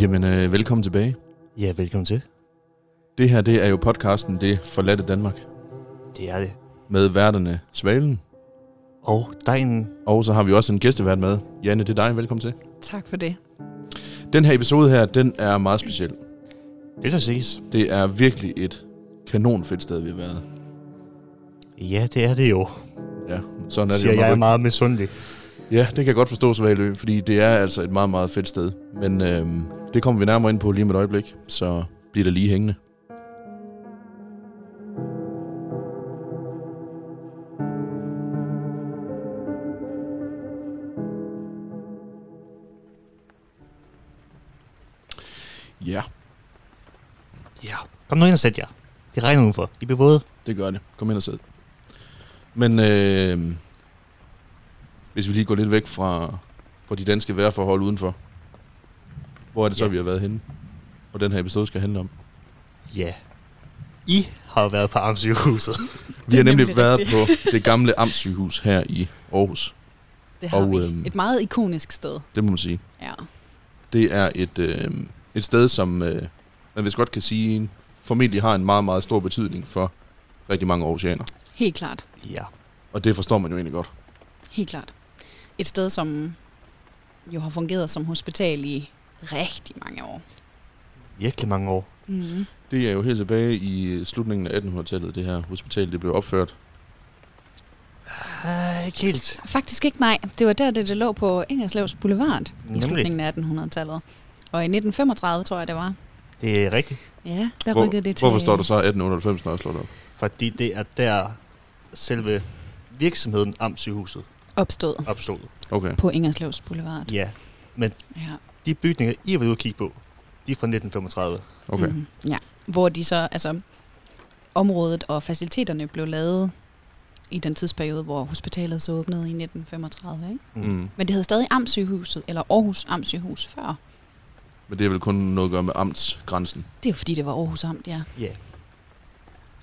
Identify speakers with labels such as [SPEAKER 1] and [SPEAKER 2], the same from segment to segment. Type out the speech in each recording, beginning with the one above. [SPEAKER 1] Jamen, øh, velkommen tilbage.
[SPEAKER 2] Ja, velkommen til.
[SPEAKER 1] Det her, det er jo podcasten Det Forladte Danmark.
[SPEAKER 2] Det er det.
[SPEAKER 1] Med værterne Svalen.
[SPEAKER 2] Og dejen.
[SPEAKER 1] Og så har vi også en gæstevært med. Janne, det er dig. Velkommen til.
[SPEAKER 3] Tak for det.
[SPEAKER 1] Den her episode her, den er meget speciel.
[SPEAKER 2] Det kan ses.
[SPEAKER 1] Det er virkelig et kanonfedt sted, vi har været.
[SPEAKER 2] Ja, det er det jo.
[SPEAKER 1] Ja, sådan er
[SPEAKER 2] Det
[SPEAKER 1] det
[SPEAKER 2] siger
[SPEAKER 1] jo nok
[SPEAKER 2] jeg er
[SPEAKER 1] ikke.
[SPEAKER 2] meget misundelig.
[SPEAKER 1] Ja, det kan jeg godt forstå, Svalø, fordi det er altså et meget, meget fedt sted. Men øh, det kommer vi nærmere ind på lige om et øjeblik, så bliver det lige hængende. Ja,
[SPEAKER 2] Ja. Kom nu ind og sæt jer. Det regner udenfor. I bliver våde.
[SPEAKER 1] det gør det. Kom ind og sid. Men øh, hvis vi lige går lidt væk fra, fra de danske vejrforhold udenfor, hvor er det så,
[SPEAKER 2] Ja.
[SPEAKER 1] ja. vi har været henne? Og den her episode skal handle om.
[SPEAKER 2] Ja. I har jo været på Amtssygehuset.
[SPEAKER 1] Vi har nemlig
[SPEAKER 3] nemlig
[SPEAKER 1] været på det gamle amtssygehus her i Aarhus.
[SPEAKER 3] Det har
[SPEAKER 1] Og,
[SPEAKER 3] og, vi.
[SPEAKER 1] øhm,
[SPEAKER 3] Et meget ikonisk sted.
[SPEAKER 1] Det må man sige.
[SPEAKER 3] Ja.
[SPEAKER 1] Det er et, øh, et sted, som øh, man vist godt kan sige, formentlig har en meget, meget stor betydning for rigtig mange aarhusianer.
[SPEAKER 3] Helt klart.
[SPEAKER 2] ja.
[SPEAKER 1] Og det forstår man jo egentlig godt.
[SPEAKER 3] Helt klart. Et sted, som jo har fungeret som hospital i rigtig mange år.
[SPEAKER 2] Virkelig mange år.
[SPEAKER 3] Mm.
[SPEAKER 1] Det er jo helt tilbage i øh, slutningen af 1800-tallet, det her hospital, det blev opført.
[SPEAKER 2] Ah, ikke helt.
[SPEAKER 3] Faktisk ikke nej. Det var der, det, det lå på Engerslevs Boulevard i
[SPEAKER 2] Nemlig.
[SPEAKER 3] slutningen af 1800-tallet. Og i 1935, tror jeg, det var.
[SPEAKER 2] Det er rigtigt.
[SPEAKER 3] Ja, der
[SPEAKER 1] Hvor-
[SPEAKER 3] rykkede det til...
[SPEAKER 1] Hvorfor står der så 1898, når jeg slår det op?
[SPEAKER 2] Fordi det er der selve virksomheden Amtssygehuset
[SPEAKER 3] Opstået
[SPEAKER 2] opstod.
[SPEAKER 1] Okay.
[SPEAKER 3] på Engerslevs Boulevard.
[SPEAKER 2] Ja.
[SPEAKER 3] Ja.
[SPEAKER 2] De bygninger, I har været ude at kigge på, de er fra 1935.
[SPEAKER 1] Okay. Mm.
[SPEAKER 3] Mhm, Ja, hvor de så, altså området og faciliteterne blev lavet i den tidsperiode, hvor hospitalet så åbnede i 1935. Ikke?
[SPEAKER 1] Mm.
[SPEAKER 3] Men det hed stadig Amtssygehuset, eller Aarhus Amtssygehus før.
[SPEAKER 1] Men det er vel kun noget at gøre med amtsgrænsen.
[SPEAKER 3] Det er jo fordi, det var Aarhus Amt, ja.
[SPEAKER 2] Ja.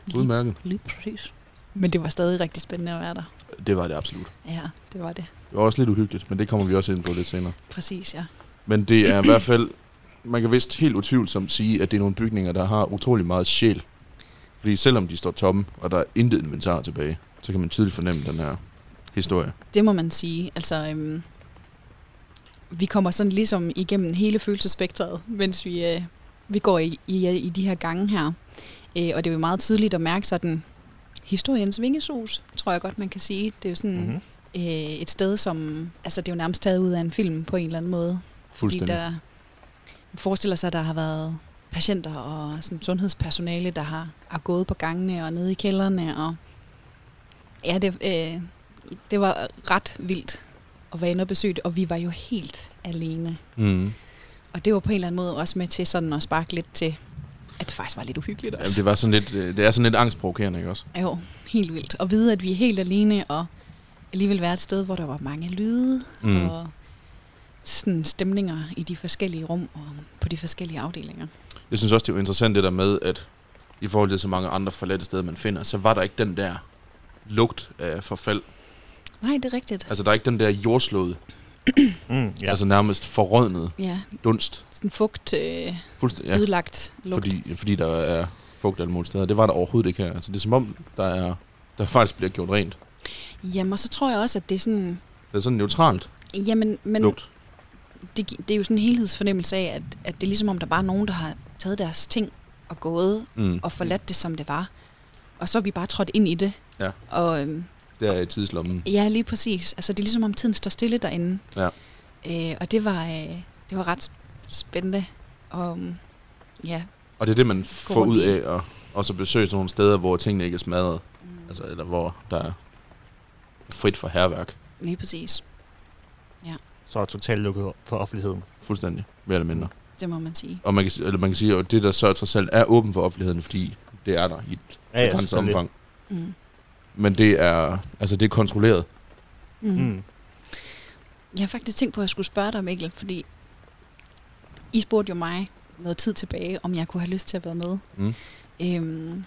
[SPEAKER 3] Lige,
[SPEAKER 1] Udmærket.
[SPEAKER 3] lige præcis. Men det var stadig rigtig spændende at være der.
[SPEAKER 1] Det var det absolut.
[SPEAKER 3] Ja, det var det.
[SPEAKER 1] Det var også lidt uhyggeligt, men det kommer vi også ind på lidt senere.
[SPEAKER 3] Præcis, ja.
[SPEAKER 1] Men det er i hvert fald, man kan vist helt utvivlsomt sige, at det er nogle bygninger, der har utrolig meget sjæl. Fordi selvom de står tomme, og der er intet inventar tilbage, så kan man tydeligt fornemme den her historie.
[SPEAKER 3] Det må man sige. Altså, øhm, vi kommer sådan ligesom igennem hele følelsespektret, mens vi, øh, vi går i, i, i de her gange her. Øh, og det er jo meget tydeligt at mærke sådan historiens vingesus, tror jeg godt, man kan sige. Det er jo
[SPEAKER 1] Mm.
[SPEAKER 3] sådan
[SPEAKER 2] Mm-hmm.
[SPEAKER 3] mm-hmm. øh, et sted, som... Altså, det er jo nærmest taget ud af en film på en eller anden måde. Fordi
[SPEAKER 1] Fuldstændig.
[SPEAKER 3] der man forestiller sig, at der har været patienter og sådan sundhedspersonale, der har, har gået på gangene og nede i kælderne. Og ja, det, øh, det var ret vildt at være inde og besøge det, og vi var jo helt alene.
[SPEAKER 1] Mm.
[SPEAKER 3] Og det var på en eller anden måde også med til sådan at sparke lidt til, at det faktisk var lidt uhyggeligt
[SPEAKER 1] Jamen,
[SPEAKER 3] også.
[SPEAKER 1] det, var sådan lidt, øh, det er sådan lidt angstprovokerende, ikke også?
[SPEAKER 3] Ja, jo, helt vildt. Og vide, at vi er helt alene, og alligevel være et sted, hvor der var mange lyde, mm. og sådan stemninger i de forskellige rum og på de forskellige afdelinger.
[SPEAKER 1] Jeg synes også, det er jo interessant det der med, at i forhold til så mange andre forladte steder, man finder, så var der ikke den der lugt af forfald.
[SPEAKER 3] Nej, det er rigtigt.
[SPEAKER 1] Altså, der er ikke den der jordslået,
[SPEAKER 2] Mm,
[SPEAKER 1] ja.
[SPEAKER 2] ja.
[SPEAKER 1] altså nærmest forrådnet
[SPEAKER 3] Ja,
[SPEAKER 1] dunst.
[SPEAKER 3] sådan fugt, øh,
[SPEAKER 1] Fuldstændig,
[SPEAKER 3] ja.
[SPEAKER 1] ja,
[SPEAKER 3] ødelagt lugt.
[SPEAKER 1] fordi, fordi der er fugt alle mulige steder. Det var der overhovedet ikke her. Altså, det er som om, der, er, der faktisk bliver gjort rent.
[SPEAKER 3] Jamen, og så tror jeg også, at det er sådan...
[SPEAKER 1] Det er sådan neutralt
[SPEAKER 3] Jamen, men
[SPEAKER 1] Men, lugt.
[SPEAKER 3] det, gi- det er jo sådan en helhedsfornemmelse af, at, at det er ligesom om, der bare er nogen, der har taget deres ting og gået
[SPEAKER 1] Mm.
[SPEAKER 3] og forladt det, som det var. Og så er vi bare trådt ind i det.
[SPEAKER 1] Ja.
[SPEAKER 3] Og øhm,
[SPEAKER 1] Der er i tidslommen.
[SPEAKER 3] ja, lige præcis. Altså, det er ligesom om tiden står stille derinde.
[SPEAKER 1] Ja.
[SPEAKER 3] Øh, og det var, øh, det var ret spændende. Og øhm, ja,
[SPEAKER 1] Og det er det, man får
[SPEAKER 3] rundt
[SPEAKER 1] ud
[SPEAKER 3] i.
[SPEAKER 1] af at og så besøge sådan nogle steder, hvor tingene ikke er smadret.
[SPEAKER 3] mm,
[SPEAKER 1] Altså, eller hvor der er frit for herværk.
[SPEAKER 3] lige præcis.
[SPEAKER 2] Så er totalt lukket op for offentligheden.
[SPEAKER 1] Fuldstændig, mere eller mindre.
[SPEAKER 3] Det må man sige.
[SPEAKER 1] Og man kan, sige- eller man kan sige, at det der så trods alt er åbent for offentligheden, fordi det er der i et
[SPEAKER 2] Ja,
[SPEAKER 1] begrænset
[SPEAKER 2] selvfølgelig.
[SPEAKER 1] omfang.
[SPEAKER 3] Mm.
[SPEAKER 1] Men det er, altså det er kontrolleret.
[SPEAKER 3] Mm.
[SPEAKER 2] Mm.
[SPEAKER 3] Jeg har faktisk tænkt på, at jeg skulle spørge dig, Mikkel, fordi I spurgte jo mig noget tid tilbage, om jeg kunne have lyst til at være med.
[SPEAKER 1] Mm.
[SPEAKER 3] Øhm,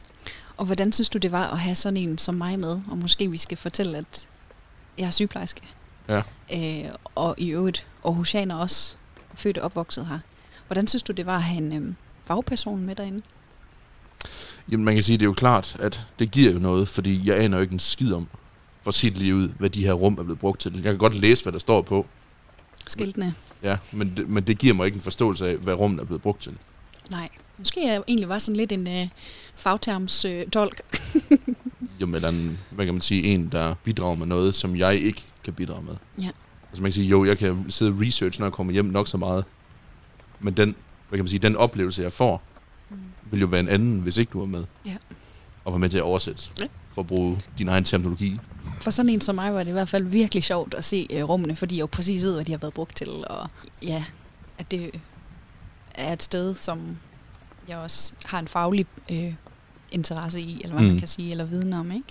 [SPEAKER 3] og hvordan synes du, det var at have sådan en som mig med? Og måske vi skal fortælle, at jeg er sygeplejerske.
[SPEAKER 1] Ja.
[SPEAKER 3] Øh, og i øvrigt Aarhusianer også, født og opvokset her.
[SPEAKER 4] Hvordan synes du, det var at have en øhm, fagperson med derinde?
[SPEAKER 1] Jamen, man kan sige, det er jo klart, at det giver jo noget, fordi jeg aner jo ikke en skid om, for sit lige ud, hvad de her rum er blevet brugt til. Jeg kan godt læse, hvad der står på,
[SPEAKER 4] Skiltene?
[SPEAKER 1] ja, men, det, men det giver mig ikke en forståelse af, hvad rummet er blevet brugt til.
[SPEAKER 4] Nej. Måske jeg egentlig var sådan lidt en øh, fagtermsdolk. Øh, dolk.
[SPEAKER 1] Jamen, eller en, hvad kan man sige, en, der bidrager med noget, som jeg ikke kan bidrage med.
[SPEAKER 4] Ja.
[SPEAKER 1] Altså man kan sige, jo, jeg kan sidde og research, når jeg kommer hjem nok så meget, men den, hvad kan man sige, den oplevelse, jeg får,
[SPEAKER 4] Mm.
[SPEAKER 1] vil jo være en anden, hvis ikke du er med.
[SPEAKER 4] Ja.
[SPEAKER 1] Og var med til at oversætte.
[SPEAKER 2] Ja.
[SPEAKER 1] For at bruge din egen terminologi.
[SPEAKER 4] For sådan en som mig var det i hvert fald virkelig sjovt at se øh, rummene, fordi jeg jo præcis ved, hvad de har været brugt til. Og ja, at det er et sted, som jeg også har en faglig øh, interesse i, eller hvad mm.
[SPEAKER 1] Mm.
[SPEAKER 4] man kan sige, eller viden om, ikke?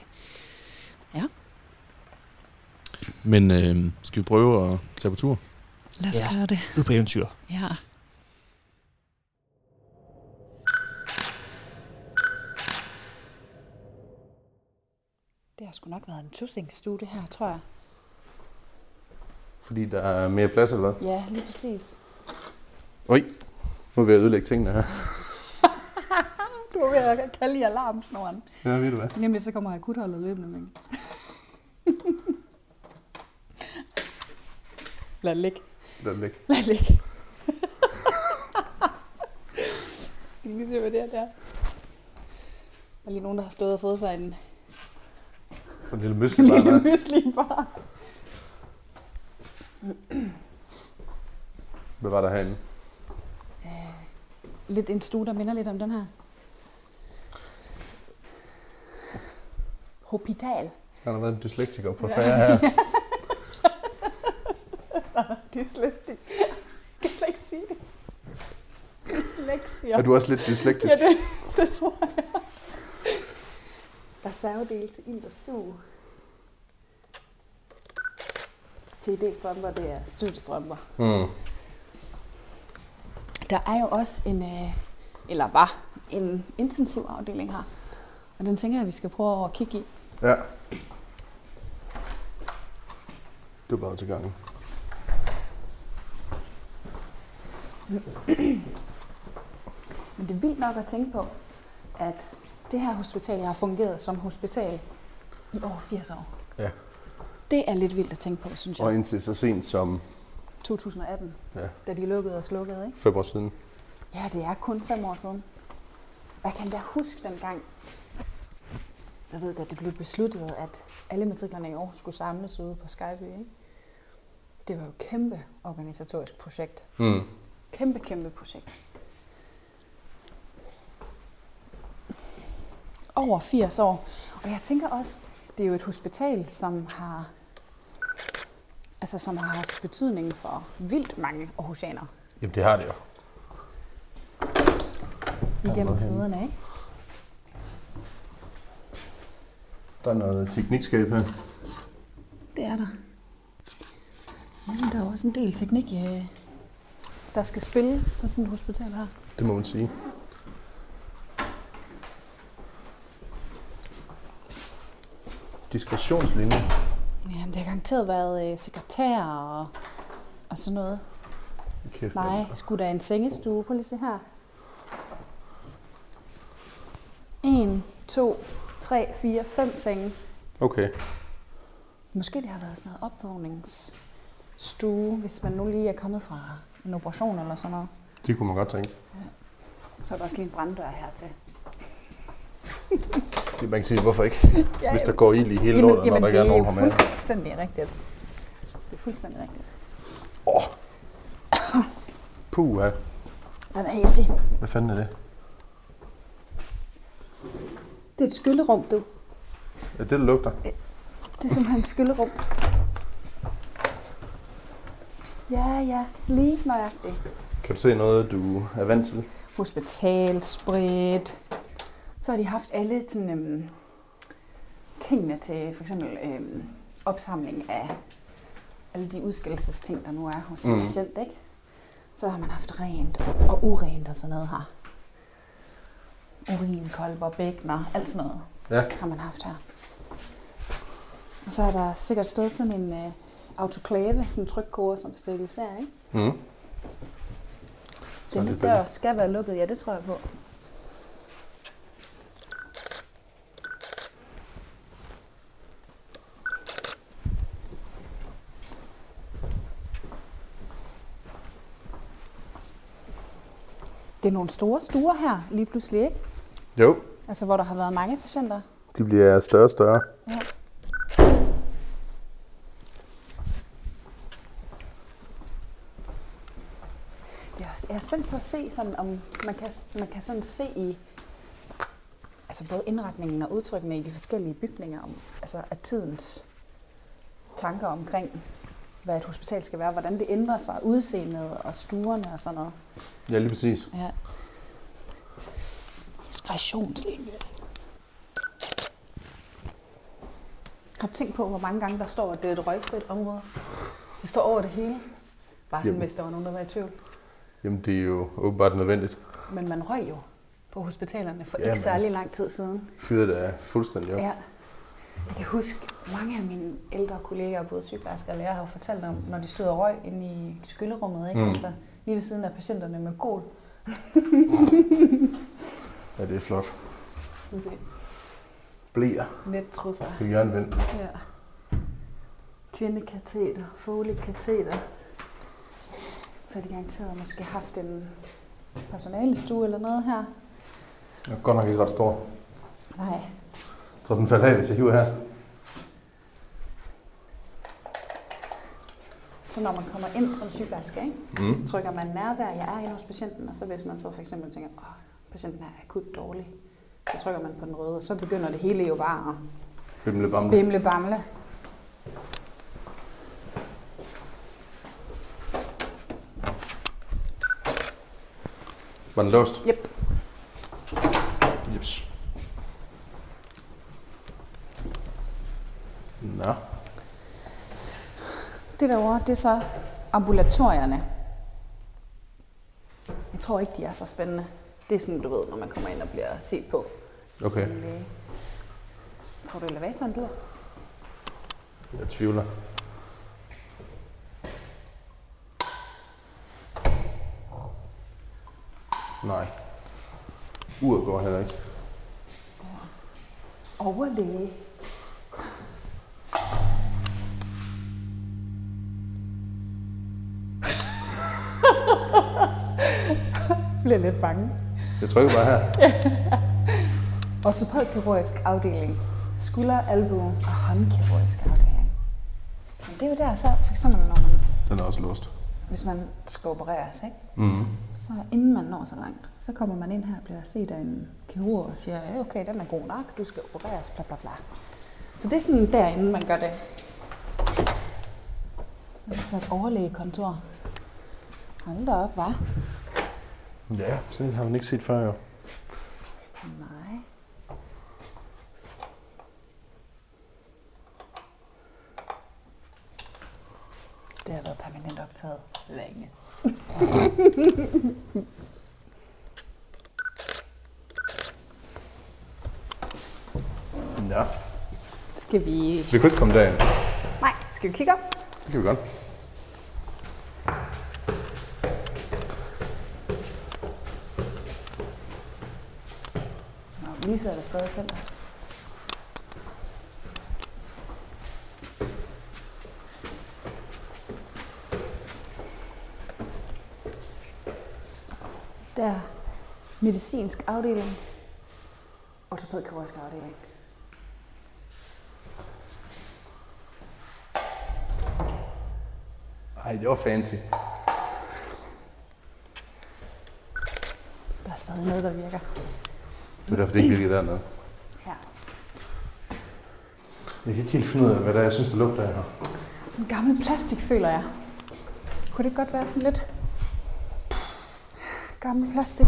[SPEAKER 1] Men øh, skal vi prøve at tage på tur?
[SPEAKER 4] Lad os
[SPEAKER 2] Ja.
[SPEAKER 4] ja. gøre det.
[SPEAKER 2] Ud på eventyr.
[SPEAKER 4] Ja.
[SPEAKER 3] Det har sgu nok været en tosengsstue, det her, tror jeg.
[SPEAKER 1] Fordi der er mere plads, eller hvad?
[SPEAKER 3] Ja, lige præcis.
[SPEAKER 1] Oj, nu vil jeg ødelægge tingene her.
[SPEAKER 3] Du er ved at kalde i alarmsnoren.
[SPEAKER 1] Ja, ved du hvad?
[SPEAKER 3] Nemlig så kommer akutholdet løbende med. Lad det ligge.
[SPEAKER 1] Lad det ligge.
[SPEAKER 3] Lad det ligge. Skal vi lige se, hvad det er der? Der er lige nogen, der har stået og fået sig en
[SPEAKER 1] Sådan en lille mysle
[SPEAKER 3] lille myslimbar.
[SPEAKER 1] Hvad var der herinde?
[SPEAKER 3] Lidt en stue, der minder lidt om den her. Hospital.
[SPEAKER 1] Har der været en dyslektiker på færre her?
[SPEAKER 3] Dyslektik. Jeg kan slet ikke sige det. Dysleksia.
[SPEAKER 1] Er du også lidt dyslektisk?
[SPEAKER 3] Ja, det, det tror jeg. Reservedel til ild og sug. TD-strømper, det er støttestrømper.
[SPEAKER 1] Mm.
[SPEAKER 3] Der er jo også en, øh, eller var, en intensiv afdeling her. Og den tænker jeg, vi skal prøve at kigge i.
[SPEAKER 1] Ja. Du er bare til gangen.
[SPEAKER 3] Men det er vildt nok at tænke på, at det her hospital har fungeret som hospital i over 80 år.
[SPEAKER 1] Ja.
[SPEAKER 3] Det er lidt vildt at tænke på, synes jeg.
[SPEAKER 1] Og indtil så sent som
[SPEAKER 3] 2018,
[SPEAKER 1] Ja.
[SPEAKER 3] da de lukkede og slukkede, ikke?
[SPEAKER 1] fem år siden.
[SPEAKER 3] Ja, det er kun fem år siden. Og Jeg kan da huske dengang, jeg ved da, det blev besluttet, at alle matriklerne i år skulle samles ude på Skyby, ikke? Det var jo et kæmpe organisatorisk projekt.
[SPEAKER 1] Mm.
[SPEAKER 3] Kæmpe, kæmpe projekt. Over 80 år. Og jeg tænker også, det er jo et hospital, som har, altså, som har haft betydning for vildt mange aarhusianere
[SPEAKER 1] Jamen det har det jo.
[SPEAKER 3] igennem
[SPEAKER 1] noget henne.
[SPEAKER 3] tiderne, ikke?
[SPEAKER 1] Der er noget teknikskab her.
[SPEAKER 3] Det er der. Jamen, der er også en del teknik, øh, der skal spille på sådan et hospital her.
[SPEAKER 1] Det må man sige. Diskretionslinje.
[SPEAKER 3] Jamen, det har garanteret været øh, sekretærer og, og sådan noget.
[SPEAKER 1] Kæft,
[SPEAKER 3] Nej,
[SPEAKER 1] mand.
[SPEAKER 3] skulle der en sengestue? Prøv lige at se her. 1, 2, 3, 4, 5 senge.
[SPEAKER 1] Okay.
[SPEAKER 3] Måske det har været sådan noget opvågningsstue, hvis man nu lige er kommet fra en operation eller sådan noget.
[SPEAKER 1] Det kunne man godt tænke.
[SPEAKER 3] Så er der også lige en branddør hertil.
[SPEAKER 1] Det- Man kan sige, hvorfor ikke?
[SPEAKER 3] Ja,
[SPEAKER 1] Hvis der går ild i hele
[SPEAKER 3] Jamen,
[SPEAKER 1] lortet, når
[SPEAKER 3] jamen
[SPEAKER 1] der
[SPEAKER 3] det
[SPEAKER 1] ikke er nogen
[SPEAKER 3] er
[SPEAKER 1] her med.
[SPEAKER 3] fuldstændig rigtigt. Det er fuldstændig rigtigt.
[SPEAKER 1] Åh. Puh,
[SPEAKER 3] Den er hæsig.
[SPEAKER 1] Hvad fanden er det?
[SPEAKER 3] Det er et skyllerum, du.
[SPEAKER 1] Er det, der lugter?
[SPEAKER 3] Det er simpelthen et skyllerum. Ja, ja. Lige nøjagtigt.
[SPEAKER 1] Kan du se noget, du er vant til?
[SPEAKER 3] Hospitalsprit. Så har de haft alle sådan, øhm, tingene til for eksempel øhm, opsamling af alle de udskillelsesting, der nu er hos mm.
[SPEAKER 1] Mhm.
[SPEAKER 3] en patient, ikke? Så har man haft rent og urent og sådan noget her. Urinkolber, bækkener, alt sådan noget
[SPEAKER 1] Ja.
[SPEAKER 3] har man haft her. Og så har der sikkert stået sådan en øh, autoklave, sådan en trykkoger, som steriliserer, ikke?
[SPEAKER 1] Mm.
[SPEAKER 3] Den
[SPEAKER 5] Sådan lidt
[SPEAKER 3] dør skal være lukket, ja, det tror jeg på. Det er nogle store stuer her, lige pludselig, ikke?
[SPEAKER 5] Jo,
[SPEAKER 3] Altså, hvor der har været mange patienter.
[SPEAKER 5] de bliver større og større.
[SPEAKER 3] Det er også, jeg er spændt på at se, sådan, om man kan, man kan sådan se i altså både indretningen og udtrykkene i de forskellige bygninger, om, altså at tidens tanker omkring, hvad et hospital skal være, hvordan det ændrer sig, udseendet og stuerne og sådan noget.
[SPEAKER 5] Ja, lige præcis.
[SPEAKER 3] Ja. Diskretionslinje. Har du tænkt på, hvor mange gange der står, at det er et røgfrit område? Det står over det hele. Bare sådan,
[SPEAKER 5] Jamen.
[SPEAKER 3] hvis der var nogen, der var i tvivl.
[SPEAKER 5] Jamen, det er jo åbenbart nødvendigt.
[SPEAKER 3] Men man røg jo på hospitalerne for
[SPEAKER 5] Jamen.
[SPEAKER 3] ikke særlig lang tid siden.
[SPEAKER 5] Fyret er fuldstændig
[SPEAKER 3] Ja. Jeg kan huske, mange af mine ældre kolleger, både sygeplejersker og læger, har jo fortalt om, når de stod og røg inde i skyllerummet, ikke?
[SPEAKER 5] Mm.
[SPEAKER 3] Mm. Altså, lige ved siden af patienterne med gol.
[SPEAKER 5] Ja, det er flot.
[SPEAKER 3] Nu se,
[SPEAKER 5] Blæer.
[SPEAKER 3] Net trusser.
[SPEAKER 5] vil gerne vente.
[SPEAKER 3] Ja. Kvindekateter, folikateter. Så har de garanteret måske haft en personalestue eller noget her.
[SPEAKER 5] Jeg er godt nok ikke ret stor.
[SPEAKER 3] Nej.
[SPEAKER 5] Jeg tror, den falder af, hvis jeg hiver her.
[SPEAKER 3] Så når man kommer ind som sygeplejerske, ikke?
[SPEAKER 5] Mm.
[SPEAKER 3] trykker man nærvær, jeg er inde hos patienten, og så hvis man så for eksempel tænker, åh, patienten er akut dårlig, så trykker man på den røde, og så begynder det hele jo bare at
[SPEAKER 5] Bimle bamle.
[SPEAKER 3] bimle bamle.
[SPEAKER 5] Var den låst?
[SPEAKER 3] Yep.
[SPEAKER 5] Jeps. Nå.
[SPEAKER 3] Det derovre, det er så ambulatorierne. Jeg tror ikke, de er så spændende. Det er sådan, du ved, når man kommer ind og bliver set på.
[SPEAKER 5] Okay,
[SPEAKER 3] af en læge. Tror du, elevatoren dur?
[SPEAKER 5] jeg tvivler. Nej. Uret går heller ikke.
[SPEAKER 3] Overlæge. bliver lidt bange.
[SPEAKER 5] Jeg trykker bare her.
[SPEAKER 3] Ortopædkirurgisk afdeling. Skulder, albue og håndkirurgisk afdeling. Men det er jo der så, for eksempel når man,
[SPEAKER 5] Den er også låst.
[SPEAKER 3] hvis man skal opereres, ikke?
[SPEAKER 5] Mm.
[SPEAKER 3] Så inden man når så langt, så kommer man ind her og bliver set af en kirurg og siger, ja, okay, den er god nok, du skal opereres, bla bla bla. Så det er sådan derinde, man gør det. Og så et overlægekontor. Hold da op, hva'?
[SPEAKER 5] Ja, sådan har man ikke set før, jo.
[SPEAKER 3] Nej. Det har været permanent optaget længe.
[SPEAKER 5] Ja.
[SPEAKER 3] Skal vi...
[SPEAKER 5] Vi kunne ikke komme derind.
[SPEAKER 3] Nej, skal vi kigge op?
[SPEAKER 5] Det kan vi godt.
[SPEAKER 3] Nå, lyset er der stadig tændt. Der. Medicinsk afdeling. Ortopædkirurgisk afdeling.
[SPEAKER 5] Ej, det var fancy.
[SPEAKER 3] Der er stadig noget, der virker.
[SPEAKER 5] Det er derfor, det ikke virkelig dernede.
[SPEAKER 3] Ja.
[SPEAKER 5] Jeg kan ikke helt finde ud af, hvad der er, jeg synes, det lugter af her.
[SPEAKER 3] Sådan en gammel plastik, føler jeg. Kunne det ikke godt være sådan lidt gammel plastik?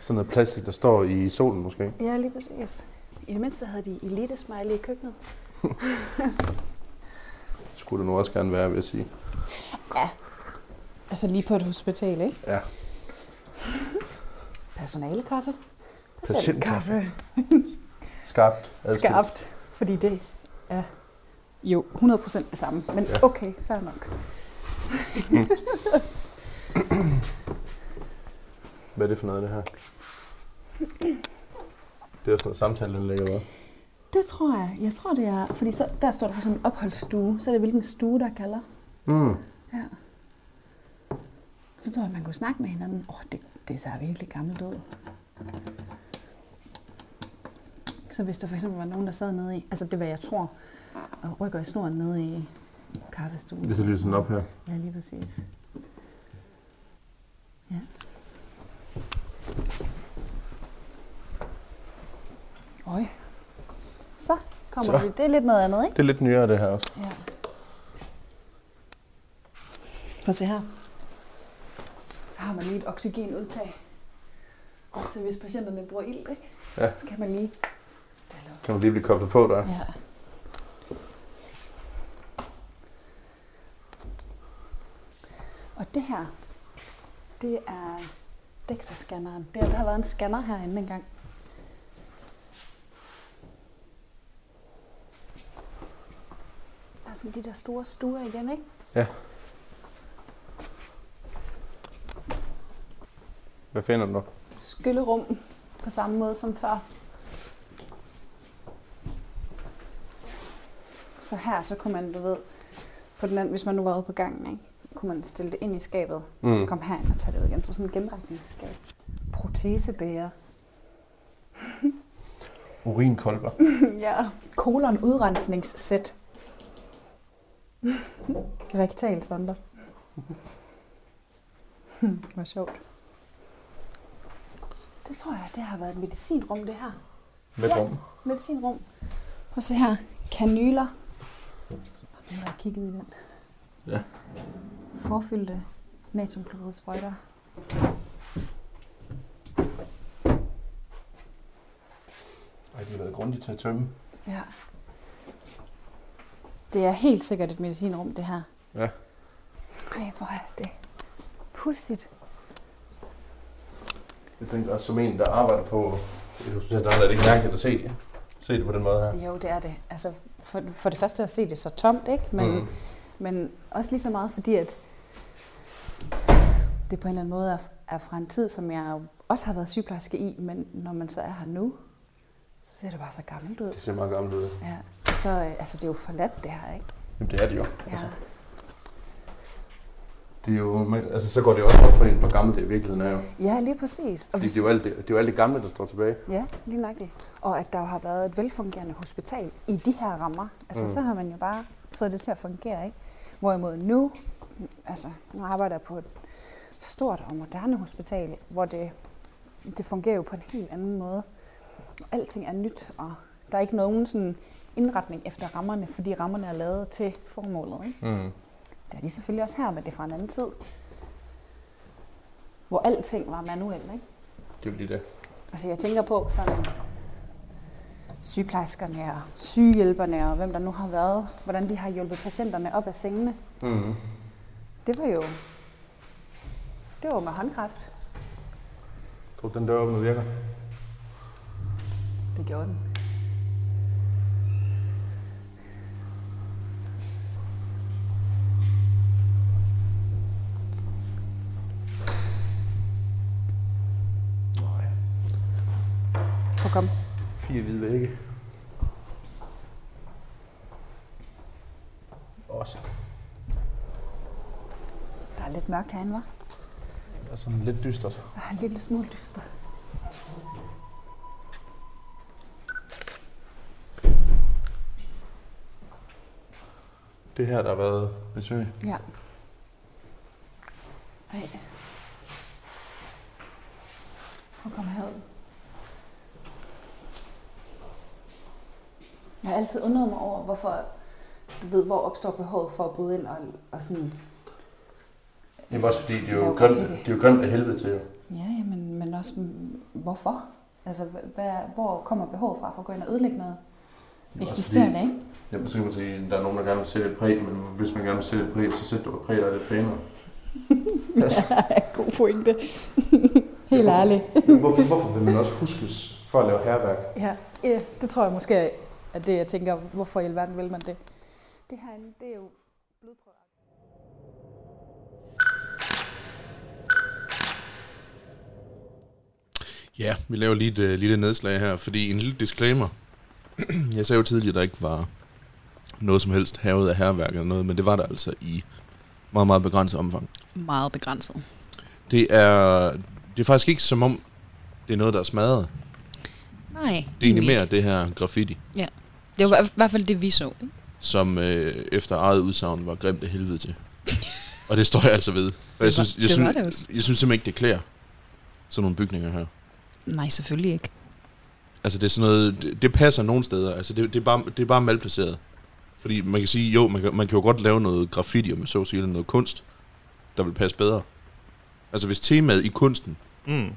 [SPEAKER 5] Sådan noget plastik, der står i solen måske.
[SPEAKER 3] Ja, lige præcis. I det mindste havde de elite smiley i køkkenet.
[SPEAKER 5] Skulle det nu også gerne være, vil jeg sige.
[SPEAKER 3] Altså lige på et hospital, ikke?
[SPEAKER 5] Ja.
[SPEAKER 3] Personalekaffe.
[SPEAKER 5] Patientkaffe. Skarpt. adskilt.
[SPEAKER 3] Skarpt. Fordi det er jo 100% det samme. Men
[SPEAKER 5] Ja.
[SPEAKER 3] okay, fair nok.
[SPEAKER 5] Hvad er det for noget, det her? Det er også noget samtale, den ligger bare.
[SPEAKER 3] Det tror jeg. Jeg tror, det er... Fordi så, der står der for eksempel opholdsstue. Så er det, hvilken stue, der kalder.
[SPEAKER 5] Mm.
[SPEAKER 3] Ja. Så tror jeg, man kunne snakke med hinanden. Åh, oh, det, det ser virkelig gammelt ud. Så hvis der for eksempel var nogen, der sad nede i... Altså, det var, jeg tror, og rykker i snoren nede i kaffestuen.
[SPEAKER 5] Hvis jeg lyser den op her.
[SPEAKER 3] Ja, lige præcis. Ja. Øj. Så kommer
[SPEAKER 5] Så.
[SPEAKER 3] Så. vi. Det er lidt noget andet, ikke?
[SPEAKER 5] Det er lidt nyere, det her også.
[SPEAKER 3] Ja. Prøv at se her. Så har man lige et oxygenudtag. Så hvis patienterne bruger ild, ikke?
[SPEAKER 5] Ja.
[SPEAKER 3] Så kan man lige... Det er låst.
[SPEAKER 5] Kan man lige blive koblet på der?
[SPEAKER 3] Ja. Og det her, det er DEXA-scanneren. Det, der har været en scanner herinde engang. Der er sådan de der store stuer igen, ikke?
[SPEAKER 5] Hvad finder du?
[SPEAKER 3] Skyllerum på samme måde som før. Så her, så kunne man, du ved, på den anden, hvis man nu var ude på gangen, ikke? kunne man stille det ind i skabet,
[SPEAKER 5] Mm.
[SPEAKER 3] Kom herind og tag det ud igen, som sådan en gennemrækningsskab. Protesebæger.
[SPEAKER 5] Urinkolber.
[SPEAKER 3] ja. Kolon udrensningssæt. Rektal sonder. Hm, Hvor sjovt. Det tror jeg, det har været et medicinrum, det her.
[SPEAKER 5] Med
[SPEAKER 3] Ja.
[SPEAKER 5] rum.
[SPEAKER 3] Medicinrum. Prøv at se her. Kanyler. Og nu har jeg kigget i den.
[SPEAKER 5] Ja.
[SPEAKER 3] Forfyldte natriumklorid sprøjter.
[SPEAKER 5] Ej, det har været grundigt til at tømme.
[SPEAKER 3] Ja. Det er helt sikkert et medicinrum, det her.
[SPEAKER 5] Ja.
[SPEAKER 3] Ej, hvor er det pudsigt.
[SPEAKER 5] Jeg tænker også som en, der arbejder på et hospital, der er det ikke mærkeligt at se, se det på den måde her.
[SPEAKER 3] Jo, det er det. Altså, for, for det første at se det så tomt, ikke? Men, mm. men også lige så meget fordi, at det på en eller anden måde er, er fra en tid, som jeg jo også har været sygeplejerske i, men når man så er her nu, så ser det bare så gammelt ud.
[SPEAKER 5] Det ser meget gammelt ud.
[SPEAKER 3] Ja. Og så, øh, altså, det er jo forladt, det her, ikke?
[SPEAKER 5] Jamen det er det jo.
[SPEAKER 3] Ja.
[SPEAKER 5] Altså, det er jo, men, altså, så går det jo også op for en, hvor gammelt det i virkeligheden er jo.
[SPEAKER 3] ja, lige præcis. Og
[SPEAKER 5] Fordi det er jo alt det, det, er jo alt det gamle, der står tilbage.
[SPEAKER 3] Ja, lige nok det. Og at der jo har været et velfungerende hospital i de her rammer. Altså,
[SPEAKER 5] Mm.
[SPEAKER 3] mm. så har man jo bare fået det til at fungere, ikke? Hvorimod nu, altså, nu arbejder jeg på et stort og moderne hospital, hvor det, det fungerer jo på en helt anden måde. Alting er nyt, og der er ikke nogen sådan indretning efter rammerne, fordi rammerne er lavet til formålet, ikke?
[SPEAKER 5] Mm.
[SPEAKER 3] Det er de selvfølgelig også her, men det er fra en anden tid, hvor alting var manuelt, ikke?
[SPEAKER 5] Det er jo lige det.
[SPEAKER 3] Altså jeg tænker på sådan sygeplejerskerne og sygehjælperne og hvem der nu har været, hvordan de har hjulpet patienterne op af sengene.
[SPEAKER 5] Mm.
[SPEAKER 3] Det var jo, det var jo med håndkræft.
[SPEAKER 5] Tror du, den dør åbner virker?
[SPEAKER 3] Det gjorde den.
[SPEAKER 5] Nej.
[SPEAKER 3] Prøv at komme.
[SPEAKER 5] Fire hvide vægge. Også.
[SPEAKER 3] Der er lidt mørkt herinde, var.
[SPEAKER 5] Det er sådan lidt dystert.
[SPEAKER 3] Der er en lille smule dyster.
[SPEAKER 5] Det her, der har været besøg.
[SPEAKER 3] Ja. Ej. Prøv at komme herud. Jeg har altid undret mig over, hvorfor, du ved, hvor opstår behovet for at bryde ind og, og sådan...
[SPEAKER 5] Jamen også fordi, det er jo
[SPEAKER 3] Laver
[SPEAKER 5] grønt,
[SPEAKER 3] graffiti.
[SPEAKER 5] det er jo grønt af helvede til jo.
[SPEAKER 3] Ja, jamen, men også, mm, hvorfor? Altså, hva- hvad, hvor kommer behovet fra for at gå ind og ødelægge noget
[SPEAKER 5] Jamen også
[SPEAKER 3] eksisterende, ikke?
[SPEAKER 5] fordi- Jamen så kan man sige, at der er nogen, der gerne vil sætte et præg, men hvis man gerne vil sætte et præg, så sætter du et præg, der er lidt pænere.
[SPEAKER 3] God pointe. Helt
[SPEAKER 5] Hvorfor-
[SPEAKER 3] ærligt.
[SPEAKER 5] Men hvorfor, hvorfor vil man også huskes for at lave herværk?
[SPEAKER 3] Ja, ja, det tror jeg måske er det, jeg tænker, hvorfor i alverden vil man det? Det herinde, det er jo blodprøver.
[SPEAKER 1] Ja, vi laver lige et øh, lille nedslag her, fordi en lille disclaimer. Jeg sagde jo tidligere, at der ikke var noget som helst havet af herværk eller noget, men det var der altså i meget, meget begrænset omfang.
[SPEAKER 4] Meget begrænset.
[SPEAKER 1] Det er, det er faktisk ikke som om, det er noget, der er smadret.
[SPEAKER 4] Nej.
[SPEAKER 1] Det er egentlig
[SPEAKER 4] ikke.
[SPEAKER 1] mere det her graffiti,
[SPEAKER 4] Det var i hvert fald det, vi så. ikke?
[SPEAKER 1] som øh, efter eget udsagn var grimt af helvede til. Og det står jeg altså ved. Og jeg synes, jeg
[SPEAKER 4] det var
[SPEAKER 1] synes,
[SPEAKER 4] det også.
[SPEAKER 1] jeg synes simpelthen ikke, det klæder sådan nogle bygninger her.
[SPEAKER 4] Nej, selvfølgelig ikke.
[SPEAKER 1] Altså det er sådan noget, det, det passer nogle steder. Altså det, det, er bare, det er bare malplaceret. Fordi man kan sige, jo, man kan, man kan jo godt lave noget graffiti, om man så siger, eller noget kunst, der vil passe bedre. Altså hvis temaet i kunsten,
[SPEAKER 2] Mm.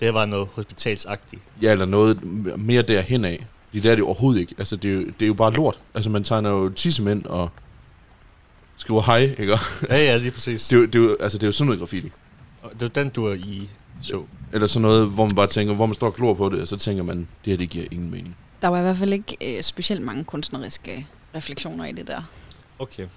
[SPEAKER 2] Det var noget hospitalsagtigt.
[SPEAKER 1] ja, eller noget m- mere derhen af, fordi det er det jo overhovedet ikke. Altså det er, jo- det er jo bare lort. Altså man tegner jo tissemænd og skriver hej, ikke? Og
[SPEAKER 2] Ja, ja, lige præcis.
[SPEAKER 1] Det er, jo, det, er jo, altså det er jo sådan noget graffiti.
[SPEAKER 2] Og Det var den, du er i så.
[SPEAKER 1] Eller sådan noget, hvor man bare tænker, hvor man står og glor på det, og så tænker man, det her det giver ingen mening.
[SPEAKER 4] Der var i hvert fald ikke øh, specielt mange kunstneriske refleksioner i det der.
[SPEAKER 2] Okay.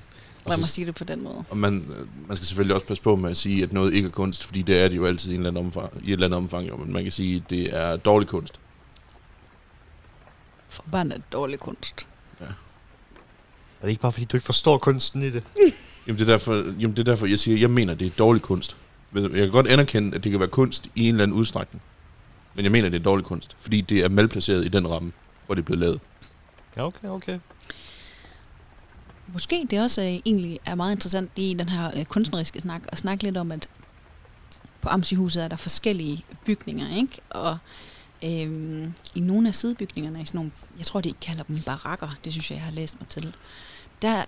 [SPEAKER 4] Lad
[SPEAKER 1] så-
[SPEAKER 4] mig sige det på den måde.
[SPEAKER 1] Og man, øh, man skal selvfølgelig også passe på med at sige, at noget ikke er kunst, fordi det er det jo altid i, en eller anden omfang, i et eller andet omfang. Jo. Men man kan sige, at det er dårlig kunst.
[SPEAKER 4] Forbandet dårlig kunst.
[SPEAKER 2] Er det ikke bare, fordi du ikke forstår kunsten i det?
[SPEAKER 1] Jamen det, er derfor, jamen det er derfor, jeg siger, at jeg mener, at det er dårlig kunst. Men Jeg kan godt anerkende, at det kan være kunst i en eller anden udstrækning. Men jeg mener, at det er dårlig kunst, fordi det er malplaceret i den ramme, hvor det er blevet lavet.
[SPEAKER 2] Ja, okay, okay.
[SPEAKER 4] Måske det også øh, egentlig er meget interessant i den her øh, kunstneriske snak, at snakke lidt om, at på Amtshuset er der forskellige bygninger, ikke? Og øhm, i nogle af sidebygningerne, i sådan nogle, jeg tror, de kalder dem barakker, det synes jeg, jeg har læst mig til, der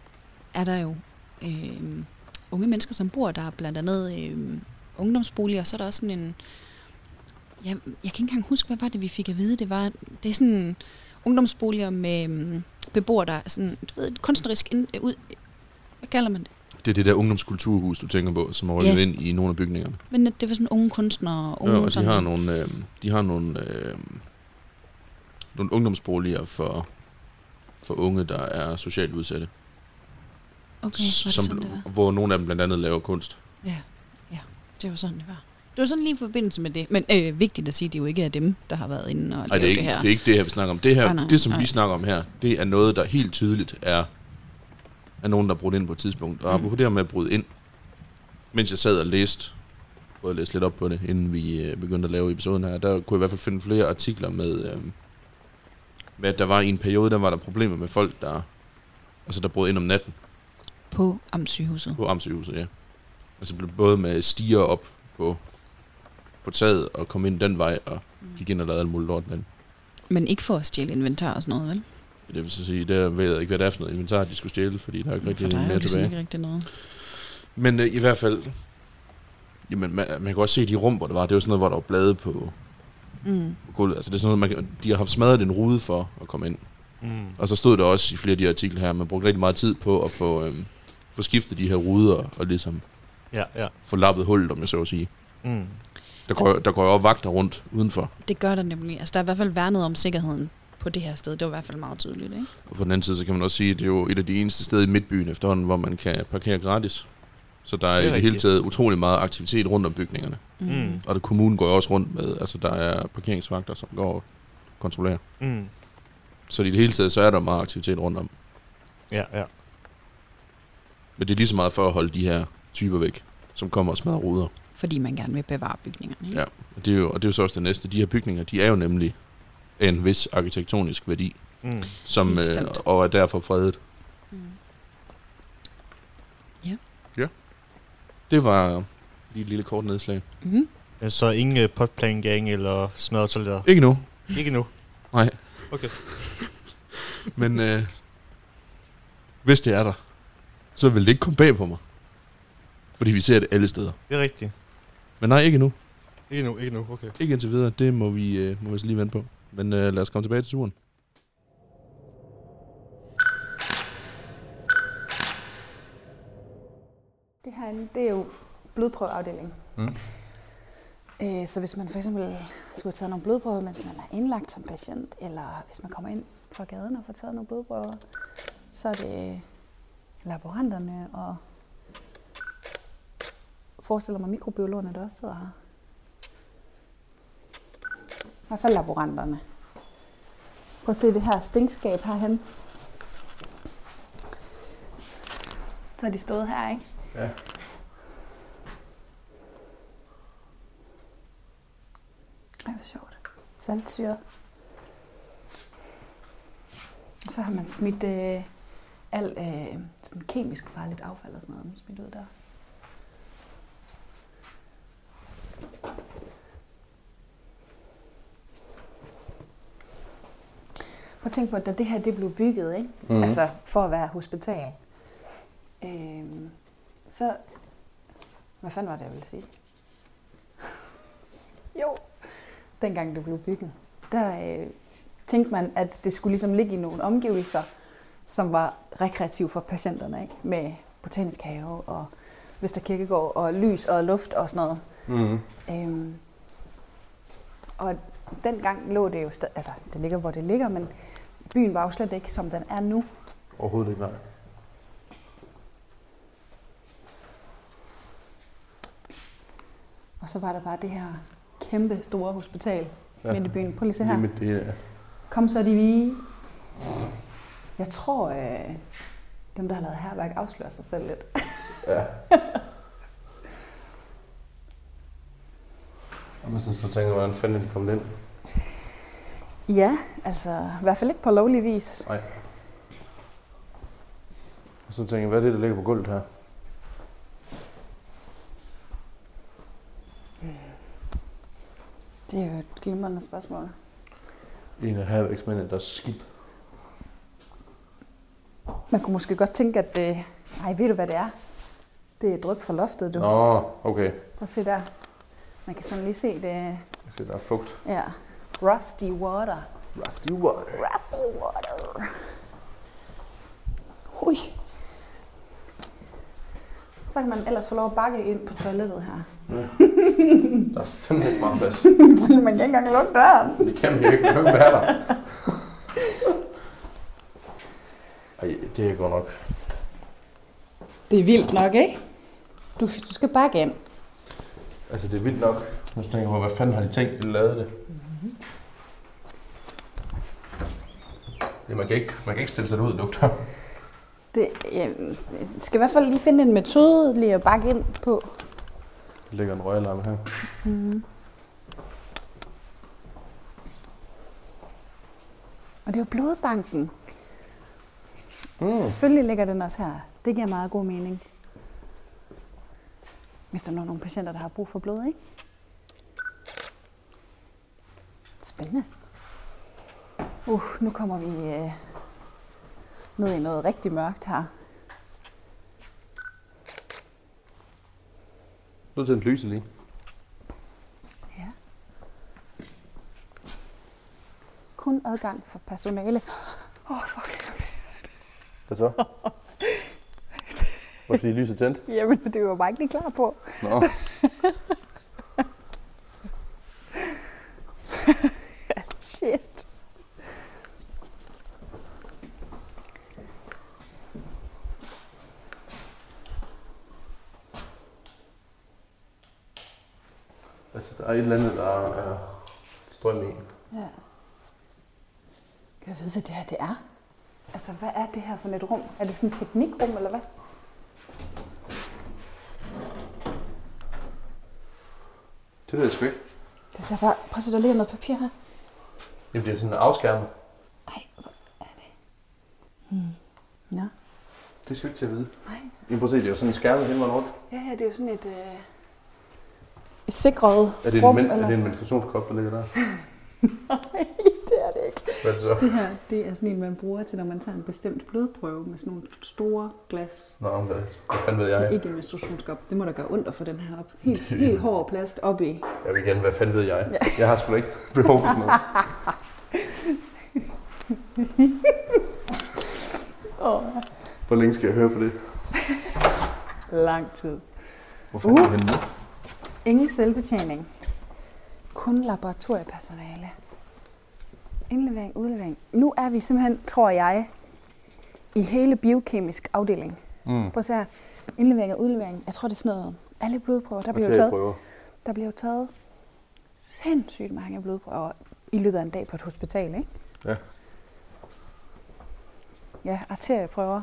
[SPEAKER 4] er der jo øhm, unge mennesker, som bor der, er blandt andet øhm, ungdomsboliger, og så er der også sådan en, ja, jeg kan ikke engang huske, hvad var det, vi fik at vide, det var, det er sådan ungdomsboliger med øhm, beboere, der er sådan, du ved, et kunstnerisk, ind, øh, ud, hvad kalder man det?
[SPEAKER 1] Det er det der ungdomskulturhus, du tænker på, som er rykket
[SPEAKER 4] Ja.
[SPEAKER 1] yeah. ind i nogle af bygningerne.
[SPEAKER 4] Men at det var sådan unge kunstnere, unge
[SPEAKER 1] Ja, og de
[SPEAKER 4] sådan,
[SPEAKER 1] har nogle, øh, de har nogle, øh, nogle ungdomsboliger for, for unge, der er socialt udsatte.
[SPEAKER 4] okay, var det
[SPEAKER 1] som,
[SPEAKER 4] sådan, det var?
[SPEAKER 1] hvor nogle af dem blandt andet laver kunst.
[SPEAKER 4] Ja, ja, det var sådan, det var. Det var sådan lige i forbindelse med det. Men øh, vigtigt at sige, at det jo ikke er dem, der har været inde
[SPEAKER 1] Nej,
[SPEAKER 4] og lavet
[SPEAKER 1] det, er
[SPEAKER 4] det,
[SPEAKER 1] ikke,
[SPEAKER 4] her.
[SPEAKER 1] det er ikke det her, vi snakker om. Det, her,
[SPEAKER 4] Nej,
[SPEAKER 1] nej,
[SPEAKER 4] nej,
[SPEAKER 1] det som
[SPEAKER 4] nej.
[SPEAKER 1] vi snakker om her, det er noget, der helt tydeligt er, er nogen, der er brudt ind på et tidspunkt. Og
[SPEAKER 4] Mm.
[SPEAKER 1] mm. apropos det her med at bryde ind, mens jeg sad og læste, prøvede at læse lidt op på det, inden vi øh, begyndte at lave episoden her, der kunne jeg i hvert fald finde flere artikler med, øh, med at der var i en periode, der var der problemer med folk, der, altså, der brød ind om natten
[SPEAKER 4] På Amtssygehuset.
[SPEAKER 1] på Amtshuset, ja. Altså blev både med stiger op på, på taget og kom ind den vej og
[SPEAKER 4] Mm.
[SPEAKER 1] gik ind og lavede alt muligt lort med
[SPEAKER 4] Men ikke for at stjæle inventar og sådan noget, vel?
[SPEAKER 1] Det vil så sige, der ved jeg ikke, hvad det er for noget inventar, de skulle stjæle, fordi der er ikke
[SPEAKER 4] for
[SPEAKER 1] rigtig
[SPEAKER 4] der er jo
[SPEAKER 1] mere
[SPEAKER 4] ligesom
[SPEAKER 1] tilbage.
[SPEAKER 4] ikke rigtig noget.
[SPEAKER 1] Men øh, i hvert fald, jamen, man, man kan også se de rum, hvor det var. Det var sådan noget, hvor der var blade på,
[SPEAKER 4] Mm.
[SPEAKER 1] på gulvet. Altså, det er sådan noget, man, kan- de har haft smadret en rude for at komme ind.
[SPEAKER 2] Mm.
[SPEAKER 1] Og så stod der også i flere af de artikler her, at man brugte rigtig meget tid på at få, øhm, få skiftet de her ruder og ligesom
[SPEAKER 2] Ja, ja.
[SPEAKER 1] få lappet hullet, om jeg så at sige.
[SPEAKER 2] Mm.
[SPEAKER 1] Der går, jo- der går jo også vagter rundt udenfor.
[SPEAKER 4] Det gør der nemlig. Altså, der er i hvert fald værnet om sikkerheden på det her sted. Det var i hvert fald meget tydeligt, ikke?
[SPEAKER 1] Og på den anden side, så kan man også sige, at det er jo et af de eneste steder i midtbyen efterhånden, hvor man kan parkere gratis. Så der er,
[SPEAKER 2] Det er
[SPEAKER 1] er i det hele
[SPEAKER 2] rigtigt.
[SPEAKER 1] taget utrolig meget aktivitet rundt om bygningerne.
[SPEAKER 2] Mm.
[SPEAKER 1] Og det, kommunen går jo også rundt med, altså der er parkeringsvagter, som går og kontrollerer.
[SPEAKER 2] Mm.
[SPEAKER 1] Så i det hele taget, så er der meget aktivitet rundt om.
[SPEAKER 2] Ja, ja.
[SPEAKER 1] Men det er lige så meget for at holde de her typer væk, som kommer og smadrer ruder.
[SPEAKER 4] Fordi man gerne vil bevare bygningerne, ikke?
[SPEAKER 1] Ja. Og det, er jo, og det er jo så også det næste. De her bygninger, de er jo nemlig af en vis arkitektonisk værdi,
[SPEAKER 2] Mm.
[SPEAKER 1] som,
[SPEAKER 4] Helt
[SPEAKER 1] øh,
[SPEAKER 4] bestemt.
[SPEAKER 1] og er derfor fredet.
[SPEAKER 4] Mm.
[SPEAKER 1] Det var lige et lille kort nedslag.
[SPEAKER 4] Mm.
[SPEAKER 2] Men så ingen uh, potplangang eller smadretoiletter?
[SPEAKER 1] Ikke nu,
[SPEAKER 2] Ikke nu.
[SPEAKER 1] nej.
[SPEAKER 2] Okay.
[SPEAKER 1] Men øh, hvis det er der, så vil det ikke komme bag på mig. Fordi vi ser det alle steder.
[SPEAKER 2] Det er rigtigt.
[SPEAKER 1] Men nej, ikke nu.
[SPEAKER 2] Ikke nu, ikke nu. Okay.
[SPEAKER 1] Ikke indtil videre, det må vi, øh, må vi så lige vente på. Men øh, lad os komme tilbage til turen.
[SPEAKER 3] Det herinde, det er jo blodprøveafdeling.
[SPEAKER 1] Mm.
[SPEAKER 3] Øh, så hvis man for eksempel skulle have taget nogle blodprøver, mens man er indlagt som patient, eller hvis man kommer ind fra gaden og får taget nogle blodprøver, så er det laboranterne og forestiller mig mikrobiologerne, der også sidder her. hvert fald laboranterne. Prøv at se det her stinkskab herhen. Så har de stået her, ikke?
[SPEAKER 5] Ja.
[SPEAKER 3] Ej, hvor sjovt. Saltsyre. Og så har man smidt øh, alt øh, sådan kemisk farligt affald og sådan noget, man smidt ud der. Prøv at tænke på, at da det her det blev bygget, ikke?
[SPEAKER 5] Mm-hmm.
[SPEAKER 3] Mm. altså for at være hospital, øh, så... Hvad fanden var det, jeg ville sige? jo, dengang det blev bygget, der øh, tænkte man, at det skulle ligesom ligge i nogle omgivelser, som var rekreative for patienterne, ikke? med botanisk have og Vesterkirkegård og lys og luft og sådan noget.
[SPEAKER 5] Mm.
[SPEAKER 3] Øhm, og dengang lå det jo, sta- altså det ligger, hvor det ligger, men byen var jo slet ikke, som den er nu.
[SPEAKER 5] Overhovedet ikke, nej.
[SPEAKER 3] Og så var der bare det her kæmpe store hospital
[SPEAKER 5] Ja.
[SPEAKER 3] ja. midt i byen. Prøv lige at se her.
[SPEAKER 5] det er...
[SPEAKER 3] Kom så de lige. Jeg tror, øh, dem, der har lavet herværk, afslører sig selv lidt.
[SPEAKER 5] Ja. Jamen, så, så tænker jeg, hvordan fanden er de kommet ind?
[SPEAKER 3] Ja, altså i hvert fald ikke på lovlig vis.
[SPEAKER 5] Nej. Og så tænker jeg, hvad er det, der ligger på gulvet her?
[SPEAKER 3] Det er jo et glimrende spørgsmål.
[SPEAKER 5] En af havvækstmændene, der er skib.
[SPEAKER 3] Man kunne måske godt tænke, at det... Ej, ved du, hvad det er? Det er dryp fra loftet, du.
[SPEAKER 5] Nå, okay.
[SPEAKER 3] Prøv at se der. Man kan sådan lige se det.
[SPEAKER 5] Jeg ser, der er fugt.
[SPEAKER 3] Ja. Rusty water.
[SPEAKER 5] Rusty water.
[SPEAKER 3] Rusty water. Hui. Så kan man ellers få lov at bakke ind på toilettet her.
[SPEAKER 5] Der er fandme ikke meget plads.
[SPEAKER 3] man kan ikke engang lukke døren.
[SPEAKER 5] Det kan vi ikke. Det kan ikke være der. Ej, det er godt nok.
[SPEAKER 3] Det er vildt nok, ikke? Du, du skal bakke ind.
[SPEAKER 5] Altså, det er vildt nok. Nu tænker jeg på, hvad fanden har de tænkt, at de lavede det? Mhm. Ja, man kan ikke, man kan ikke stille sig ud og lugte ham.
[SPEAKER 3] Det øh, skal i hvert fald lige finde en metode lige at bakke ind på.
[SPEAKER 5] Der ligger en røgalarm her.
[SPEAKER 3] Mhm. Og det er jo blodbanken. Mm. Selvfølgelig ligger den også her. Det giver meget god mening. Hvis der er nogle patienter, der har brug for blod, ikke? Spændende. Uh, nu kommer vi øh, ned i noget rigtig mørkt her.
[SPEAKER 5] Nu til en lyse lige.
[SPEAKER 3] Ja. Kun adgang for personale. Åh, oh, fuck.
[SPEAKER 5] Hvad så? Hvorfor er lyset tændt?
[SPEAKER 3] Jamen, det var jeg bare ikke lige klar på.
[SPEAKER 5] Nå.
[SPEAKER 3] Shit.
[SPEAKER 5] Altså, der er et eller andet, der er strøm i.
[SPEAKER 3] Ja. Kan jeg vide, hvad det her det er? Altså, hvad er det her for et rum? Er det sådan et teknikrum, eller hvad?
[SPEAKER 5] Det ved jeg sgu ikke.
[SPEAKER 3] Det ser bare... Prøv at se, der ligger noget papir her.
[SPEAKER 5] Jamen, det er sådan en afskærme.
[SPEAKER 3] Ej, hvor er det? Hmm. Nå.
[SPEAKER 5] Det skal du ikke til at vide.
[SPEAKER 3] Nej.
[SPEAKER 5] Jamen, prøv at se, det er jo sådan en skærme hele vejen rundt.
[SPEAKER 3] Ja, ja, det er jo sådan et... Øh... Et sikret
[SPEAKER 5] Er det,
[SPEAKER 3] rum,
[SPEAKER 5] en, men,
[SPEAKER 3] eller?
[SPEAKER 5] er det en menstruationskop, der ligger der?
[SPEAKER 3] Nej, det er det ikke.
[SPEAKER 5] Hvad er det så?
[SPEAKER 3] Det her, det er sådan en, man bruger til, når man tager en bestemt blodprøve med sådan nogle store glas.
[SPEAKER 5] Nå, men hvad, hvad fanden ved jeg?
[SPEAKER 3] Det er ikke en menstruationskop. Det må da gøre ondt at få den her op. Helt, helt hård plast op i.
[SPEAKER 5] Jeg vil gerne, hvad fanden ved jeg? Ja. Jeg har sgu da ikke behov for sådan noget.
[SPEAKER 3] Åh,
[SPEAKER 5] Hvor længe skal jeg høre for det?
[SPEAKER 3] lang tid.
[SPEAKER 5] Hvor fanden uh. er det henne nu?
[SPEAKER 3] Ingen selvbetjening. Kun laboratoriepersonale. Indlevering, udlevering. Nu er vi simpelthen, tror jeg, i hele biokemisk afdeling.
[SPEAKER 5] Mm.
[SPEAKER 3] Prøv at se her. Indlevering og udlevering. Jeg tror, det er sådan noget. Alle blodprøver, der bliver jo taget.
[SPEAKER 5] prøver.
[SPEAKER 3] Der bliver jo taget sindssygt mange blodprøver. i løbet af en dag på et hospital, ikke?
[SPEAKER 5] Ja.
[SPEAKER 3] Ja, arterieprøver.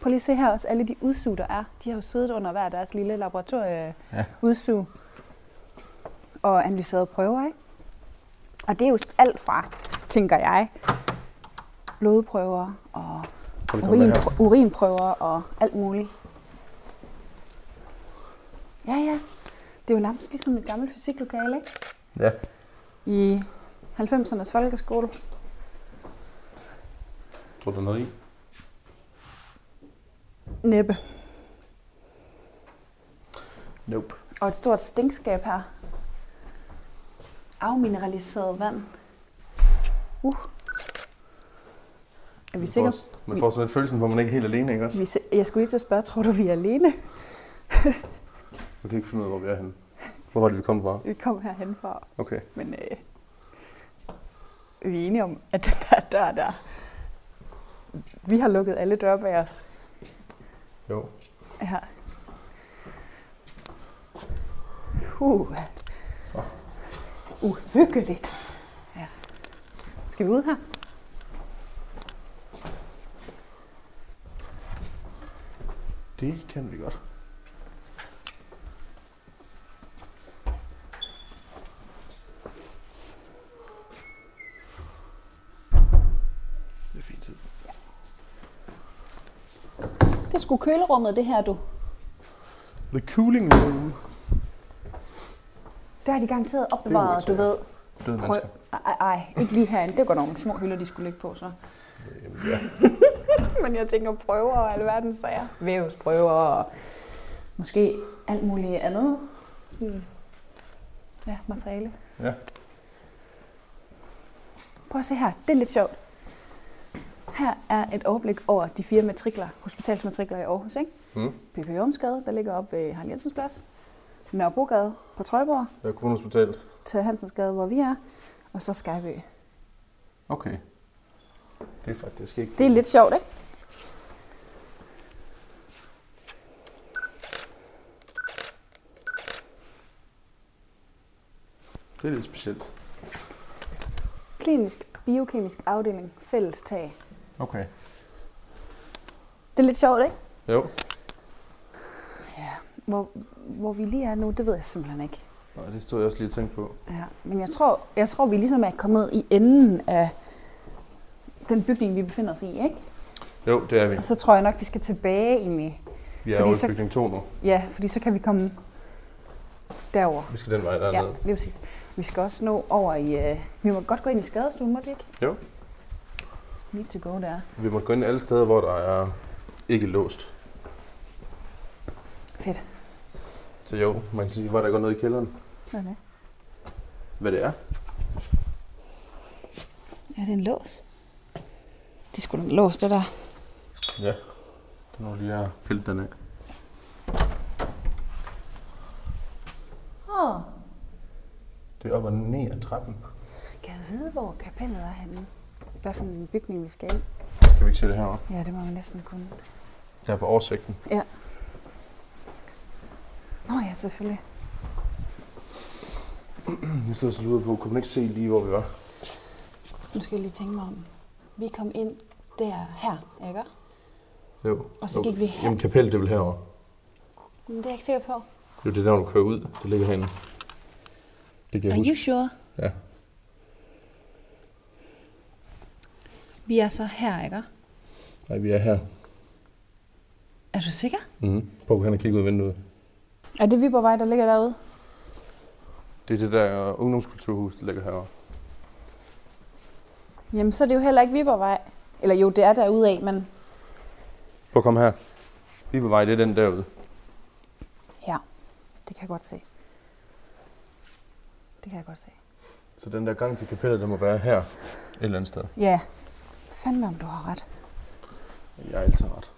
[SPEAKER 3] Prøv lige at se her også, alle de udsug, der er. De har jo siddet under hver deres lille
[SPEAKER 5] Ja.
[SPEAKER 3] laboratorieudsuge og analyseret prøver, ikke? Og det er jo alt fra, tænker jeg, blodprøver og
[SPEAKER 5] Prøv lige at komme med
[SPEAKER 3] Urin,
[SPEAKER 5] her.
[SPEAKER 3] urinprøver og alt muligt. Ja, ja. Det er jo nærmest ligesom et gammelt fysiklokale, ikke?
[SPEAKER 5] Ja.
[SPEAKER 3] I 90'ernes folkeskole.
[SPEAKER 5] Tror du, der er noget i?
[SPEAKER 3] Næppe.
[SPEAKER 5] Nope.
[SPEAKER 3] Og et stort stinkskab her. Afmineraliseret vand. Uh. Er vi sikre?
[SPEAKER 5] man får sådan en følelse, hvor man ikke er helt alene, ikke
[SPEAKER 3] Vi er si- jeg skulle lige til at spørge, tror du, vi er alene?
[SPEAKER 5] Man kan ikke finde ud af, hvor vi er henne. Hvor var det, vi kom fra?
[SPEAKER 3] Vi kom herhen fra,
[SPEAKER 5] Okay.
[SPEAKER 3] men øh, vi er enige om, at den der dør der, vi har lukket alle døre bag os.
[SPEAKER 5] Jo.
[SPEAKER 3] Ja. Uh. Uhyggeligt. Ja. Skal vi ud her?
[SPEAKER 5] Det kan vi godt. Det er fint tid.
[SPEAKER 3] Det skulle kølerummet, det her, du.
[SPEAKER 5] The cooling room.
[SPEAKER 3] Der har de garanteret
[SPEAKER 5] opbevaret,
[SPEAKER 3] opbevaret,
[SPEAKER 5] du
[SPEAKER 3] du ved.
[SPEAKER 5] Døde
[SPEAKER 3] Prøv.
[SPEAKER 5] mennesker.
[SPEAKER 3] Ej, ej, ikke lige herinde. Det går nogle små hylder, de skulle ligge på, så.
[SPEAKER 5] Jamen, ja.
[SPEAKER 3] Men jeg tænker prøver og alverdens sager. Vævsprøver og måske alt muligt andet. Sådan, ja, materiale.
[SPEAKER 5] ja.
[SPEAKER 3] Prøv at se her, det er lidt sjovt. Her er et overblik over de fire matrikler, hospitalsmatrikler i Aarhus, ikke?
[SPEAKER 5] Mm.
[SPEAKER 3] BP Jørgensgade, der ligger oppe ved Harald Jensens Plads. Nørrebrogade på Trøjborg,
[SPEAKER 5] Der er Kronehospitalet.
[SPEAKER 3] til Hansensgade, hvor vi er. Og så Skyby.
[SPEAKER 5] Okay. Det er faktisk ikke...
[SPEAKER 3] Det er lidt sjovt, ikke?
[SPEAKER 5] Det er lidt specielt.
[SPEAKER 3] Klinisk biokemisk afdeling, fælles tag.
[SPEAKER 5] Okay.
[SPEAKER 3] Det er lidt sjovt, ikke?
[SPEAKER 5] Jo.
[SPEAKER 3] Hvor, hvor vi lige er nu, det ved jeg simpelthen ikke.
[SPEAKER 5] Nej, det stod jeg også lige og tænkte på.
[SPEAKER 3] Ja, men jeg tror, jeg tror, vi ligesom er kommet i enden af den bygning, vi befinder os i, ikke?
[SPEAKER 5] Jo, det er vi.
[SPEAKER 3] Og så tror jeg nok, vi skal tilbage egentlig.
[SPEAKER 5] Vi er
[SPEAKER 3] Fordi
[SPEAKER 5] over i
[SPEAKER 3] så-
[SPEAKER 5] bygning 2 nu.
[SPEAKER 3] Ja, fordi så kan vi komme derover.
[SPEAKER 5] Vi skal den vej
[SPEAKER 3] Ja,
[SPEAKER 5] dernede.
[SPEAKER 3] lige præcis. Vi skal også nå over i... Øh, vi må godt gå ind i skadestuen, må vi ikke?
[SPEAKER 5] Jo.
[SPEAKER 3] Need to go der.
[SPEAKER 5] Vi må gå ind alle steder, hvor der er ikke låst.
[SPEAKER 3] Fedt.
[SPEAKER 5] Så jo, man kan sige, hvor der går noget i kælderen.
[SPEAKER 3] Hvad er det?
[SPEAKER 5] Hvad det er?
[SPEAKER 3] Er det en lås? Det er sgu da en lås, det der.
[SPEAKER 5] Ja. Det er nu lige at pille den af.
[SPEAKER 3] Åh, oh,
[SPEAKER 5] Det er op og ned ad trappen.
[SPEAKER 3] kan jeg vide, hvor kapellet er henne? Hvad for en bygning, vi skal i?
[SPEAKER 5] Kan vi ikke se det herovre?
[SPEAKER 3] Ja, det må vi næsten kunne.
[SPEAKER 5] Jeg er på oversigten.
[SPEAKER 3] Ja. Nå ja, selvfølgelig.
[SPEAKER 5] Jeg sidder så luder på, kunne man ikke se lige, hvor vi var?
[SPEAKER 3] Nu skal jeg lige tænke mig om. Vi kom ind der, her, ikke?
[SPEAKER 5] Jo.
[SPEAKER 3] Og så gik vi her.
[SPEAKER 5] Jamen, kapellet, det er vel herovre.
[SPEAKER 3] Men det er jeg ikke sikker på.
[SPEAKER 5] Det er jo det der, når du kører ud. Det ligger herinde. Det kan jeg
[SPEAKER 3] Are you
[SPEAKER 5] huske.
[SPEAKER 3] sure?
[SPEAKER 5] Ja.
[SPEAKER 3] Vi er så her, ikke?
[SPEAKER 5] Nej, vi er her.
[SPEAKER 3] Er du sikker?
[SPEAKER 5] Mm. Prøv at kigge ud af vinduet.
[SPEAKER 3] Er det Viborgvej, der ligger derude?
[SPEAKER 5] Det er det der øh, ungdomskulturhus, der ligger herovre.
[SPEAKER 3] Jamen, så er det jo heller ikke Viborgvej. Eller jo, det er derude af, men
[SPEAKER 5] Prøv at komme her. Vi er på vej, det er den derude.
[SPEAKER 3] ja, det kan jeg godt se. Det kan jeg godt se.
[SPEAKER 5] Så den der gang til kapellet, der må være her et eller andet sted.
[SPEAKER 3] Ja, fandme om du har ret.
[SPEAKER 5] Jeg er altid ret.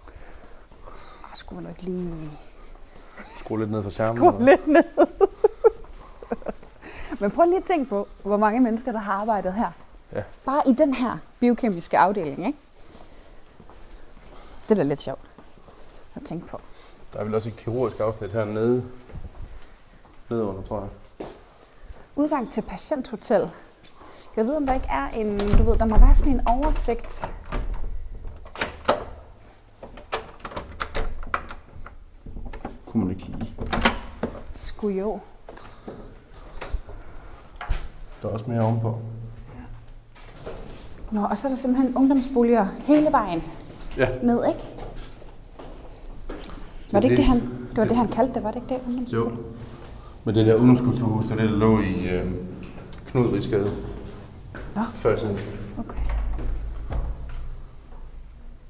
[SPEAKER 3] Arh, skulle man nu ikke lige
[SPEAKER 5] Skru lidt ned for skærmen.
[SPEAKER 3] skrue lidt ned? men prøv lige at tænke på, hvor mange mennesker, der har arbejdet her.
[SPEAKER 5] Ja.
[SPEAKER 3] Bare i den her biokemiske afdeling, ikke? Det er da lidt sjovt at tænke på.
[SPEAKER 5] Der er vel også et kirurgisk afsnit hernede. Nede under, tror jeg.
[SPEAKER 3] Udgang til patienthotel. Jeg ved, om der ikke er en, du ved, der må være sådan en oversigt.
[SPEAKER 5] Kunne man ikke lige.
[SPEAKER 3] Skulle jo.
[SPEAKER 5] Der er også mere ovenpå.
[SPEAKER 3] Nå, og så er der simpelthen ungdomsboliger hele vejen
[SPEAKER 5] Ja.
[SPEAKER 3] ned, ikke? Var det ikke det, han, det var det, han kaldte det, var det ikke det? Ungdoms-
[SPEAKER 5] Jo. Men det der ungdomskulturhus, det er det, der lå i øh, Knudrigsgade.
[SPEAKER 3] Nå.
[SPEAKER 5] Før i tiden.
[SPEAKER 3] Okay.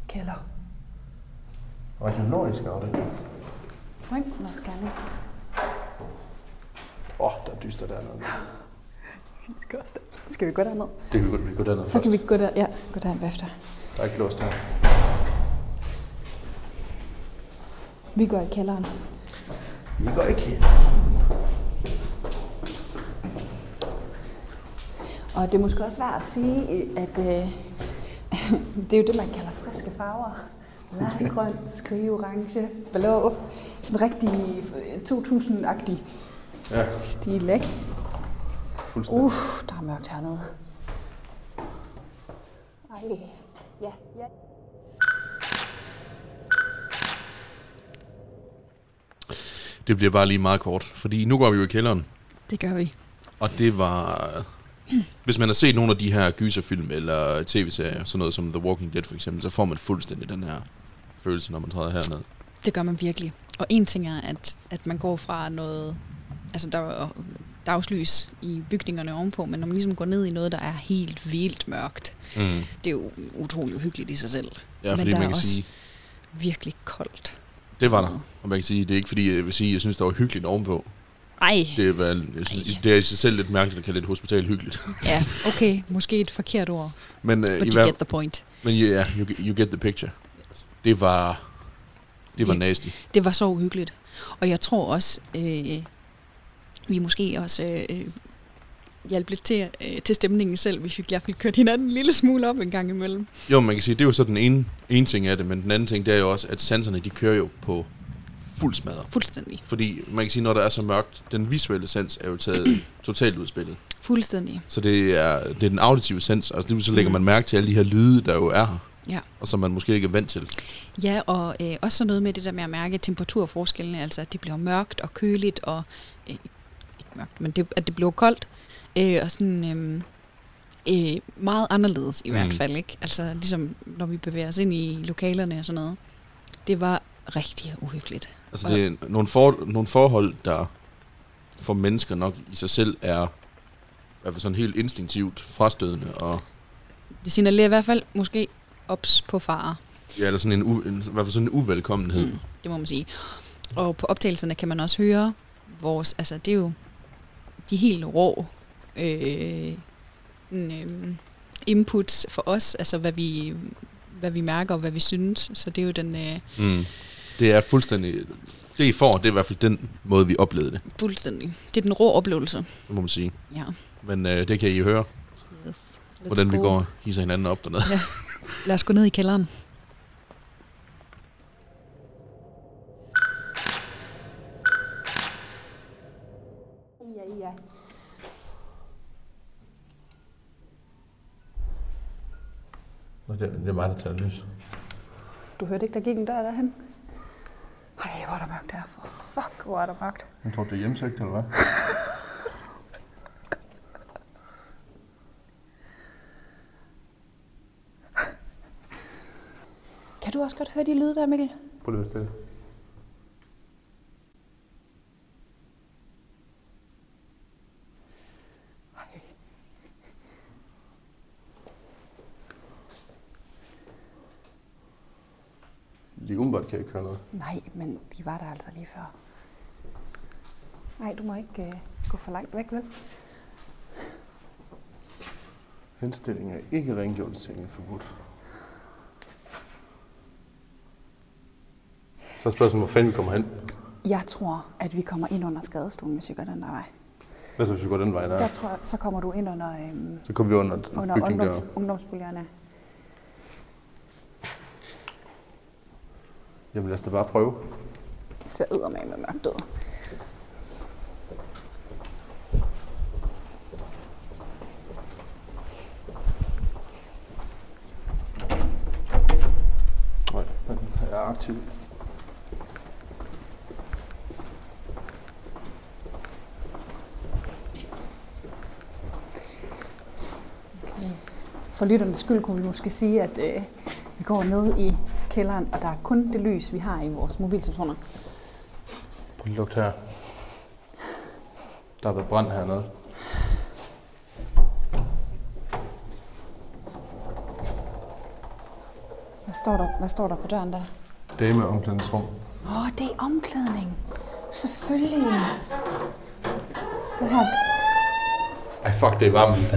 [SPEAKER 3] Kælder.
[SPEAKER 5] Radiologisk afdeling.
[SPEAKER 3] Røntgen og scanning.
[SPEAKER 5] Åh, oh, der er dyster dernede.
[SPEAKER 3] Skal, også der- skal vi gå derned?
[SPEAKER 5] Det kan vi godt, vi går dernede
[SPEAKER 3] Så kan vi
[SPEAKER 5] først.
[SPEAKER 3] gå der, ja, gå derind bagefter.
[SPEAKER 5] Der er ikke låst her.
[SPEAKER 3] Vi går i kælderen.
[SPEAKER 5] Vi går ikke helt.
[SPEAKER 3] Og det er måske også værd at sige, øh, at øh, det er jo det, man kalder friske farver. Lærgrøn, skrigeorange, blå. Sådan rigtig øh, 2000-agtig
[SPEAKER 5] Ja,
[SPEAKER 3] stil, ikke?
[SPEAKER 5] fuldstændig.
[SPEAKER 3] Uff, der er mørkt hernede. Ej, ja, ja.
[SPEAKER 1] Det bliver bare lige meget kort, fordi nu går vi jo i kælderen,
[SPEAKER 4] Det gør vi.
[SPEAKER 1] og det var... Hvis man har set nogle af de her gyserfilm eller tv-serier, sådan noget som The Walking Dead for eksempel, så får man fuldstændig den her følelse, når man træder herned.
[SPEAKER 4] Det gør man virkelig. Og en ting er, at, at man går fra noget... Altså, der er jo dagslys i bygningerne ovenpå, men når man ligesom går ned i noget, der er helt vildt mørkt,
[SPEAKER 1] Mm.
[SPEAKER 4] det er jo utrolig uhyggeligt i sig selv.
[SPEAKER 1] Ja,
[SPEAKER 4] Men
[SPEAKER 1] fordi
[SPEAKER 4] der
[SPEAKER 1] man
[SPEAKER 4] er
[SPEAKER 1] kan
[SPEAKER 4] også-
[SPEAKER 1] sige,
[SPEAKER 4] Virkelig koldt.
[SPEAKER 1] det var der. Og man kan sige, det er ikke fordi, jeg vil sige, jeg synes, der var hyggeligt ovenpå.
[SPEAKER 4] Ej,
[SPEAKER 1] Det er, vel, jeg synes,
[SPEAKER 4] Ej.
[SPEAKER 1] det er i sig selv lidt mærkeligt at kalde et hospital hyggeligt.
[SPEAKER 4] ja, okay, måske et forkert ord,
[SPEAKER 1] Men, øh,
[SPEAKER 4] but
[SPEAKER 1] i
[SPEAKER 4] you
[SPEAKER 1] hver,
[SPEAKER 4] get the point.
[SPEAKER 1] men yeah, you, you get the picture. Det var, det var
[SPEAKER 4] Ja.
[SPEAKER 1] nasty.
[SPEAKER 4] Det var så uhyggeligt. Og jeg tror også, øh, vi måske også øh, øh, hjalp lidt til, øh, til stemningen selv. Vi fik i hvert fald kørt hinanden en lille smule op en gang imellem.
[SPEAKER 1] Jo, man kan sige, det er jo så den ene, ene ting af det, men den anden ting, det er jo også, at sanserne, de kører jo på fuld smadre.
[SPEAKER 4] Fuldstændig.
[SPEAKER 1] Fordi man kan sige, når der er så mørkt, den visuelle sans er jo taget totalt ud af spillet.
[SPEAKER 4] Fuldstændig.
[SPEAKER 1] Så det er, det er den auditive sans, altså lige så lægger
[SPEAKER 4] Mm.
[SPEAKER 1] man mærke til alle de her lyde, der jo er her.
[SPEAKER 4] Ja.
[SPEAKER 1] Og som man måske ikke er vant til.
[SPEAKER 4] Ja, og øh, også sådan noget med det der med at mærke temperaturforskellene, altså at det bliver mørkt og køligt, og øh, ikke mørkt, men det, at det bliver koldt, øh, og sådan øh, øh, meget anderledes i hvert
[SPEAKER 1] Mm.
[SPEAKER 4] fald, ikke? Altså ligesom når vi bevæger os ind i lokalerne og sådan noget. Det var rigtig uhyggeligt.
[SPEAKER 1] Altså det er nogle, for, nogle forhold, der for mennesker nok i sig selv er i hvert fald sådan helt instinktivt frastødende. Og,
[SPEAKER 4] Det signalerer i hvert fald måske ops på fare.
[SPEAKER 1] ja, eller sådan en, u, en, i hvert fald sådan en uvelkommenhed.
[SPEAKER 4] Mm, det må man sige. Og på optagelserne kan man også høre vores, altså det er jo de helt rå øh, sådan, øh, inputs for os, altså hvad vi, hvad vi mærker og hvad vi synes. Så det er jo den øh,
[SPEAKER 1] Mm. Det er fuldstændig... Det I får, det er i hvert fald den måde, vi oplevede det,
[SPEAKER 4] fuldstændig, det er den rå oplevelse.
[SPEAKER 1] det må man sige.
[SPEAKER 4] Ja.
[SPEAKER 1] Men øh, det kan I høre,
[SPEAKER 4] Yes. Let's
[SPEAKER 1] hvordan vi
[SPEAKER 4] go.
[SPEAKER 1] går og hisser hinanden op dernede.
[SPEAKER 4] Lad os gå ned i kælderen.
[SPEAKER 3] Ja, ja. Uh.
[SPEAKER 5] Nå, det, er- det er mig, der tager lys.
[SPEAKER 3] Du hørte ikke, der gik en dør derhen? Ej, hvor er der mørkt her. Fuck, hvor er der mørkt.
[SPEAKER 5] Jeg tror, det er hjemsøgt, eller hvad?
[SPEAKER 3] Kan du også godt høre de lyde der, Mikkel?
[SPEAKER 5] Prøv lige at være stille. Lige umiddelbart kan jeg ikke høre noget.
[SPEAKER 3] Nej, men de var der altså lige før. Nej, du må ikke øh, gå for langt væk, vel?
[SPEAKER 5] Henstilling er ikke rengjorte senge forbudt. Så er spørgsmålet, hvor fanden vi kommer hen.
[SPEAKER 3] Jeg tror, at vi kommer ind under skadestuen, hvis vi går den der vej.
[SPEAKER 5] Hvad så, hvis vi går den vej der?
[SPEAKER 3] Der tror jeg, så kommer du ind under, øhm,
[SPEAKER 5] Så kommer vi under, under
[SPEAKER 3] under
[SPEAKER 5] bygningen
[SPEAKER 3] ungdoms,
[SPEAKER 5] der.
[SPEAKER 3] ungdomsboligerne.
[SPEAKER 5] Jamen lad os da bare prøve.
[SPEAKER 3] Det ser eddermame mørkt ud.
[SPEAKER 5] er aktiv.
[SPEAKER 3] Okay. For lytternes skyld kunne vi måske sige, at øh, vi går ned i kælderen, og der er kun det lys, vi har i vores mobiltelefoner.
[SPEAKER 5] Prøv lige lugt her. Der har været brand hernede.
[SPEAKER 3] Hvad står der, hvad står der på døren der?
[SPEAKER 5] Dame omklædningsrum.
[SPEAKER 3] Åh, oh, det er omklædning. Selvfølgelig. Det her...
[SPEAKER 5] Ej, fuck, det er varmt.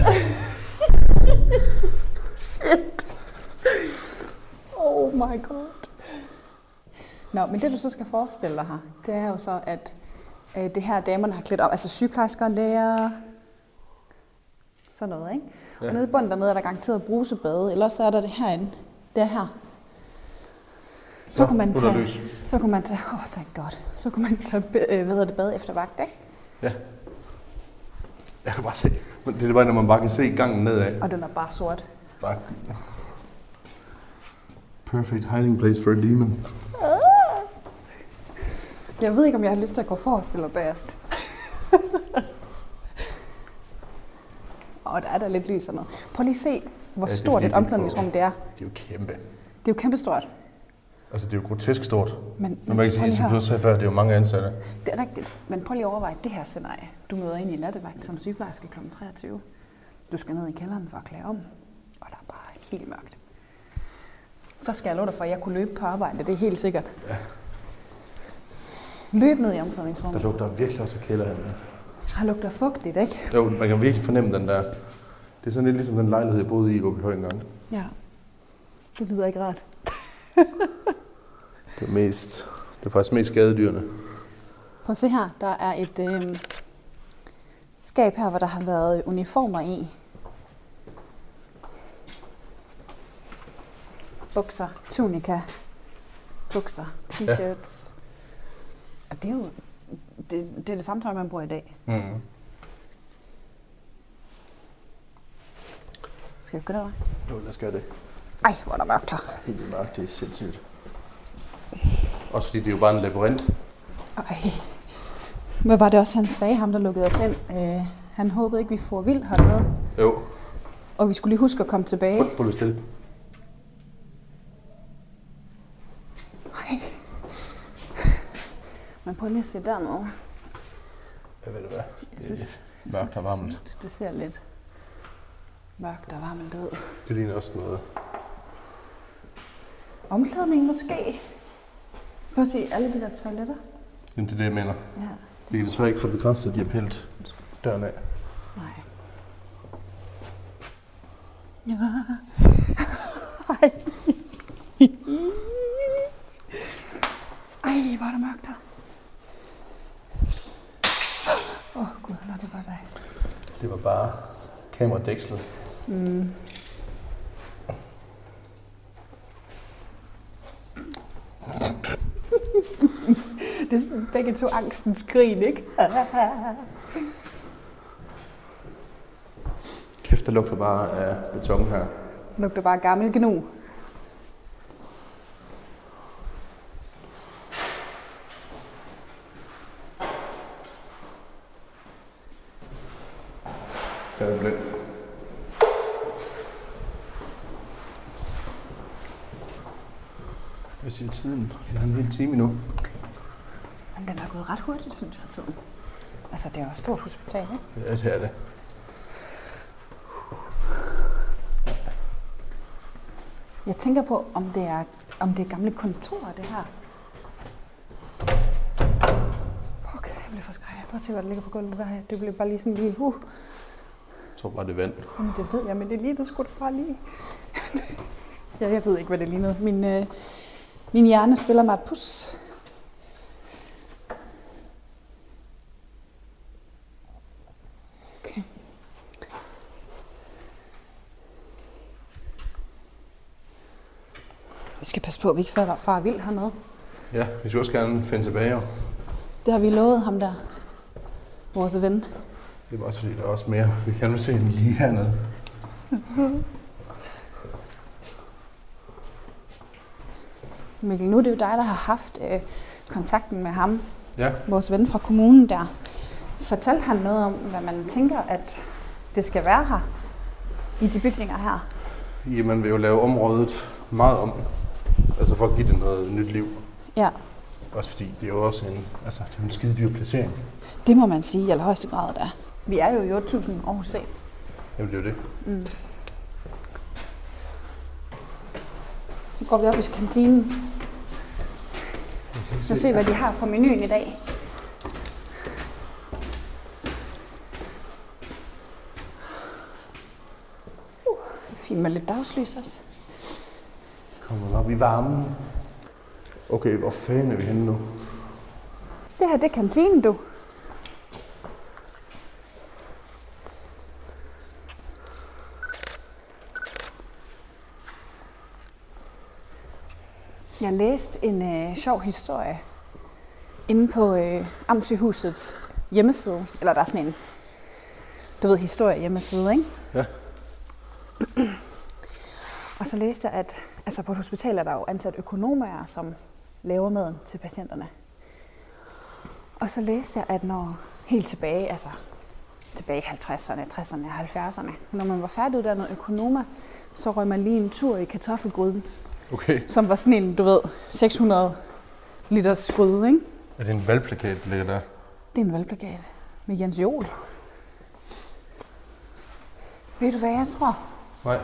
[SPEAKER 3] Oh my god. Nå, men det du så skal forestille dig her, det er jo så, at øh, det her damerne har klædt op. Altså sygeplejersker, læger, sådan noget, ikke? Ja. Og nede i bunden dernede er der garanteret brusebade, eller også er der det herinde. Det er her. Så, kunne man
[SPEAKER 5] nu er der
[SPEAKER 3] tage-
[SPEAKER 5] lys.
[SPEAKER 3] Så kunne man tage, åh, oh, thank god, så kunne man tage, øh, hvad hedder det, bad efter vagt, ikke?
[SPEAKER 5] Ja. Jeg kan bare se. Men det er bare, når man bare kan se gangen nedad.
[SPEAKER 3] Og den er bare sort.
[SPEAKER 5] Bare... Perfect hiding place for a demon.
[SPEAKER 3] Øh. Jeg ved ikke, om jeg har lyst til at gå forrest eller bagerst. og der er der lidt lys og noget. Prøv lige at se, hvor
[SPEAKER 5] Ja,
[SPEAKER 3] ja,
[SPEAKER 5] det er
[SPEAKER 3] stort
[SPEAKER 5] lige
[SPEAKER 3] et omklædningsrum
[SPEAKER 5] på.
[SPEAKER 3] det er.
[SPEAKER 5] Det er jo kæmpe.
[SPEAKER 3] Det er jo kæmpestort.
[SPEAKER 5] Altså, det er jo grotesk stort.
[SPEAKER 3] Men,
[SPEAKER 5] Når man
[SPEAKER 3] prøv
[SPEAKER 5] kan sige,
[SPEAKER 3] lige
[SPEAKER 5] som
[SPEAKER 3] at
[SPEAKER 5] du
[SPEAKER 3] høre.
[SPEAKER 5] også sagde før, det er jo mange ansatte.
[SPEAKER 3] det er rigtigt. Men prøv lige at overveje det her scenarie. Du møder ind i nattevagt som sygeplejerske kl. 23. Du skal ned i kælderen for at klæde om, og der er bare helt mørkt. Så skal jeg love dig for, at jeg kunne løbe på arbejde, det er helt sikkert. Løb ned i
[SPEAKER 5] Der
[SPEAKER 3] omklædningsrummet.
[SPEAKER 5] lugter virkelig også af kælder hernede.
[SPEAKER 3] Her lugter fugtigt, ikke?
[SPEAKER 5] Jo, man kan virkelig fornemme den der. Det er sådan lidt ligesom den lejlighed, jeg boede i oppe i Høj engang.
[SPEAKER 3] Ja. Det lyder ikke rart.
[SPEAKER 5] Det er mest... Det er faktisk mest skadedyrene.
[SPEAKER 3] Prøv at se her, der er et øh, skab her, hvor der har været uniformer i. Bukser, tunika, bukser, t-shirts. Ja. Og det er jo det, det, er det samme tøj, man bruger i dag.
[SPEAKER 5] Mm.
[SPEAKER 3] Skal vi gå derover?
[SPEAKER 5] Jo, lad os gøre det.
[SPEAKER 3] Ej, hvor er der mørkt her.
[SPEAKER 5] Helt vildt mørkt, det er sindssygt. Også fordi det er jo bare en labyrint.
[SPEAKER 3] Ej. Hvad var det også, han sagde, ham der lukkede os ind? Øh, han håbede ikke, vi får vildt hernede.
[SPEAKER 5] Jo,
[SPEAKER 3] Og vi skulle lige huske at komme tilbage.
[SPEAKER 5] prøv at stille.
[SPEAKER 3] Ej. Men prøv lige at se dernede.
[SPEAKER 5] Jeg ved det hvad.
[SPEAKER 3] Jeg synes,
[SPEAKER 5] Mørkt og varmt.
[SPEAKER 3] det ser lidt mørkt og varmt ud.
[SPEAKER 5] Det ligner også noget.
[SPEAKER 3] Omklædning måske? Prøv at se alle de der toiletter.
[SPEAKER 5] Jamen, det er det, jeg mener.
[SPEAKER 3] Ja.
[SPEAKER 5] Vi kan desværre ikke få bekræftet, at de har pillet døren af.
[SPEAKER 3] Nej. Ja. Ej. Ej, hvor er der mørkt her. Åh oh, gud, nej, det var dig.
[SPEAKER 5] Det var bare kameradækslet.
[SPEAKER 3] Mm. det er sådan begge to angstens grin, ikke?
[SPEAKER 5] Kæft, der lugter bare af beton her.
[SPEAKER 3] Lugter bare gammel gnu.
[SPEAKER 5] Jeg er blind. Hvad siger tiden? Vi har en hel time nu.
[SPEAKER 3] Men den er gået ret hurtigt, synes jeg, tiden. Altså, det er jo et stort hospital, ikke?
[SPEAKER 5] Ja, det er det.
[SPEAKER 3] Jeg tænker på, om det er, om det er gamle kontorer, det her. Fuck, jeg blev forskrækket. Prøv at se, hvad der ligger på gulvet der her. Det blev bare lige sådan lige, uh.
[SPEAKER 5] Jeg tror bare, det er vand.
[SPEAKER 3] Jamen, det ved jeg, men det lignede sgu da bare lige. ja, jeg ved ikke, hvad det lignede. Min, øh, min hjerne spiller mig et pus. Okay. Vi skal passe på, at vi ikke falder far vild hernede.
[SPEAKER 5] Ja, vi skal også gerne finde tilbage. jo.
[SPEAKER 3] Det har vi lovet ham der, vores ven.
[SPEAKER 5] Det er også fordi, der er også mere. Vi kan nu se den lige hernede.
[SPEAKER 3] Mikkel, nu er det jo dig, der har haft øh, kontakten med ham,
[SPEAKER 5] Ja.
[SPEAKER 3] vores ven fra kommunen der. Fortalte han noget om, hvad man tænker, at det skal være her, i de bygninger her?
[SPEAKER 5] I, man vil jo lave området meget om, altså for at give det noget nyt liv.
[SPEAKER 3] Ja,
[SPEAKER 5] Også fordi det er jo også en, altså, det er jo en skide dyr placering.
[SPEAKER 3] det må man sige i allerhøjeste grad da. Vi er jo i 8.000 Aarhus C.
[SPEAKER 5] Jamen det er jo det.
[SPEAKER 3] Så går vi op i kantinen og se, hvad de har på menuen i dag. Uh, det er Fint med lidt dagslys også.
[SPEAKER 5] Kommer op i varmen. Okay, hvor fanden er vi henne nu?
[SPEAKER 3] Det her, det er kantinen, du. Jeg læste en øh, sjov historie inde på øh, Amtsyhusets hjemmeside. Eller der er sådan en, du ved, historie hjemmeside, ikke?
[SPEAKER 5] Ja.
[SPEAKER 3] Og så læste jeg, at altså på et hospital er der jo ansat økonomer, som laver maden til patienterne. Og så læste jeg, at når helt tilbage, altså tilbage i 50'erne, 60'erne og 70'erne, når man var færdiguddannet økonomer, så røg man lige en tur i kartoffelgryden,
[SPEAKER 5] Okay.
[SPEAKER 3] som var sådan en, du ved, 600 liters gryde, ikke?
[SPEAKER 5] Er det en valgplakat, der ligger der?
[SPEAKER 3] Det er en valgplakat med Jens Jol. Ved du hvad jeg tror?
[SPEAKER 5] Nej.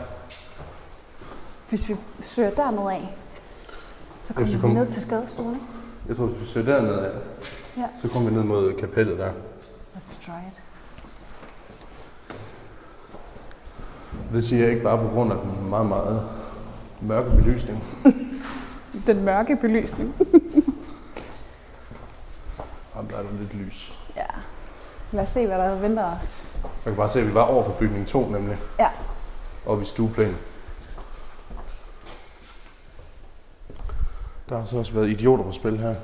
[SPEAKER 3] Hvis vi søger derned af, så kommer
[SPEAKER 5] vi
[SPEAKER 3] vi
[SPEAKER 5] kommer-
[SPEAKER 3] ned til skadestuen, ikke?
[SPEAKER 5] Jeg tror, hvis vi søger derned af,
[SPEAKER 3] Ja.
[SPEAKER 5] så kommer vi ned mod kapellet der.
[SPEAKER 3] Let's try it.
[SPEAKER 5] Det siger jeg ikke bare på grund af den meget, meget mørke belysning.
[SPEAKER 3] Den mørke belysning.
[SPEAKER 5] Jamen, der er der lidt lys.
[SPEAKER 3] Ja. Lad os se, hvad der venter os.
[SPEAKER 5] Man kan bare se, at vi var over for bygning 2 nemlig.
[SPEAKER 3] Ja.
[SPEAKER 5] Oppe i stueplanen. Der har så også været idioter på spil her.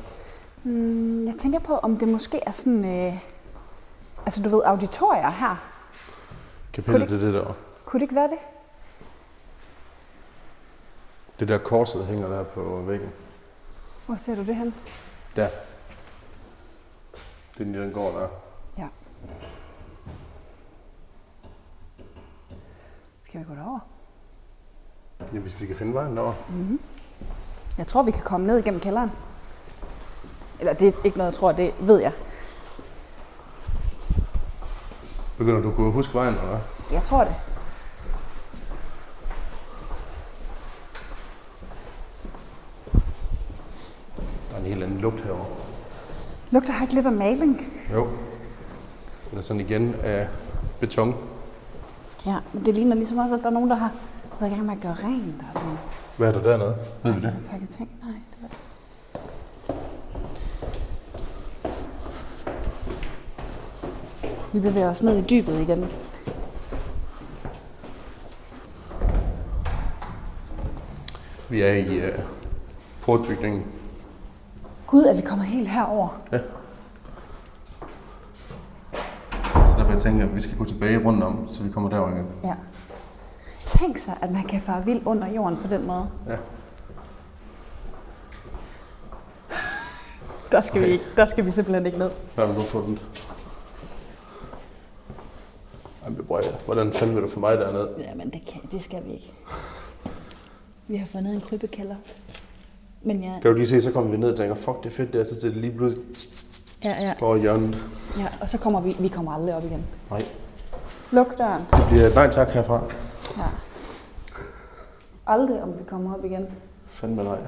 [SPEAKER 3] Mm, jeg tænker på, om det måske er sådan... Øh, altså, du ved, auditorier her.
[SPEAKER 5] Kapellet,
[SPEAKER 3] Kunne
[SPEAKER 5] det er det der.
[SPEAKER 3] Kunne det ikke være det?
[SPEAKER 5] Det der korset hænger der på væggen.
[SPEAKER 3] Hvor ser du det hen?
[SPEAKER 5] Der. Det er den, den går der.
[SPEAKER 3] Ja. Skal vi gå derover?
[SPEAKER 5] Ja, hvis vi kan finde vejen derovre.
[SPEAKER 3] Jeg tror, vi kan komme ned igennem kælderen. Eller det er ikke noget, jeg tror, det ved jeg.
[SPEAKER 5] Begynder du at kunne huske vejen, eller hvad?
[SPEAKER 3] Jeg tror det.
[SPEAKER 5] Der er en helt anden lugt herovre.
[SPEAKER 3] Lugter her ikke lidt af maling?
[SPEAKER 5] Jo. Eller sådan igen af beton.
[SPEAKER 3] Ja, men det ligner ligesom også, at der er nogen, der har været i gang med at gøre rent og sådan
[SPEAKER 5] Hvad er der dernede? Ved du det?
[SPEAKER 3] en pakke ting. Nej, det var det. Vi bevæger os ned i dybet igen.
[SPEAKER 5] Vi er i øh, portbygningen.
[SPEAKER 3] Gud, er vi kommet helt herover.
[SPEAKER 5] Ja. Så derfor jeg tænker, at vi skal gå tilbage rundt om, så vi kommer derover igen.
[SPEAKER 3] Ja. Tænk sig, at man kan fare vild under jorden på den måde.
[SPEAKER 5] Ja.
[SPEAKER 3] Der skal,
[SPEAKER 5] Okay.
[SPEAKER 3] vi, ikke, der skal vi simpelthen ikke ned.
[SPEAKER 5] Hvad har du fundet? Jamen, brød, hvordan fanden vil du få mig dernede?
[SPEAKER 6] Jamen, det, kan, det skal vi ikke. Vi har fundet en krybekælder. Men ja,
[SPEAKER 5] Kan du lige se, så kommer vi ned og tænker, fuck, det er fedt det er, så det lige pludselig
[SPEAKER 6] ja, ja.
[SPEAKER 5] går i hjørnet.
[SPEAKER 3] Ja, og så kommer vi, vi kommer aldrig op igen.
[SPEAKER 5] Nej,
[SPEAKER 3] Luk døren.
[SPEAKER 5] det bliver nej tak herfra.
[SPEAKER 3] Ja. Aldrig, om vi kommer op igen.
[SPEAKER 5] Fandme nej.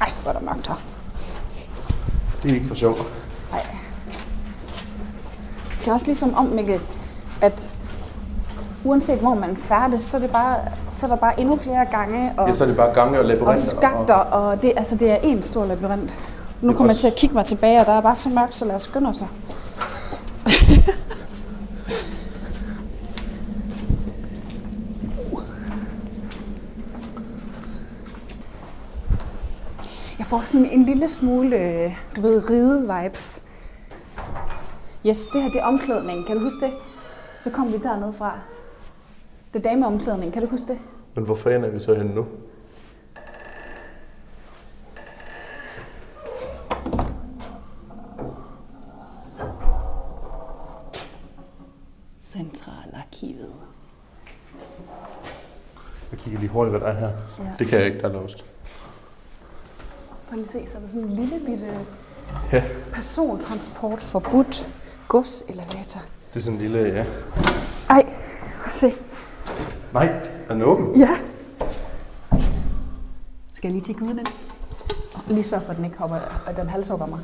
[SPEAKER 3] Ej, hvor er der mørkt her.
[SPEAKER 5] Det er ikke for sjov.
[SPEAKER 3] Ej. Det er også ligesom om, Mikkel, at uanset hvor man færdes, så er, det bare, så er der bare endnu flere gange og,
[SPEAKER 5] Ja, så er det bare gange og labyrinter.
[SPEAKER 3] og skakter, og det, altså, det er en stor labyrint. Nu kommer jeg
[SPEAKER 5] også-
[SPEAKER 3] til at kigge mig tilbage, og der er bare så mørkt, så lad os skynde os. Jeg får sådan en lille smule, øh, du ved, ride-vibes. Yes, det her det er omklædning. Kan du huske det? Så kom vi dernede fra. Det er dameomklædning, kan du huske det?
[SPEAKER 5] Men hvor fanden er vi så henne nu?
[SPEAKER 6] Centralarkivet.
[SPEAKER 5] Jeg kigger lige hurtigt, hvad der er her.
[SPEAKER 3] Ja.
[SPEAKER 5] Det kan jeg ikke, der er låst.
[SPEAKER 3] Prøv lige at se, så er der sådan en lille bitte
[SPEAKER 5] Ja.
[SPEAKER 3] persontransport forbudt gods elevator.
[SPEAKER 5] Det er sådan en lille, ja.
[SPEAKER 3] Ej, prøv at se.
[SPEAKER 5] Nej, er den åben?
[SPEAKER 3] Ja.
[SPEAKER 6] Skal jeg lige tjekke ud den?
[SPEAKER 3] Lige så for, at den ikke hopper, at den halshugger mig.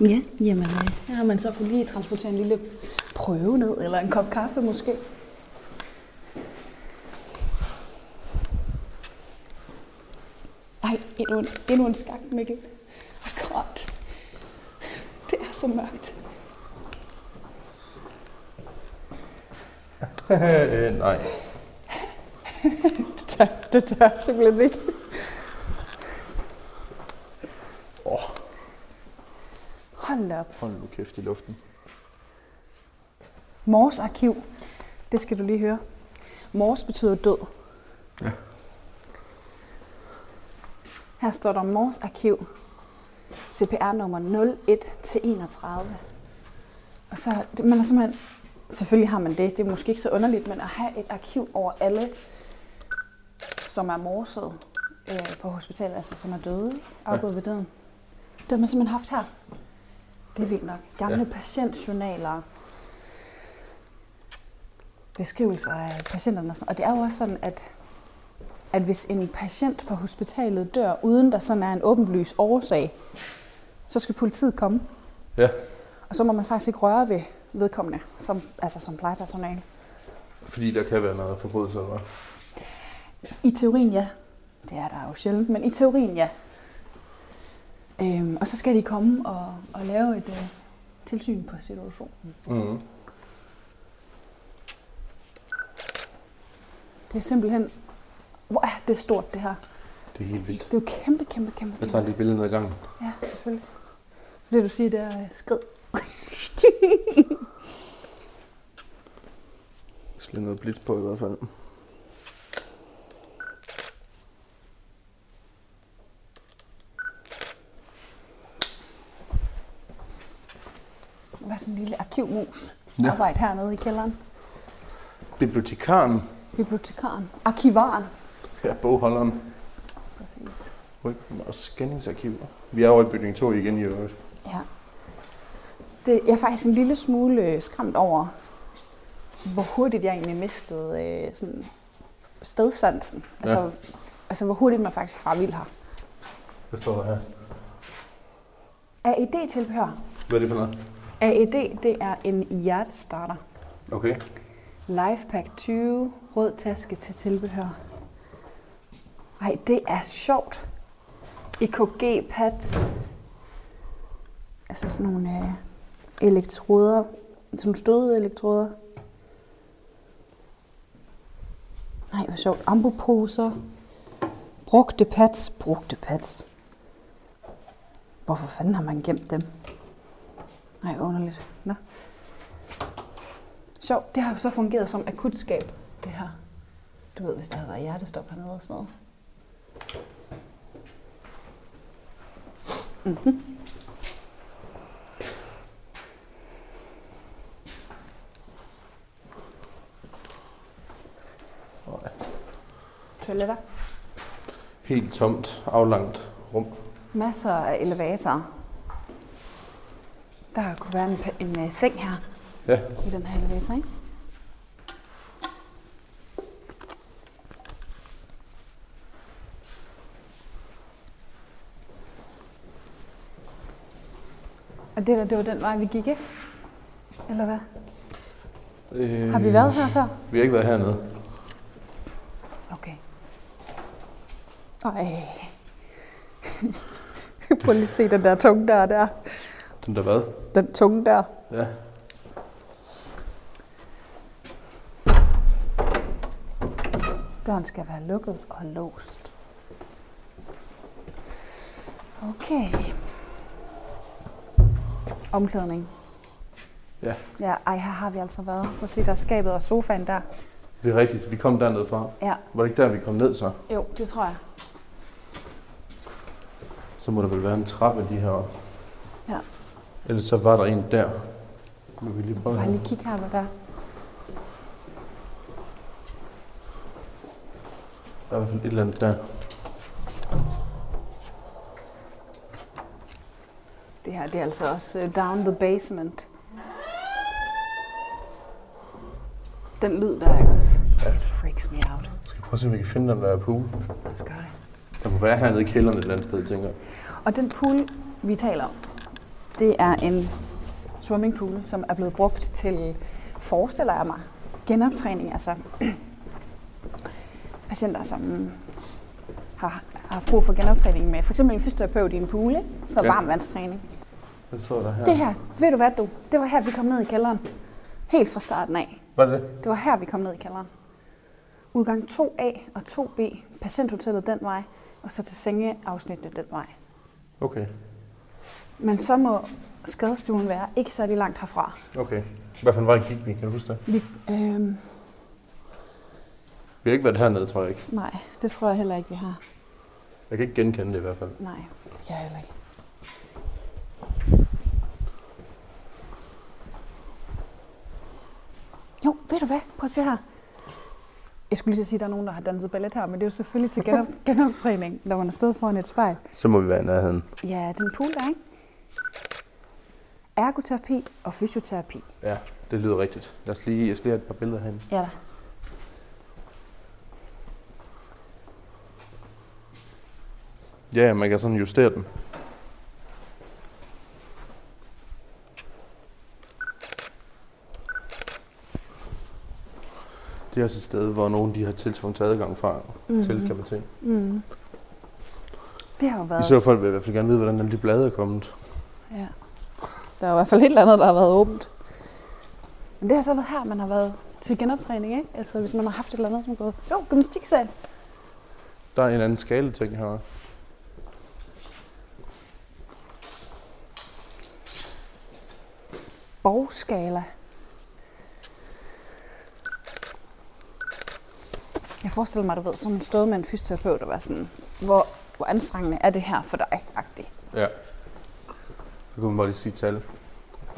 [SPEAKER 6] Ja, jamen øh, her har man så kunne lige transportere en lille...
[SPEAKER 3] Prøve ned, eller en kop kaffe måske. Ej, endnu en, endnu en skak, Mikkel. Ej, godt. Det er så mørkt.
[SPEAKER 5] øh, nej.
[SPEAKER 3] Det tør, det tør jeg simpelthen ikke.
[SPEAKER 5] Åh.
[SPEAKER 3] Hold da op.
[SPEAKER 5] Hold nu kæft i luften.
[SPEAKER 3] Mors arkiv. Det skal du lige høre. Mors betyder død. Ja. Her står der Mors arkiv. CPR nummer 01 til 31. Og så, det- man er simpelthen, selvfølgelig har man det, det er måske ikke så underligt, men at have et arkiv over alle, som er morset øh, på hospitalet, altså som er døde, ikke? afgået ja. ved døden. Det har man simpelthen haft her. Det er vildt nok. Gamle ja. patientjournaler, beskrivelser af patienterne. Og, sådan. og det er jo også sådan, at, at hvis en patient på hospitalet dør, uden der sådan er en åbenlys årsag, så skal politiet komme.
[SPEAKER 5] Ja.
[SPEAKER 3] Og så må man faktisk ikke røre ved vedkommende, som, altså som plejepersonale.
[SPEAKER 5] Fordi der kan være noget forbrydelse, eller hvad?
[SPEAKER 3] I teorien ja. Det er der jo sjældent, men i teorien ja. Øhm, og så skal de komme og, og lave et øh, tilsyn på situationen.
[SPEAKER 5] Mm.
[SPEAKER 3] Det er simpelthen... Hvor er det stort, det her.
[SPEAKER 5] Det er helt vildt.
[SPEAKER 3] Det er jo kæmpe, kæmpe, kæmpe.
[SPEAKER 5] Jeg tager
[SPEAKER 3] kæmpe.
[SPEAKER 5] lige billedet ned ad gangen.
[SPEAKER 3] Ja, selvfølgelig. Så det, du siger, det er øh, skrid.
[SPEAKER 5] Jeg skal lige noget blidt på i hvert fald.
[SPEAKER 3] Hvad sådan en lille arkivmus?
[SPEAKER 5] Ja.
[SPEAKER 3] Ja. Arbejde hernede i kælderen.
[SPEAKER 5] Bibliotekaren.
[SPEAKER 3] Bibliotekaren. Arkivaren.
[SPEAKER 5] Ja, bogholderen.
[SPEAKER 3] Præcis.
[SPEAKER 5] Ryggen og scanningsarkiver. Vi er over i bygning 2 igen i øvrigt.
[SPEAKER 3] Ja. Det, jeg er faktisk en lille smule øh, skræmt over, hvor hurtigt jeg egentlig mistede øh, sådan stedsansen. Altså, ja. altså, hvor hurtigt man faktisk fravild her.
[SPEAKER 5] Hvad står der her?
[SPEAKER 3] E AED-tilbehør.
[SPEAKER 5] Hvad er det for noget?
[SPEAKER 3] AED, E det er en hjertestarter.
[SPEAKER 5] Okay.
[SPEAKER 3] Lifepack 20, rød taske til tilbehør. Ej, det er sjovt. E EKG-pads. Altså sådan nogle øh, elektroder. Sådan nogle støde elektroder. Nej, hvor sjovt. Amboposer. Brugte pads. Brugte pads. Hvorfor fanden har man gemt dem? Nej, underligt. Nå. Sjovt, det har jo så fungeret som akutskab, det her. Du ved, hvis der havde været hjertestop hernede og sådan noget. Mhm. Mm-hmm. Toiletter.
[SPEAKER 5] Helt tomt, aflangt rum.
[SPEAKER 3] Masser af elevatorer. Der kunne være en, pa- en, en seng her
[SPEAKER 5] Ja.
[SPEAKER 3] i den her elevator, ikke? Og det der, det var den vej, vi gik, ikke? Eller hvad?
[SPEAKER 5] Øh,
[SPEAKER 3] Har vi været her før?
[SPEAKER 5] Vi har ikke været hernede.
[SPEAKER 3] Okay. Ej. Prøv lige at se den der tunge der, der.
[SPEAKER 5] Den der hvad?
[SPEAKER 3] Den tunge der.
[SPEAKER 5] Ja.
[SPEAKER 3] Døren skal være lukket og låst. Okay. Omklædning.
[SPEAKER 5] Ja.
[SPEAKER 3] Ja, ej, her har vi altså været. Prøv at se, der er skabet og sofaen der.
[SPEAKER 5] Det er rigtigt. Vi kom dernede fra.
[SPEAKER 3] Ja,
[SPEAKER 5] Var det ikke der, vi kom ned så?
[SPEAKER 3] jo, det tror jeg.
[SPEAKER 5] Så må der vel være en trappe lige heroppe.
[SPEAKER 3] Ja.
[SPEAKER 5] Ellers så var der en der. Nu vil vi lige prøve
[SPEAKER 3] Bare
[SPEAKER 5] her.
[SPEAKER 3] lige kigge her, hvad der er.
[SPEAKER 5] Der er i hvert fald et eller andet der.
[SPEAKER 3] Det her, det er altså også uh, Down the Basement. Den lyd der, ikke også? It freaks me out.
[SPEAKER 5] Skal vi prøve at se, om vi kan finde den der pool?
[SPEAKER 3] Lad os gøre det.
[SPEAKER 5] Der må være hernede i kælderen et eller andet sted, tænker jeg.
[SPEAKER 3] Og den pool, vi taler om, det er en swimmingpool, som er blevet brugt til, forestiller jeg mig, genoptræning. Altså patienter, som har har haft brug for genoptræning med for eksempel en fysioterapeut i en pool, ikke? sådan noget
[SPEAKER 5] Ja.
[SPEAKER 3] ja. varmvandstræning.
[SPEAKER 5] Den står der her.
[SPEAKER 3] Det her, ved du hvad du, det var her, vi kom ned i kælderen. Helt fra starten af.
[SPEAKER 5] Var det det?
[SPEAKER 3] Det var her, vi kom ned i kælderen. Udgang 2A og 2B, patienthotellet den vej, og så til sengeafsnittene den vej.
[SPEAKER 5] Okay.
[SPEAKER 3] Men så må skadestuen være ikke særlig langt herfra.
[SPEAKER 5] Okay. Hvad for en vej gik vi? Kan du huske det?
[SPEAKER 3] Vi, øhm,
[SPEAKER 5] Vi har ikke været hernede, tror jeg ikke.
[SPEAKER 3] nej, det tror jeg heller ikke, vi har.
[SPEAKER 5] Jeg kan ikke genkende det i hvert fald.
[SPEAKER 3] Nej, det kan jeg heller ikke. Jo, ved du hvad? Prøv at se her. Jeg skulle lige så sige, at der er nogen, der har danset ballet her, men det er jo selvfølgelig til genop- genoptræning, når man er stået foran et spejl.
[SPEAKER 5] Så må vi være i nærheden.
[SPEAKER 3] Ja, den pool der, ikke? Ergoterapi og fysioterapi.
[SPEAKER 5] Ja, det lyder rigtigt. Lad os lige, jeg skal lige have et par billeder herinde.
[SPEAKER 3] Ja da.
[SPEAKER 5] Ja, ja, man kan sådan justere den. Det er også et sted, hvor nogen de har tilsvunget adgang fra mm-hmm.
[SPEAKER 3] Mhm.
[SPEAKER 5] til, kan man se.
[SPEAKER 3] Mm. Det har jo været...
[SPEAKER 5] I så fald vil jeg i hvert fald gerne vide, hvordan den lille blade er kommet.
[SPEAKER 3] Ja. Der er i hvert fald et eller andet, der har været åbent. Men det har så været her, man har været til genoptræning, ikke? Altså hvis man har haft et eller andet, som er gået, jo, gymnastiksal.
[SPEAKER 5] Der er en eller anden skale ting her.
[SPEAKER 3] Borgskala. Jeg forestiller mig, du ved, sådan stået med en fysioterapeut og være sådan, hvor, hvor anstrengende er det her for dig, agtigt.
[SPEAKER 5] Ja. Så kunne man bare lige sige tal.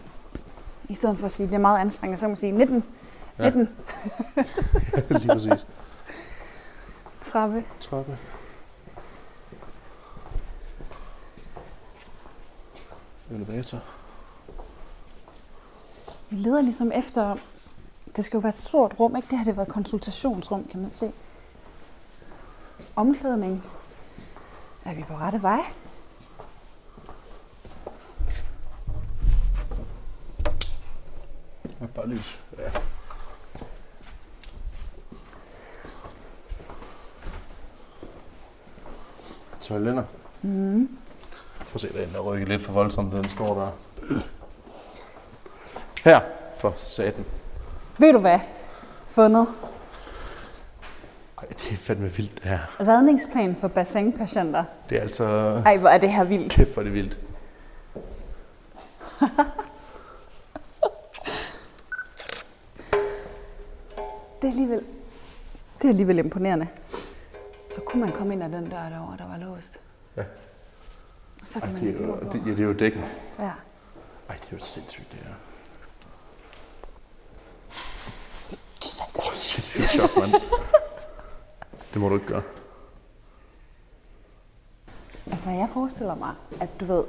[SPEAKER 3] I stedet for at sige, det er meget anstrengende, så kan man sige 19,
[SPEAKER 5] Ja.
[SPEAKER 3] 19
[SPEAKER 5] lige præcis.
[SPEAKER 3] trappe.
[SPEAKER 5] Trappe. Elevator.
[SPEAKER 3] Vi leder ligesom efter, det skal jo være et stort rum, ikke? Det har det været konsultationsrum, kan man se. Omklædning. Er vi på rette vej?
[SPEAKER 5] Ja, bare lys. Ja. Toiletter.
[SPEAKER 3] Mm.
[SPEAKER 5] Prøv at se, den der rykker lidt for voldsomt, den står der. Her, for satan.
[SPEAKER 3] Ved du hvad? Fundet.
[SPEAKER 5] Ej, det er fandme vildt, det her.
[SPEAKER 3] Redningsplan for bassinpatienter.
[SPEAKER 5] Det er altså...
[SPEAKER 3] Ej, hvor er det her vildt.
[SPEAKER 5] Kæft, hvor er det vildt.
[SPEAKER 3] Det er alligevel, det er alligevel imponerende. Så kunne man komme ind ad den dør derovre, der var låst.
[SPEAKER 5] Ja.
[SPEAKER 3] Så
[SPEAKER 5] Ej,
[SPEAKER 3] kan man
[SPEAKER 5] det er
[SPEAKER 3] ikke
[SPEAKER 5] jo,
[SPEAKER 3] lukke
[SPEAKER 5] det,
[SPEAKER 3] over.
[SPEAKER 5] ja, det er jo dækken.
[SPEAKER 3] Ja.
[SPEAKER 5] Ej, det er jo sindssygt, det her.
[SPEAKER 3] Satan.
[SPEAKER 5] Åh, shit, det er jo sjovt, mand. Det må du ikke gøre.
[SPEAKER 3] Altså, jeg forestiller mig, at du ved,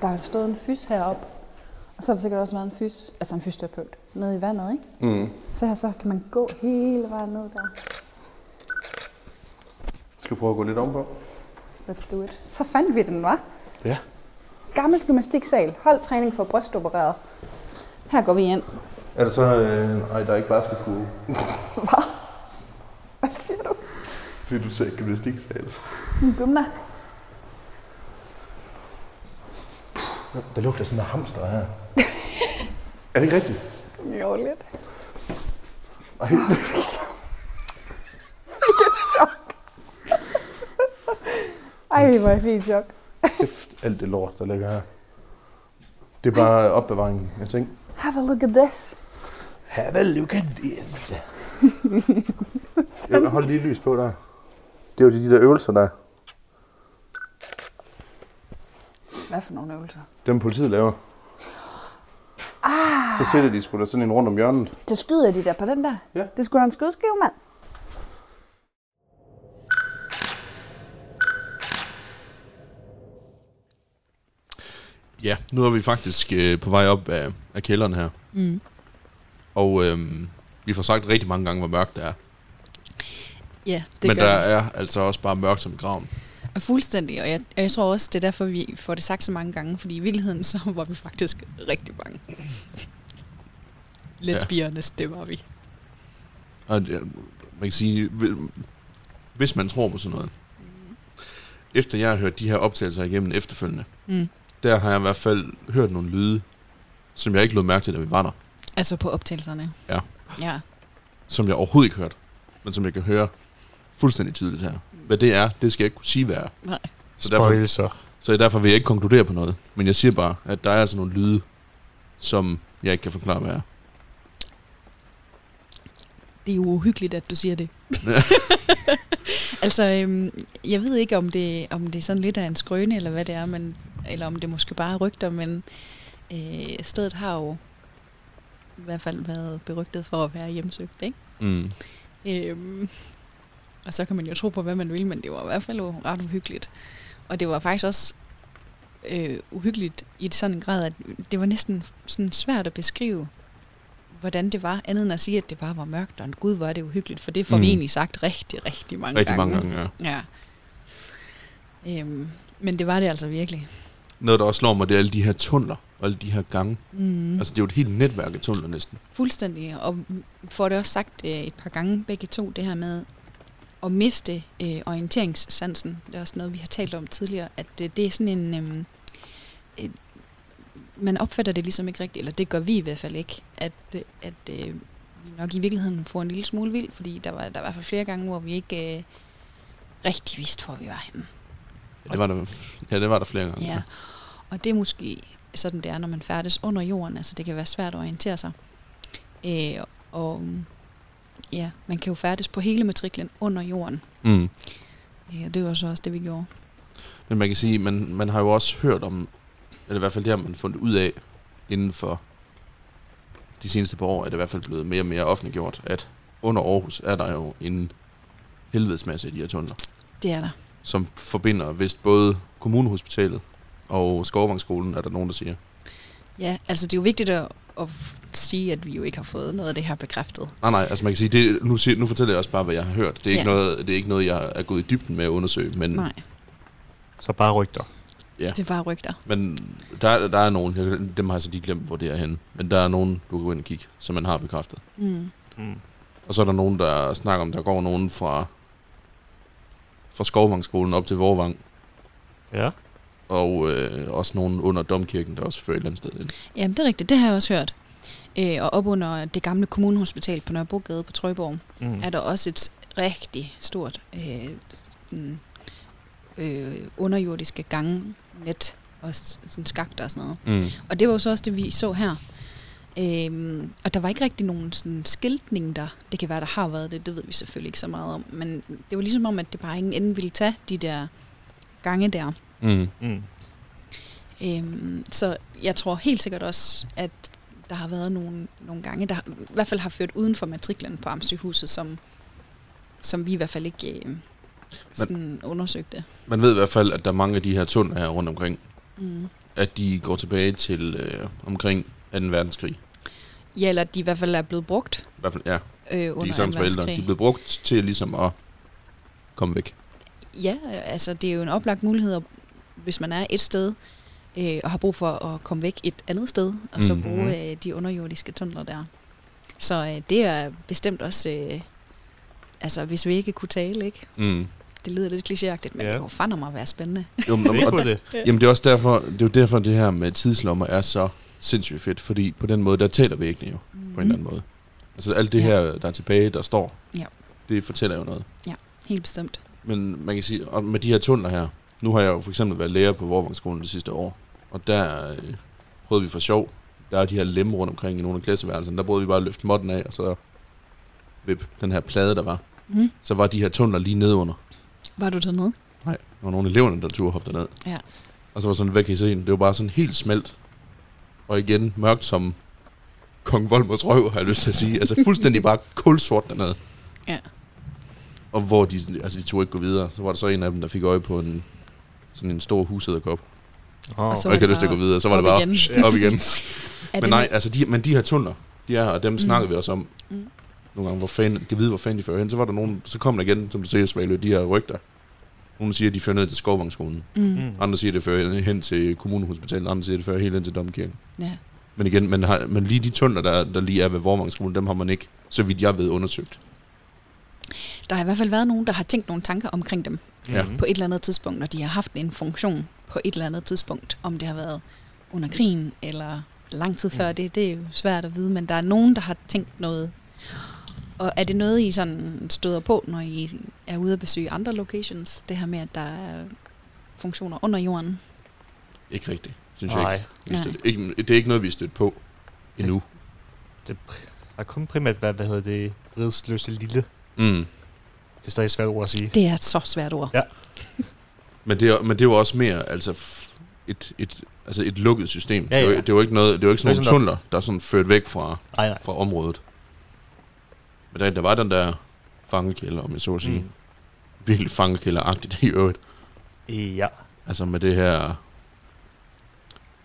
[SPEAKER 3] der har stået en fys heroppe, og så har der sikkert også været en fys, altså en fysioterapeut, nede i vandet, ikke?
[SPEAKER 5] Mm.
[SPEAKER 3] Så her så kan man gå hele vejen ned der.
[SPEAKER 5] Skal vi prøve at gå lidt om på?
[SPEAKER 3] Let's do it. Så fandt vi den, var.
[SPEAKER 5] Ja.
[SPEAKER 3] Gammel gymnastiksal, holdtræning for brystopereret. Her går vi ind.
[SPEAKER 5] Er det så... Øh, ej, der er ikke basketpool.
[SPEAKER 3] Hvad? Hvad siger du?
[SPEAKER 5] Fordi du sagde gymnastiksal.
[SPEAKER 3] En gymna.
[SPEAKER 5] Der lugter sådan af hamster her. er det ikke rigtigt?
[SPEAKER 3] Jo, lidt.
[SPEAKER 5] Ej,
[SPEAKER 3] Ej, hvor er jeg fint chok.
[SPEAKER 5] kæft, alt det lort, der ligger her. Det er bare opbevaringen, jeg tænker.
[SPEAKER 3] Have a look at this.
[SPEAKER 5] Have a look at this. Jeg hold lige lys på der. Det er jo de der øvelser der.
[SPEAKER 3] Hvad for nogle øvelser?
[SPEAKER 5] Dem politiet laver. Ah. Så sætter de sgu da sådan en rundt om hjørnet.
[SPEAKER 3] Så skyder de der på den der.
[SPEAKER 5] Ja.
[SPEAKER 3] Det skulle da en skudskive, mand.
[SPEAKER 1] Ja, nu er vi faktisk øh, på vej op af, af kælderen her.
[SPEAKER 4] Mm.
[SPEAKER 1] Og øh, vi får sagt rigtig mange gange, hvor mørkt det er.
[SPEAKER 4] Ja,
[SPEAKER 1] Det
[SPEAKER 4] det
[SPEAKER 1] Men
[SPEAKER 4] gør
[SPEAKER 1] der
[SPEAKER 4] vi.
[SPEAKER 1] er altså også bare mørkt som i graven.
[SPEAKER 4] Og Fuldstændig, og jeg, og jeg tror også, det er derfor, vi får det sagt så mange gange, fordi i virkeligheden, så var vi faktisk rigtig bange. Let's be honest, det var vi.
[SPEAKER 1] Og det, man kan sige, hvi- hvis man tror på sådan noget. Efter jeg har hørt de her optagelser igennem efterfølgende,
[SPEAKER 4] Mm.
[SPEAKER 1] der har jeg i hvert fald hørt nogle lyde, som jeg ikke lod mærke til, da vi var der.
[SPEAKER 4] Altså på optagelserne.
[SPEAKER 1] Ja.
[SPEAKER 4] Ja,
[SPEAKER 1] Som jeg overhovedet ikke hørte, men som jeg kan høre fuldstændig tydeligt her. Hvad det er, det skal jeg ikke kunne sige, hvad er.
[SPEAKER 4] nej.
[SPEAKER 1] Så derfor,
[SPEAKER 2] Spøgelser.
[SPEAKER 1] så derfor vil jeg ikke konkludere på noget. Men jeg siger bare, at der er altså nogle lyde, som jeg ikke kan forklare, hvad er.
[SPEAKER 4] Det er jo uhyggeligt, at du siger det.
[SPEAKER 1] Ja.
[SPEAKER 4] altså, øhm, jeg ved ikke, om det, om det er sådan lidt af en skrøne, eller hvad det er, men, eller om det måske bare er rygter, men øh, stedet har jo i hvert fald været berygtet for at være hjemsøgt, ikke?
[SPEAKER 1] Mm.
[SPEAKER 4] Øhm, og så kan man jo tro på, hvad man vil, men det var i hvert fald jo ret uhyggeligt. Og det var faktisk også øh, uhyggeligt i et sådan en grad, at det var næsten sådan svært at beskrive, hvordan det var, andet end at sige, at det bare var mørkt, og gud, hvor er det uhyggeligt, for det får mm.
[SPEAKER 1] Mm.
[SPEAKER 4] vi egentlig sagt rigtig, rigtig mange
[SPEAKER 1] Rigtig
[SPEAKER 4] gange.
[SPEAKER 1] mange gange, ja.
[SPEAKER 4] Ja. Øhm, men det var det altså virkelig.
[SPEAKER 1] Noget, der også slår mig, det er alle de her tunneler, og alle de her gange.
[SPEAKER 4] Mm.
[SPEAKER 1] Altså, det er jo et helt netværk af tunneler næsten.
[SPEAKER 4] Fuldstændig, og får det også sagt øh, et par gange begge to, det her med at miste øh, orienteringssansen. Det er også noget, vi har talt om tidligere, at øh, det er sådan en... Øh, øh, man opfatter det ligesom ikke rigtigt, eller det gør vi i hvert fald ikke, at, øh, at øh, vi nok i virkeligheden får en lille smule vild, fordi der var der var i hvert fald flere gange, hvor vi ikke øh, rigtig vidste, hvor vi var henne.
[SPEAKER 1] Ja, det var der, ja, det var der flere gange.
[SPEAKER 4] Ja. Og det er måske sådan, det er, når man færdes under jorden. Altså, det kan være svært at orientere sig. Øh, og ja, man kan jo færdes på hele matriklen under jorden.
[SPEAKER 1] Mm.
[SPEAKER 4] Ja, det var så også det, vi gjorde.
[SPEAKER 1] Men man kan sige, man, man har jo også hørt om, eller i hvert fald det har man fundet ud af, inden for de seneste par år, er det i hvert fald blevet mere og mere offentliggjort, at under Aarhus er der jo en helvedes masse af de her tunneler,
[SPEAKER 4] Det er der.
[SPEAKER 1] som forbinder vist både kommunehospitalet og Skovvangsskolen, er der nogen, der siger.
[SPEAKER 4] Ja, altså det er jo vigtigt at, at sige, at vi jo ikke har fået noget af det her bekræftet.
[SPEAKER 1] Nej, nej, altså man kan sige, det, nu, siger, nu fortæller jeg også bare, hvad jeg har hørt. Det er, ikke
[SPEAKER 4] Ja.
[SPEAKER 1] noget, det er ikke noget, jeg er gået i dybden med at undersøge, men,
[SPEAKER 4] Nej,
[SPEAKER 2] Så bare rygter.
[SPEAKER 1] Ja.
[SPEAKER 4] det er bare rygter.
[SPEAKER 1] men der, er- der er nogen, jeg- dem har jeg så lige glemt, hvor det er henne, men der er nogen, du kan gå ind og kigge, som man har bekræftet.
[SPEAKER 4] Mm.
[SPEAKER 2] Mm.
[SPEAKER 1] Og så er der nogen, der snakker om, der går nogen fra, fra Skovvangsskolen op til Vorvang,
[SPEAKER 2] Ja.
[SPEAKER 1] og øh, også nogen under Domkirken, der også fører et eller andet sted ind.
[SPEAKER 4] Jamen, det er rigtigt. Det har jeg også hørt. Øh, og op under det gamle kommunehospital på Nørrebrogade på Trøjborg,
[SPEAKER 2] Mm.
[SPEAKER 4] er der også et rigtig stort øh, sådan, øh, underjordiske gangnet og s- sådan skakter og sådan noget.
[SPEAKER 1] Mm.
[SPEAKER 4] Og det var jo så også det, vi så her. Øhm, og der var ikke rigtig nogen sådan skiltning der. Det kan være, der har været det, det ved vi selvfølgelig ikke så meget om. Men det var ligesom om, at det bare ingen ende ville tage de der gange der.
[SPEAKER 1] Mm.
[SPEAKER 2] Mm.
[SPEAKER 4] Øhm, så jeg tror helt sikkert også, at der har været nogle, nogle gange, der i hvert fald har ført uden for matriklen på Amtssygehuset, som, som vi i hvert fald ikke øh, sådan undersøgte.
[SPEAKER 1] Man ved i hvert fald, at der er mange af de her tunneler her rundt omkring,
[SPEAKER 4] Mm.
[SPEAKER 1] at de går tilbage til øh, omkring 2. verdenskrig.
[SPEAKER 4] Ja, eller at de i hvert fald er blevet brugt
[SPEAKER 1] I hvert fald, ja,
[SPEAKER 4] øh,
[SPEAKER 1] de er
[SPEAKER 4] under
[SPEAKER 1] sammen forældre. De er blevet brugt til ligesom at komme væk.
[SPEAKER 4] Ja, øh, altså det er jo en oplagt mulighed, at, hvis man er et sted øh, og har brug for at komme væk et andet sted, og så
[SPEAKER 1] Mhm.
[SPEAKER 4] bruge øh, de underjordiske tunneler der. Så øh, det er bestemt også, øh, altså hvis vi ikke kunne tale, ikke?
[SPEAKER 1] Mm.
[SPEAKER 4] Det lyder lidt klichéagtigt, men
[SPEAKER 2] Ja.
[SPEAKER 4] ja. det kunne fandme mig være spændende.
[SPEAKER 1] Jo, men,
[SPEAKER 2] Det
[SPEAKER 1] og,
[SPEAKER 2] kunne det.
[SPEAKER 1] Jamen det er også derfor, det er jo derfor det her med tidslommer er så sindssygt fedt, fordi på den måde, der taler væggene jo, mm. på en eller anden måde. Altså alt det
[SPEAKER 4] Mhm. Ja.
[SPEAKER 1] her, der er tilbage, der står,
[SPEAKER 4] Ja.
[SPEAKER 1] det fortæller jo noget.
[SPEAKER 4] Mm-hmm. Helt bestemt.
[SPEAKER 1] Men man kan sige, og med de her tunneler her, nu har jeg jo for eksempel været lærer på Vorvangsskolen det sidste år, og der øh, prøvede vi for sjov Der er de her lemme rundt omkring i nogle af klasseværelserne. Der prøvede vi bare at løfte modden af, og så vip, den her plade, der var.
[SPEAKER 4] Mm.
[SPEAKER 1] Så var de her tunneler lige nede under.
[SPEAKER 4] Var du dernede?
[SPEAKER 1] Nej, der var nogle af eleverne, der turde hoppe derned.
[SPEAKER 4] Ja.
[SPEAKER 1] Og så var sådan, hvad kan I se? Det var bare sådan helt smelt. Og igen, mørkt som Kong Volmers røv, har jeg lyst til at sige. Altså fuldstændig bare kulsort dernede.
[SPEAKER 4] Ja.
[SPEAKER 1] Og hvor de, sådan- altså de turde ikke gå videre. Så var der så en af dem, der fik øje på en, sådan en stor husæderkop.
[SPEAKER 2] Oh.
[SPEAKER 1] Og jeg kan lyst til at gå videre. Så var det
[SPEAKER 4] op
[SPEAKER 1] bare
[SPEAKER 4] igen.
[SPEAKER 1] op igen.
[SPEAKER 4] Er
[SPEAKER 1] Men
[SPEAKER 4] det
[SPEAKER 1] nej,
[SPEAKER 4] med-
[SPEAKER 1] altså de, men de her tunneler, de er her, og dem mm. snakker vi også om.
[SPEAKER 4] Mm.
[SPEAKER 1] Mm. Nogle gange, hvor fanden, kan vide, hvor fanden de fører hen. Så var der nogen, så kom der igen, som du ser, Svalø, de her rygter. Nogle siger, at de fører ned til Skovvangsskolen.
[SPEAKER 4] Mm.
[SPEAKER 2] Mm.
[SPEAKER 1] Andre siger, at det fører hen til kommunehospitalet. Andre siger, at det fører helt ind til Domkirken.
[SPEAKER 4] Ja.
[SPEAKER 1] Men igen, man har, men lige de tunneler, der, der lige er ved Vorvangsskolen, dem har man ikke, så vidt jeg ved, undersøgt.
[SPEAKER 4] Der har i hvert fald været nogen, der har tænkt nogle tanker omkring dem
[SPEAKER 1] Ja.
[SPEAKER 2] Mm.
[SPEAKER 4] på et eller andet tidspunkt, når de har haft en funktion på et eller andet tidspunkt. Om det har været under krigen eller lang tid
[SPEAKER 1] Mm.
[SPEAKER 4] før det, det er jo svært at vide, men der er nogen, der har tænkt noget. Og er det noget, I sådan støder på, når I er ude at besøge andre locations? Det her med, at der er funktioner under jorden?
[SPEAKER 1] Ikke rigtigt, synes jeg
[SPEAKER 2] Nej,
[SPEAKER 1] ikke. Vi stødte, ikke. Det er ikke noget, vi er stødt på endnu.
[SPEAKER 2] det har kun primært været, hvad hedder det, fredsløse lille.
[SPEAKER 1] Mm.
[SPEAKER 2] Det er stadig svært ord at sige.
[SPEAKER 4] Det er et så svært ord.
[SPEAKER 1] Men det, er, men det var også mere altså f- et, et, altså et lukket system.
[SPEAKER 2] Ja,
[SPEAKER 1] Det, var,
[SPEAKER 2] ja.
[SPEAKER 1] det var ikke noget, det var ikke sådan
[SPEAKER 2] Det
[SPEAKER 1] nogle
[SPEAKER 2] er sådan
[SPEAKER 1] tunneler, der er sådan ført væk fra,
[SPEAKER 2] Nej, nej.
[SPEAKER 1] fra området. Men der, der var den der fangekælder, om jeg så at sige.
[SPEAKER 2] Mm.
[SPEAKER 1] Mm. Virkelig fangekælderagtigt i øvrigt.
[SPEAKER 2] Øh, Ja,
[SPEAKER 1] Altså med det her...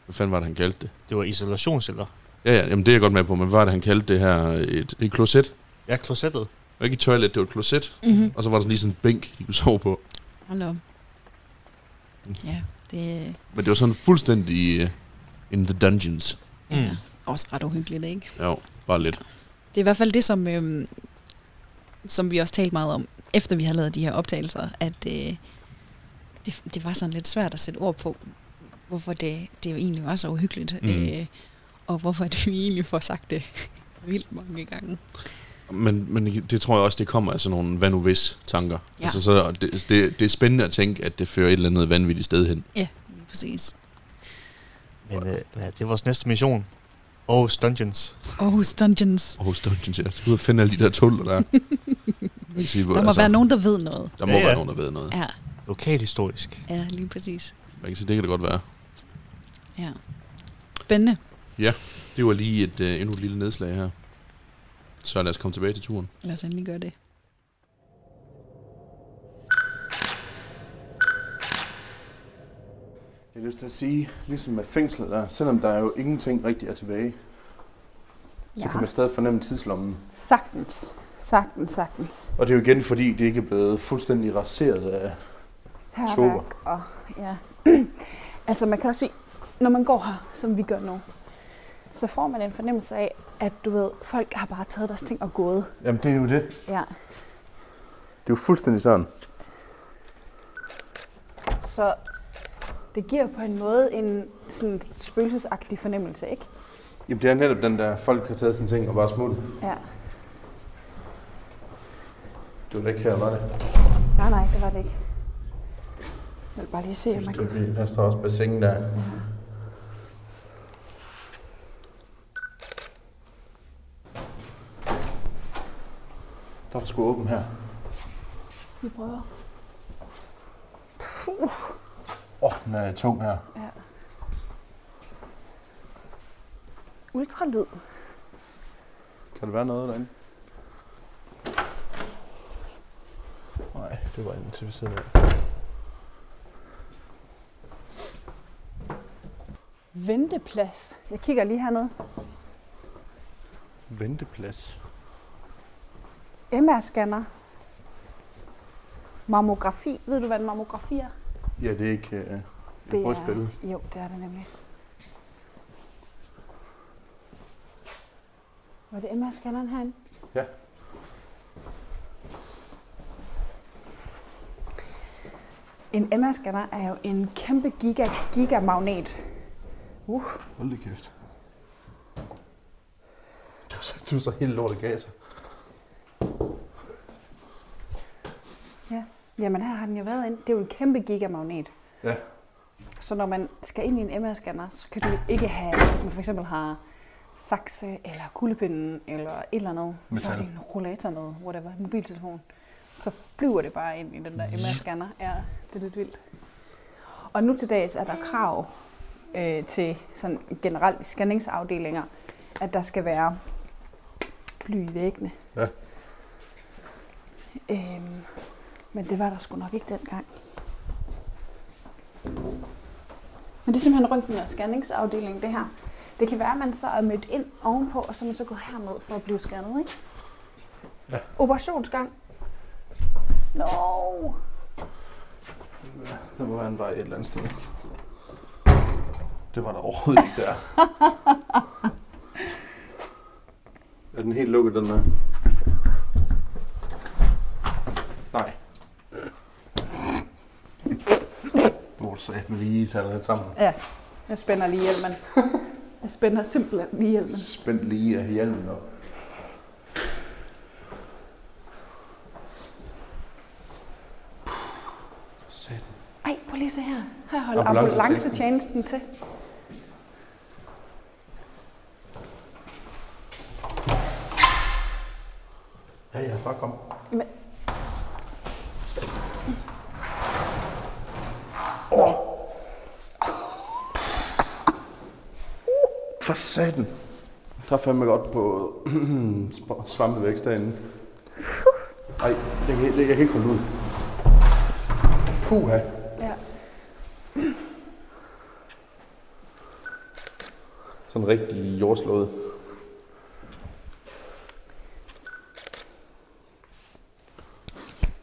[SPEAKER 1] Hvad fanden var det, han kaldte det?
[SPEAKER 2] det var isolationsceller.
[SPEAKER 1] Ja, ja, jamen det er jeg godt med på, men hvad var det, han kaldte det her? Et, et kloset? Det
[SPEAKER 2] Ja, klosettet.
[SPEAKER 1] var ikke et toilet, det var et kloset.
[SPEAKER 4] Mm-hmm.
[SPEAKER 1] Og så var der sådan lige sådan en bænk, de kunne sove på.
[SPEAKER 4] Hold op.
[SPEAKER 1] Mm.
[SPEAKER 4] Ja, det er
[SPEAKER 1] Men det var sådan fuldstændig uh, in the dungeons.
[SPEAKER 2] Mm.
[SPEAKER 4] også ret uhyggeligt, ikke?
[SPEAKER 1] Jo, bare lidt.
[SPEAKER 4] Det er i hvert fald det, som, øhm, som vi også talte meget om, efter vi havde lavet de her optagelser, at øh, det, det var sådan lidt svært at sætte ord på, hvorfor det, det jo egentlig var så uhyggeligt, mm.
[SPEAKER 1] Mm.
[SPEAKER 4] øh, og hvorfor at vi egentlig får sagt det vildt mange gange.
[SPEAKER 1] Men, men det tror jeg også, det kommer af sådan nogle hvad nu hvis tanker.
[SPEAKER 4] Ja.
[SPEAKER 1] Ja. Altså, så det, det, det er spændende at tænke, at det fører et eller andet vanvittigt sted hen.
[SPEAKER 4] Lige præcis.
[SPEAKER 2] Men øh, ja, det er vores næste mission. Aarhus Dungeons.
[SPEAKER 4] Aarhus Dungeons.
[SPEAKER 1] Aarhus Dungeons, jeg skal ud og finde alle de der tuller, der er. Man kan sige, hvor-
[SPEAKER 4] Der må
[SPEAKER 1] altså,
[SPEAKER 4] være nogen, der ved noget.
[SPEAKER 1] Der må
[SPEAKER 2] Ja, ja.
[SPEAKER 1] være nogen, der ved noget.
[SPEAKER 4] Ja,
[SPEAKER 2] Lokalhistorisk.
[SPEAKER 4] ja lige præcis.
[SPEAKER 1] Man kan sige, det kan det godt være.
[SPEAKER 4] Ja. Spændende.
[SPEAKER 1] Det var lige et øh, endnu et lille nedslag her. Så lad os komme tilbage til turen.
[SPEAKER 4] Lad os endelig gøre det.
[SPEAKER 5] Jeg har lyst til at sige, ligesom med fængslet der, selvom der jo ingenting rigtigt er tilbage, så
[SPEAKER 3] Ja.
[SPEAKER 5] kan man stadig fornemme tidslommen.
[SPEAKER 3] Sagtens. Sagtens, sagtens.
[SPEAKER 5] Og det er jo igen, fordi det ikke er blevet fuldstændig raseret af...
[SPEAKER 3] Herværk og ja. altså man kan også se, når man går her, som vi gør nu, så får man en fornemmelse af, at du ved, folk har bare taget deres ting og gået.
[SPEAKER 5] Jamen, det er jo det.
[SPEAKER 3] Ja.
[SPEAKER 5] Det er jo fuldstændig sådan.
[SPEAKER 3] Så det giver på en måde en sådan spøgelsesagtig fornemmelse, ikke?
[SPEAKER 5] Jamen, det er netop den der, folk har taget sine ting og bare smuttet.
[SPEAKER 3] Ja.
[SPEAKER 5] Det var da ikke her, var det?
[SPEAKER 3] Nej, nej, det var det ikke. Jeg vil bare lige se, om man kan...
[SPEAKER 5] Der står også bassin der. Der var sgu åben her.
[SPEAKER 3] Vi prøver.
[SPEAKER 5] Åh, oh, den er tung her.
[SPEAKER 3] Ja. Ultralyd.
[SPEAKER 5] Kan det være noget derinde? Nej, det var inde til ved siden af.
[SPEAKER 3] Venteplads. Jeg kigger lige hernede.
[SPEAKER 5] Venteplads.
[SPEAKER 3] MR-scanner. Mammografi. Ved du, hvad en mammografi er?
[SPEAKER 5] Ja, det er ikke øh, et brystbillede.
[SPEAKER 3] er, jo, det er det nemlig. Var det MR-scanneren herinde?
[SPEAKER 5] Ja.
[SPEAKER 3] En MR-scanner er jo en kæmpe giga, gigamagnet. Uh,
[SPEAKER 5] Hold da kæft. Det var så, det var så helt lortet gav sig.
[SPEAKER 3] ja. Jamen her har den jo været inde. Det er jo en kæmpe gigamagnet.
[SPEAKER 5] Ja.
[SPEAKER 3] Så når man skal ind i en MR-scanner, så kan du ikke have, hvis man for eksempel har sakse, eller kuglepinden, eller et eller andet. Så er
[SPEAKER 5] Metal.
[SPEAKER 3] det en rollator med, whatever, en mobiltelefon. Så flyver det bare ind i den der MR-scanner. Ja, det er lidt vildt. Og nu til dags er der krav øh, til sådan generelt i scanningsafdelinger, at der skal være bly i væggene.
[SPEAKER 5] Ja.
[SPEAKER 3] Øhm, men det var der sgu nok ikke dengang. Men det er simpelthen røntgen- og scanningsafdelingen, det her. Det kan være, at man så er mødt ind ovenpå, og så er man så gået herned for at blive scannet, ikke? Ja. Operationsgang. Nå, no.
[SPEAKER 5] Der må være en vej et eller andet sted. Det var der overhovedet ikke der. er den helt lukket, den der? Nej. Nu må du satme lige tage dig lidt sammen.
[SPEAKER 3] jeg spænder lige hjelmen. Jeg spænder simpelthen lige hjelmen.
[SPEAKER 5] Spænd lige af hjelmen op. For satan.
[SPEAKER 3] Ej, prøv lige at se her. Her holder
[SPEAKER 5] Ambulancetjenesten.
[SPEAKER 3] ambulancetjenesten til.
[SPEAKER 5] Ja, ja, bare kom.
[SPEAKER 3] Jamen,
[SPEAKER 5] For satan. Der er fandme godt på sp- svampevækst derinde. Ej, det kan, det, jeg kan ikke holde ud. Puha.
[SPEAKER 3] ja.
[SPEAKER 5] Sådan rigtig jordslået.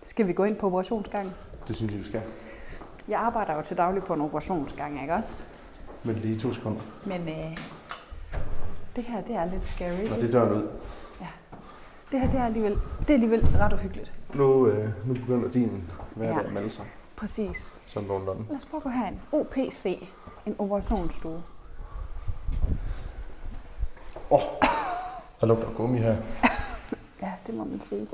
[SPEAKER 3] Skal vi gå ind på operationsgangen?
[SPEAKER 5] Det synes jeg, vi skal.
[SPEAKER 3] Jeg arbejder jo til daglig på en operationsgang, ikke også?
[SPEAKER 5] Men lige to sekunder.
[SPEAKER 3] Men øh, det her, det er lidt scary.
[SPEAKER 5] Nå, det dør ud.
[SPEAKER 3] det her, det er alligevel, det er alligevel ret uhyggeligt.
[SPEAKER 5] Nu, øh, nu begynder din hverdag
[SPEAKER 3] Ja.
[SPEAKER 5] at melde sig.
[SPEAKER 3] Præcis.
[SPEAKER 5] Sådan nogenlunde.
[SPEAKER 3] Lad os prøve at gå herind. OPC, en operationsstue.
[SPEAKER 5] Der lugter gummi her.
[SPEAKER 3] Ja, det må man sige.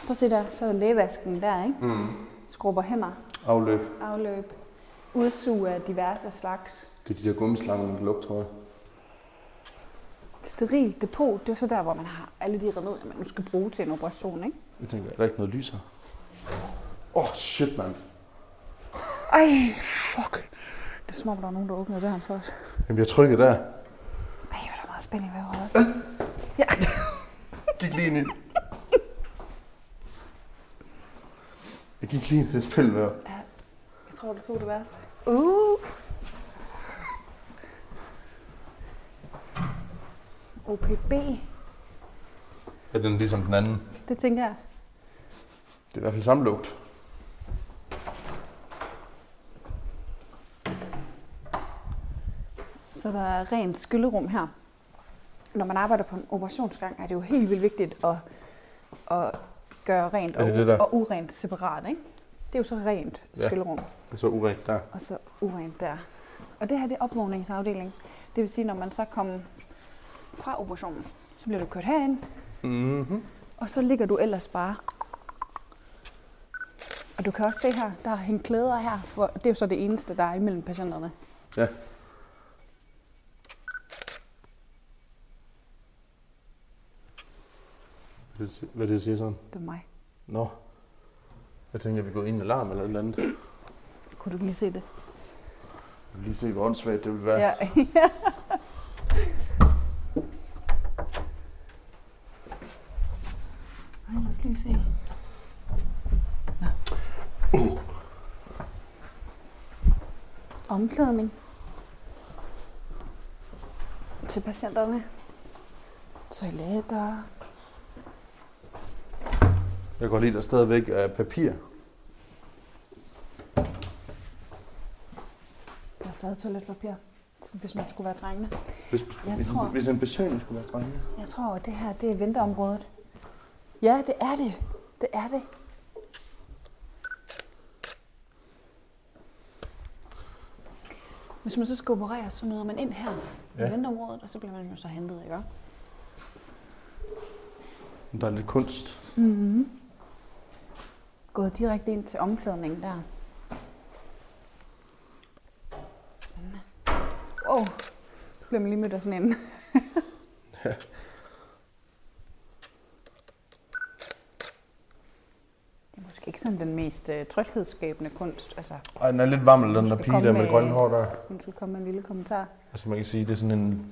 [SPEAKER 3] Prøv at se der, så er lægevasken der, ikke? Mm. Skrubber hænder,
[SPEAKER 5] Afløb.
[SPEAKER 3] afløb, udsug af diverse slags.
[SPEAKER 5] Det er de der gummislanger, der lugter, tror jeg.
[SPEAKER 3] Sterilt depot, det er jo så der, hvor man har alle de remedier, man nu skal bruge til en operation, ikke?
[SPEAKER 5] Jeg tænker, er der ikke noget lys her? Åh, oh, shit, mand.
[SPEAKER 3] Ej, fuck. Det er som om, der er nogen, der åbnede døren for os.
[SPEAKER 5] Jamen, jeg trykkede der.
[SPEAKER 3] Ej, hvor er der meget spænding ved også. Ja.
[SPEAKER 5] gik lige ind i Jeg gik lige ind i det spil der.
[SPEAKER 3] Jeg tror, du tog det værste. Uh. OPB,
[SPEAKER 5] Er den ligesom den anden?
[SPEAKER 3] det tænker jeg.
[SPEAKER 5] Det er i hvert fald samme lugt.
[SPEAKER 3] Så der er rent skyllerum her. Når man arbejder på en operationsgang, er det jo helt vildt vigtigt at, at gøre rent
[SPEAKER 5] Er
[SPEAKER 3] og,
[SPEAKER 5] det det der?
[SPEAKER 3] og urent separat, ikke? Det er jo så rent
[SPEAKER 5] Ja.
[SPEAKER 3] skyllerum.
[SPEAKER 5] Det er så urigt der.
[SPEAKER 3] og så urent der. Og det her det er opvågningsafdeling. Det vil sige, når man så kommer fra operationen, så bliver du kørt herind.
[SPEAKER 5] Mm-hmm.
[SPEAKER 3] Og så ligger du ellers bare. Og du kan også se her, der er hængt klæder her, for det er jo så det eneste, der er imellem patienterne.
[SPEAKER 5] Ja. Hvad er det, hvad er det, der siger sådan?
[SPEAKER 3] Det er mig.
[SPEAKER 5] Nå. Jeg tænker, at vi er gået ind i alarm eller et eller andet. Jeg
[SPEAKER 3] Kunne du ikke lige se det?
[SPEAKER 5] vil lige se, hvor åndssvagt det vil være.
[SPEAKER 3] ja. Ej, lad os lige se. Nå. Omklædning. Til patienterne. Toiletter.
[SPEAKER 5] Jeg går lige der stadigvæk af papir.
[SPEAKER 3] Der er stadig toiletpapir, så hvis man skulle være trængende.
[SPEAKER 5] Hvis,
[SPEAKER 3] Jeg
[SPEAKER 5] hvis,
[SPEAKER 3] tror-
[SPEAKER 5] hvis en besøgende skulle være drenge.
[SPEAKER 3] Jeg tror, at det her det er venteområdet. Ja, det er det. Det er det. Hvis man så skal operere, så møder man ind her ja. i
[SPEAKER 5] Ja.
[SPEAKER 3] venteområdet, og så bliver man jo så hentet, ikke?
[SPEAKER 5] Der er lidt kunst.
[SPEAKER 3] Mm-hmm. Gået direkte ind til omklædningen der. Spændende. Åh, oh, bliver man lige mødt af sådan en Det er måske ikke sådan den mest øh, tryghedsskabende kunst. Altså,
[SPEAKER 5] Ej, den er lidt varmel, den
[SPEAKER 3] Du
[SPEAKER 5] der
[SPEAKER 3] skal
[SPEAKER 5] pige
[SPEAKER 3] komme
[SPEAKER 5] der med
[SPEAKER 3] med-
[SPEAKER 5] det grønne hår der.
[SPEAKER 3] hvis man skulle komme med en lille kommentar.
[SPEAKER 5] Altså man kan sige, det er sådan en,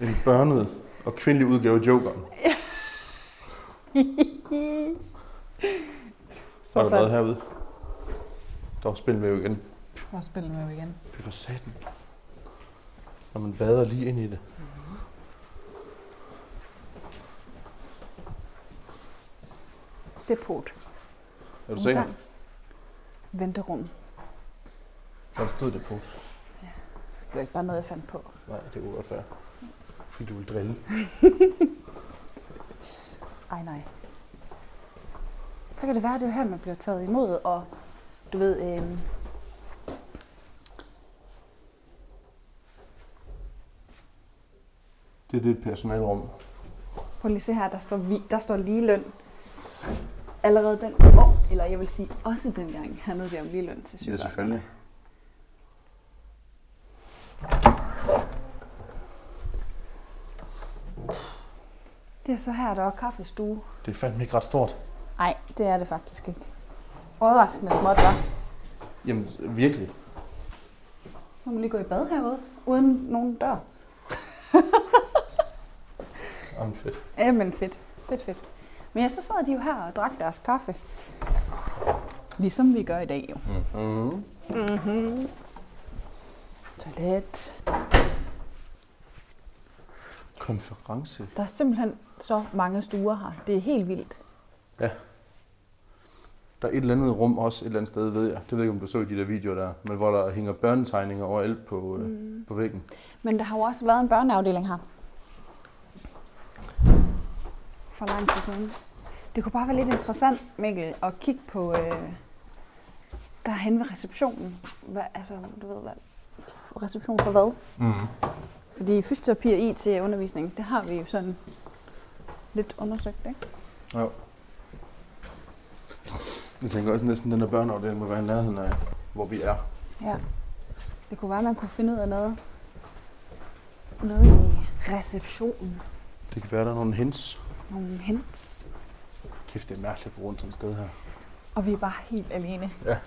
[SPEAKER 5] en børnet og kvindelig udgave af Jokeren. Så
[SPEAKER 3] så
[SPEAKER 5] var der noget
[SPEAKER 3] så.
[SPEAKER 5] herude. Der var spil med jo igen.
[SPEAKER 3] Og spille med igen.
[SPEAKER 5] Fy for satan. Når man vader lige ind i det.
[SPEAKER 3] Depot.
[SPEAKER 5] Er du sikker?
[SPEAKER 3] Omgang. Venterum.
[SPEAKER 5] Når der stod det på.
[SPEAKER 3] Det var ikke bare noget, jeg fandt på.
[SPEAKER 5] Nej, det kunne godt være. Fordi du vil drille.
[SPEAKER 3] Ej, nej. Så kan det være, at det er her, man bliver taget imod, og du ved, øh,
[SPEAKER 5] Det er det personalrum.
[SPEAKER 3] prøv lige at se her, der står, vi, der står ligeløn. Allerede den år, eller jeg vil sige også dengang, handlede det om ligeløn til sygeplejersker. Det er så her, der er kaffestue.
[SPEAKER 5] Det er fandme ikke ret stort.
[SPEAKER 3] Nej, det er det faktisk ikke. Overraskende småt, var.
[SPEAKER 5] Jamen, virkelig.
[SPEAKER 3] Nu må man lige gå i bad herude, uden nogen dør.
[SPEAKER 5] Jamen, fedt.
[SPEAKER 3] Jamen fedt. Fedt, fedt. Men ja, så sad de jo her og drak deres kaffe. Ligesom vi gør i dag jo.
[SPEAKER 5] Mm-hmm.
[SPEAKER 3] Toilet.
[SPEAKER 5] Konference.
[SPEAKER 3] Der er simpelthen så mange stuer her. Det er helt vildt.
[SPEAKER 5] Der er et eller andet rum også et eller andet sted, ved jeg. Det ved jeg ikke, om du så i de der videoer der. Men hvor der hænger børnetegninger overalt på, øh, mm. på væggen.
[SPEAKER 3] Men der har jo også været en børneafdeling her. For lang tid siden. Det kunne bare være lidt interessant, Mikkel, at kigge på øh, derhen ved receptionen. Hvad, altså, du ved hvad? Reception for hvad?
[SPEAKER 5] Mm.
[SPEAKER 3] Fordi fysioterapi og IT og undervisning, det har vi jo sådan lidt undersøgt, ikke?
[SPEAKER 5] Jo. Jeg tænker også næsten, at den der børneafdeling må være i nærheden af, hvor vi er.
[SPEAKER 3] Ja. Det kunne være, at man kunne finde ud af noget, noget i receptionen.
[SPEAKER 5] Det kan være, der er nogle hints.
[SPEAKER 3] Nogle hints.
[SPEAKER 5] Kæft, det er mærkeligt at gå rundt sådan et sted her.
[SPEAKER 3] Og vi er bare helt alene.
[SPEAKER 5] Ja.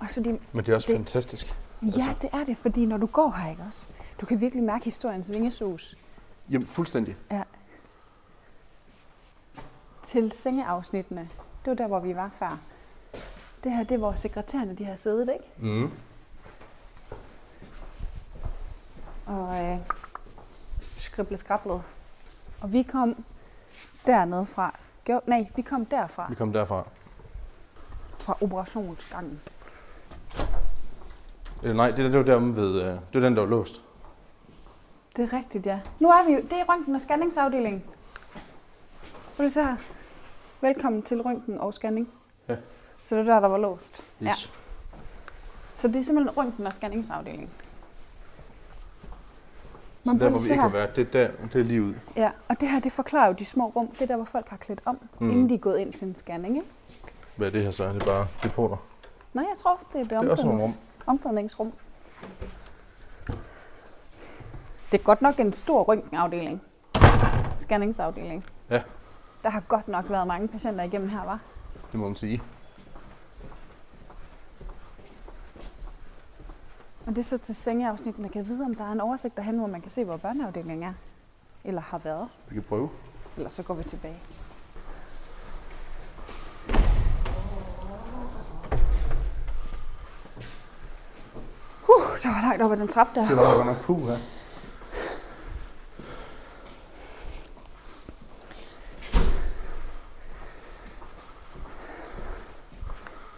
[SPEAKER 3] Også fordi,
[SPEAKER 5] Men det er også
[SPEAKER 3] Det-
[SPEAKER 5] det... fantastisk.
[SPEAKER 3] ja, det er det, fordi når du går her, ikke også? Du kan virkelig mærke historiens vingesus
[SPEAKER 5] Jamen, fuldstændig.
[SPEAKER 3] til sengeafsnittene. Det var der, hvor vi var før. Det her, det er, hvor sekretærerne de har siddet, ikke?
[SPEAKER 5] Mm.
[SPEAKER 3] og øh, skrible skrablet. Og vi kom dernede fra. Gjorde, nej, vi kom derfra,
[SPEAKER 5] Vi kom derfra.
[SPEAKER 3] fra operationsgangen.
[SPEAKER 5] Eller nej, det, der, det var deromme ved... Øh, det var den, der var låst.
[SPEAKER 3] Det er rigtigt, ja. Nu er vi jo, det er røntgen- og scanningsafdelingen. Prøv lige så her. Velkommen til røntgen og scanning.
[SPEAKER 5] Ja.
[SPEAKER 3] Så det var der, der var låst. Ja.
[SPEAKER 5] Yes. Ja.
[SPEAKER 3] Så det er simpelthen røntgen- og scanningsafdelingen.
[SPEAKER 5] Så
[SPEAKER 3] Man
[SPEAKER 5] der,
[SPEAKER 3] prøver
[SPEAKER 5] hvor
[SPEAKER 3] lige
[SPEAKER 5] vi
[SPEAKER 3] så
[SPEAKER 5] ikke
[SPEAKER 3] her.
[SPEAKER 5] har været, det er der, det er lige ud.
[SPEAKER 3] Ja, og det her, det forklarer jo de små rum. Det er der, hvor folk har klædt om, mm.
[SPEAKER 5] Mm.
[SPEAKER 3] inden de er gået ind til en scanning, ikke?
[SPEAKER 5] Hvad er det her så? Det er bare depoter.
[SPEAKER 3] Nå, jeg tror også, det er det,
[SPEAKER 5] er også nogle
[SPEAKER 3] omklædnings- omklædningsrum. Det er godt nok en stor røntgenafdeling. Scanningsafdeling.
[SPEAKER 5] Ja.
[SPEAKER 3] Der har godt nok været mange patienter igennem her, var.
[SPEAKER 5] Det må man sige.
[SPEAKER 3] Men det er så til sengeafsnitten, der kan vide, om der er en oversigt derhen, hvor man kan se, hvor børneafdelingen er. Eller har været.
[SPEAKER 5] Vi kan prøve.
[SPEAKER 3] Eller så går vi tilbage. Uh, der var langt op ad den trappe der.
[SPEAKER 5] Det var da godt nok puh her.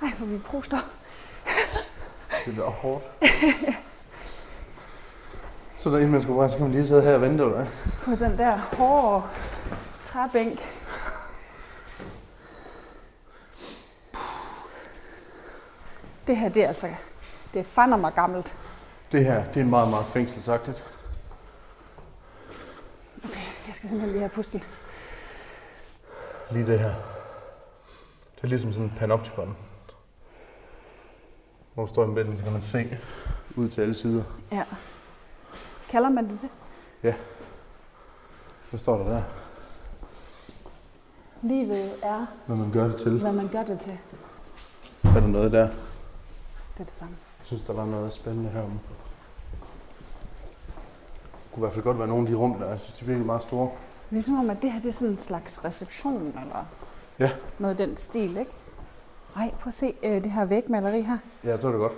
[SPEAKER 3] Ej, hvor vi proster.
[SPEAKER 5] Det bliver hårdt. Så der inden man skulle bare, så kan man lige sidde her og vente, eller hvad?
[SPEAKER 3] på den der hårde træbænk. Det her, det er altså, det fander mig gammelt.
[SPEAKER 5] Det her, det er en meget, meget fængselsagtigt.
[SPEAKER 3] Jeg skal simpelthen lige have pusten.
[SPEAKER 5] Lige det her. Det er ligesom sådan en panoptikon. Hvor man står i midten, så kan man se ud til alle sider.
[SPEAKER 3] Ja. Kalder man det det?
[SPEAKER 5] Hvad står der der?
[SPEAKER 3] Livet er,
[SPEAKER 5] Hvad man gør det til.
[SPEAKER 3] hvad man gør det til.
[SPEAKER 5] Er der noget der?
[SPEAKER 3] Det er det samme.
[SPEAKER 5] Jeg synes, der var noget spændende herom. Det kunne i hvert fald godt være nogle af de rum, der er. jeg synes, de virkelig meget store.
[SPEAKER 3] Ligesom om, at det her det er sådan en slags reception, eller
[SPEAKER 5] Ja.
[SPEAKER 3] noget i den stil, ikke? Ej, prøv at se øh, det her vægmaleri her.
[SPEAKER 5] Ja, så er det godt.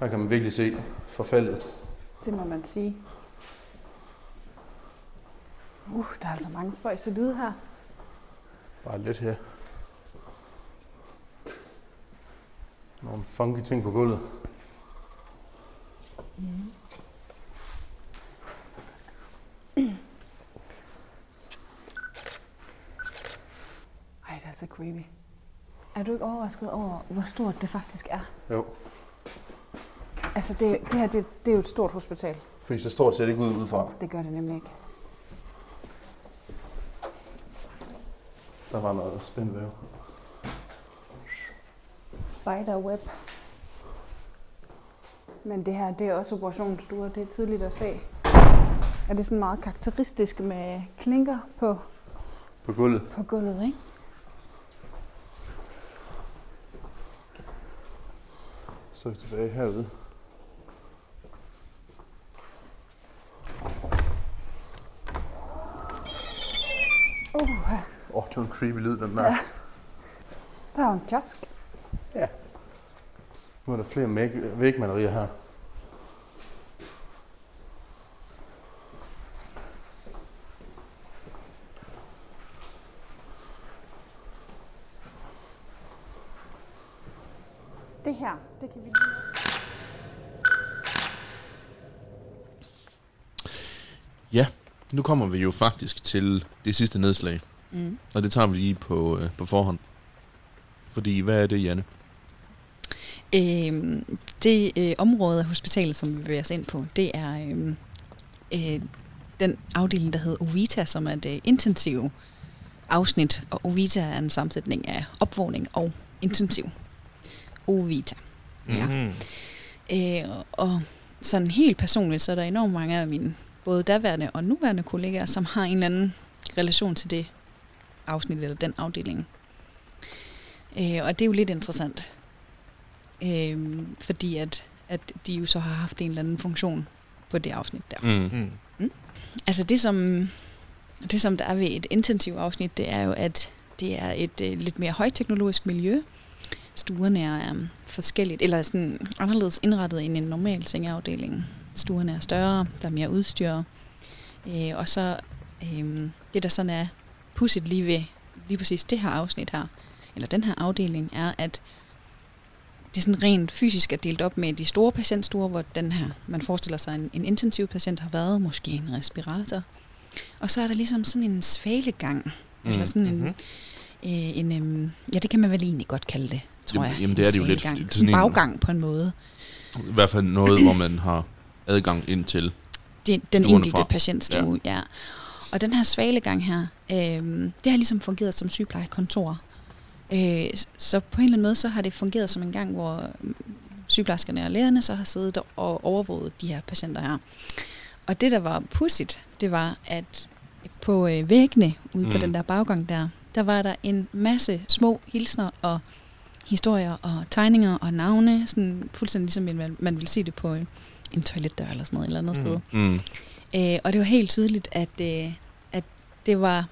[SPEAKER 5] Her kan man virkelig se forfaldet.
[SPEAKER 3] det må man sige. Uh, der er altså mange spøjse lyde her.
[SPEAKER 5] Bare lidt her. Nogle funky ting på gulvet.
[SPEAKER 3] Ej, det er så creepy. Er du ikke overrasket over, hvor stort det faktisk er?
[SPEAKER 5] Jo,
[SPEAKER 3] Altså, det, det her, det, det er jo et stort hospital.
[SPEAKER 5] fordi så står det slet ikke ud udefra.
[SPEAKER 3] Det gør det nemlig ikke.
[SPEAKER 5] Der var noget spændt væv.
[SPEAKER 3] Spiderweb. Men det her, det er også operationsstuer. Det er tydeligt at se. Og det er sådan meget karakteristisk med klinker på,
[SPEAKER 5] På gulvet.
[SPEAKER 3] på gulvet, ikke?
[SPEAKER 5] Så er vi tilbage herude.
[SPEAKER 3] Uh,
[SPEAKER 5] Åh, oh, det var en creepy lyd, den der. Ja.
[SPEAKER 3] der er jo en kiosk.
[SPEAKER 5] Nu er der flere mæg- vægmalerier her.
[SPEAKER 3] Det her, det kan vi
[SPEAKER 1] Nu kommer vi jo faktisk til det sidste nedslag,
[SPEAKER 4] Mm.
[SPEAKER 1] og det tager vi lige på, øh, på forhånd. Fordi, hvad er det, Janne?
[SPEAKER 4] Øhm, det øh, område af hospitalet, som vi bevæger os ind på, det er øhm, øh, den afdeling, der hedder Ovita, som er det intensive afsnit. Og Ovita er en sammensætning af opvågning og intensiv. Ovita. Ja.
[SPEAKER 2] Mm-hmm.
[SPEAKER 4] Øh, og sådan helt personligt, så er der enormt mange af mine både daværende og nuværende kollegaer, som har en eller anden relation til det afsnit eller den afdeling. Øh, og det er jo lidt interessant, øh, fordi at, at de jo så har haft en eller anden funktion på det afsnit der.
[SPEAKER 1] Mm.
[SPEAKER 2] Mm.
[SPEAKER 4] Altså det som, det, som der er ved et intensivt afsnit, det er jo, at det er et øh, lidt mere højteknologisk miljø. Stuerne er um, forskelligt, eller sådan anderledes indrettet end en normal sengeafdeling. Stuerne er større, der er mere udstyr. Øh, og så øh, det, der sådan er pudset lige ved lige præcis det her afsnit her, eller den her afdeling, er, at det sådan rent fysisk er delt op med de store patientstuer, hvor den her, man forestiller sig, en, en intensiv patient har været, måske en respirator. Og så er der ligesom sådan en svalegang, mm. eller sådan en,
[SPEAKER 2] Mhm.
[SPEAKER 1] mm-hmm.
[SPEAKER 4] øh, en øhm, ja, det kan man vel egentlig godt kalde det, tror
[SPEAKER 1] Jamen-
[SPEAKER 4] jeg.
[SPEAKER 1] jamen,
[SPEAKER 4] en
[SPEAKER 1] det er det jo lidt,
[SPEAKER 4] svalegang.
[SPEAKER 1] fordi det er
[SPEAKER 4] Sådan en
[SPEAKER 1] sådan en-
[SPEAKER 4] baggang på en måde.
[SPEAKER 1] I hvert fald noget, hvor man har adgang ind til.
[SPEAKER 4] Det, den
[SPEAKER 1] Stuerne
[SPEAKER 4] enkelte
[SPEAKER 1] fra.
[SPEAKER 4] patientstue, ja. ja. Og den her svalegang her, øhm, det har ligesom fungeret som sygeplejekontor. Øh, s- så på en eller anden måde, så har det fungeret som en gang, hvor mm, sygeplejerskerne og lægerne så har siddet og overvåget de her patienter her. Og det, der var pudsigt, det var, at på øh, væggene ude mm. på
[SPEAKER 1] Mm.
[SPEAKER 4] den der baggang der, der var der en masse små hilsner og historier og tegninger og navne, sådan fuldstændig ligesom man, man ville se det på øh, en toiletdør eller sådan noget et eller andet mm.
[SPEAKER 2] Mm.
[SPEAKER 4] sted.
[SPEAKER 1] Mm.
[SPEAKER 4] Øh, og det var helt tydeligt, at, øh, at det var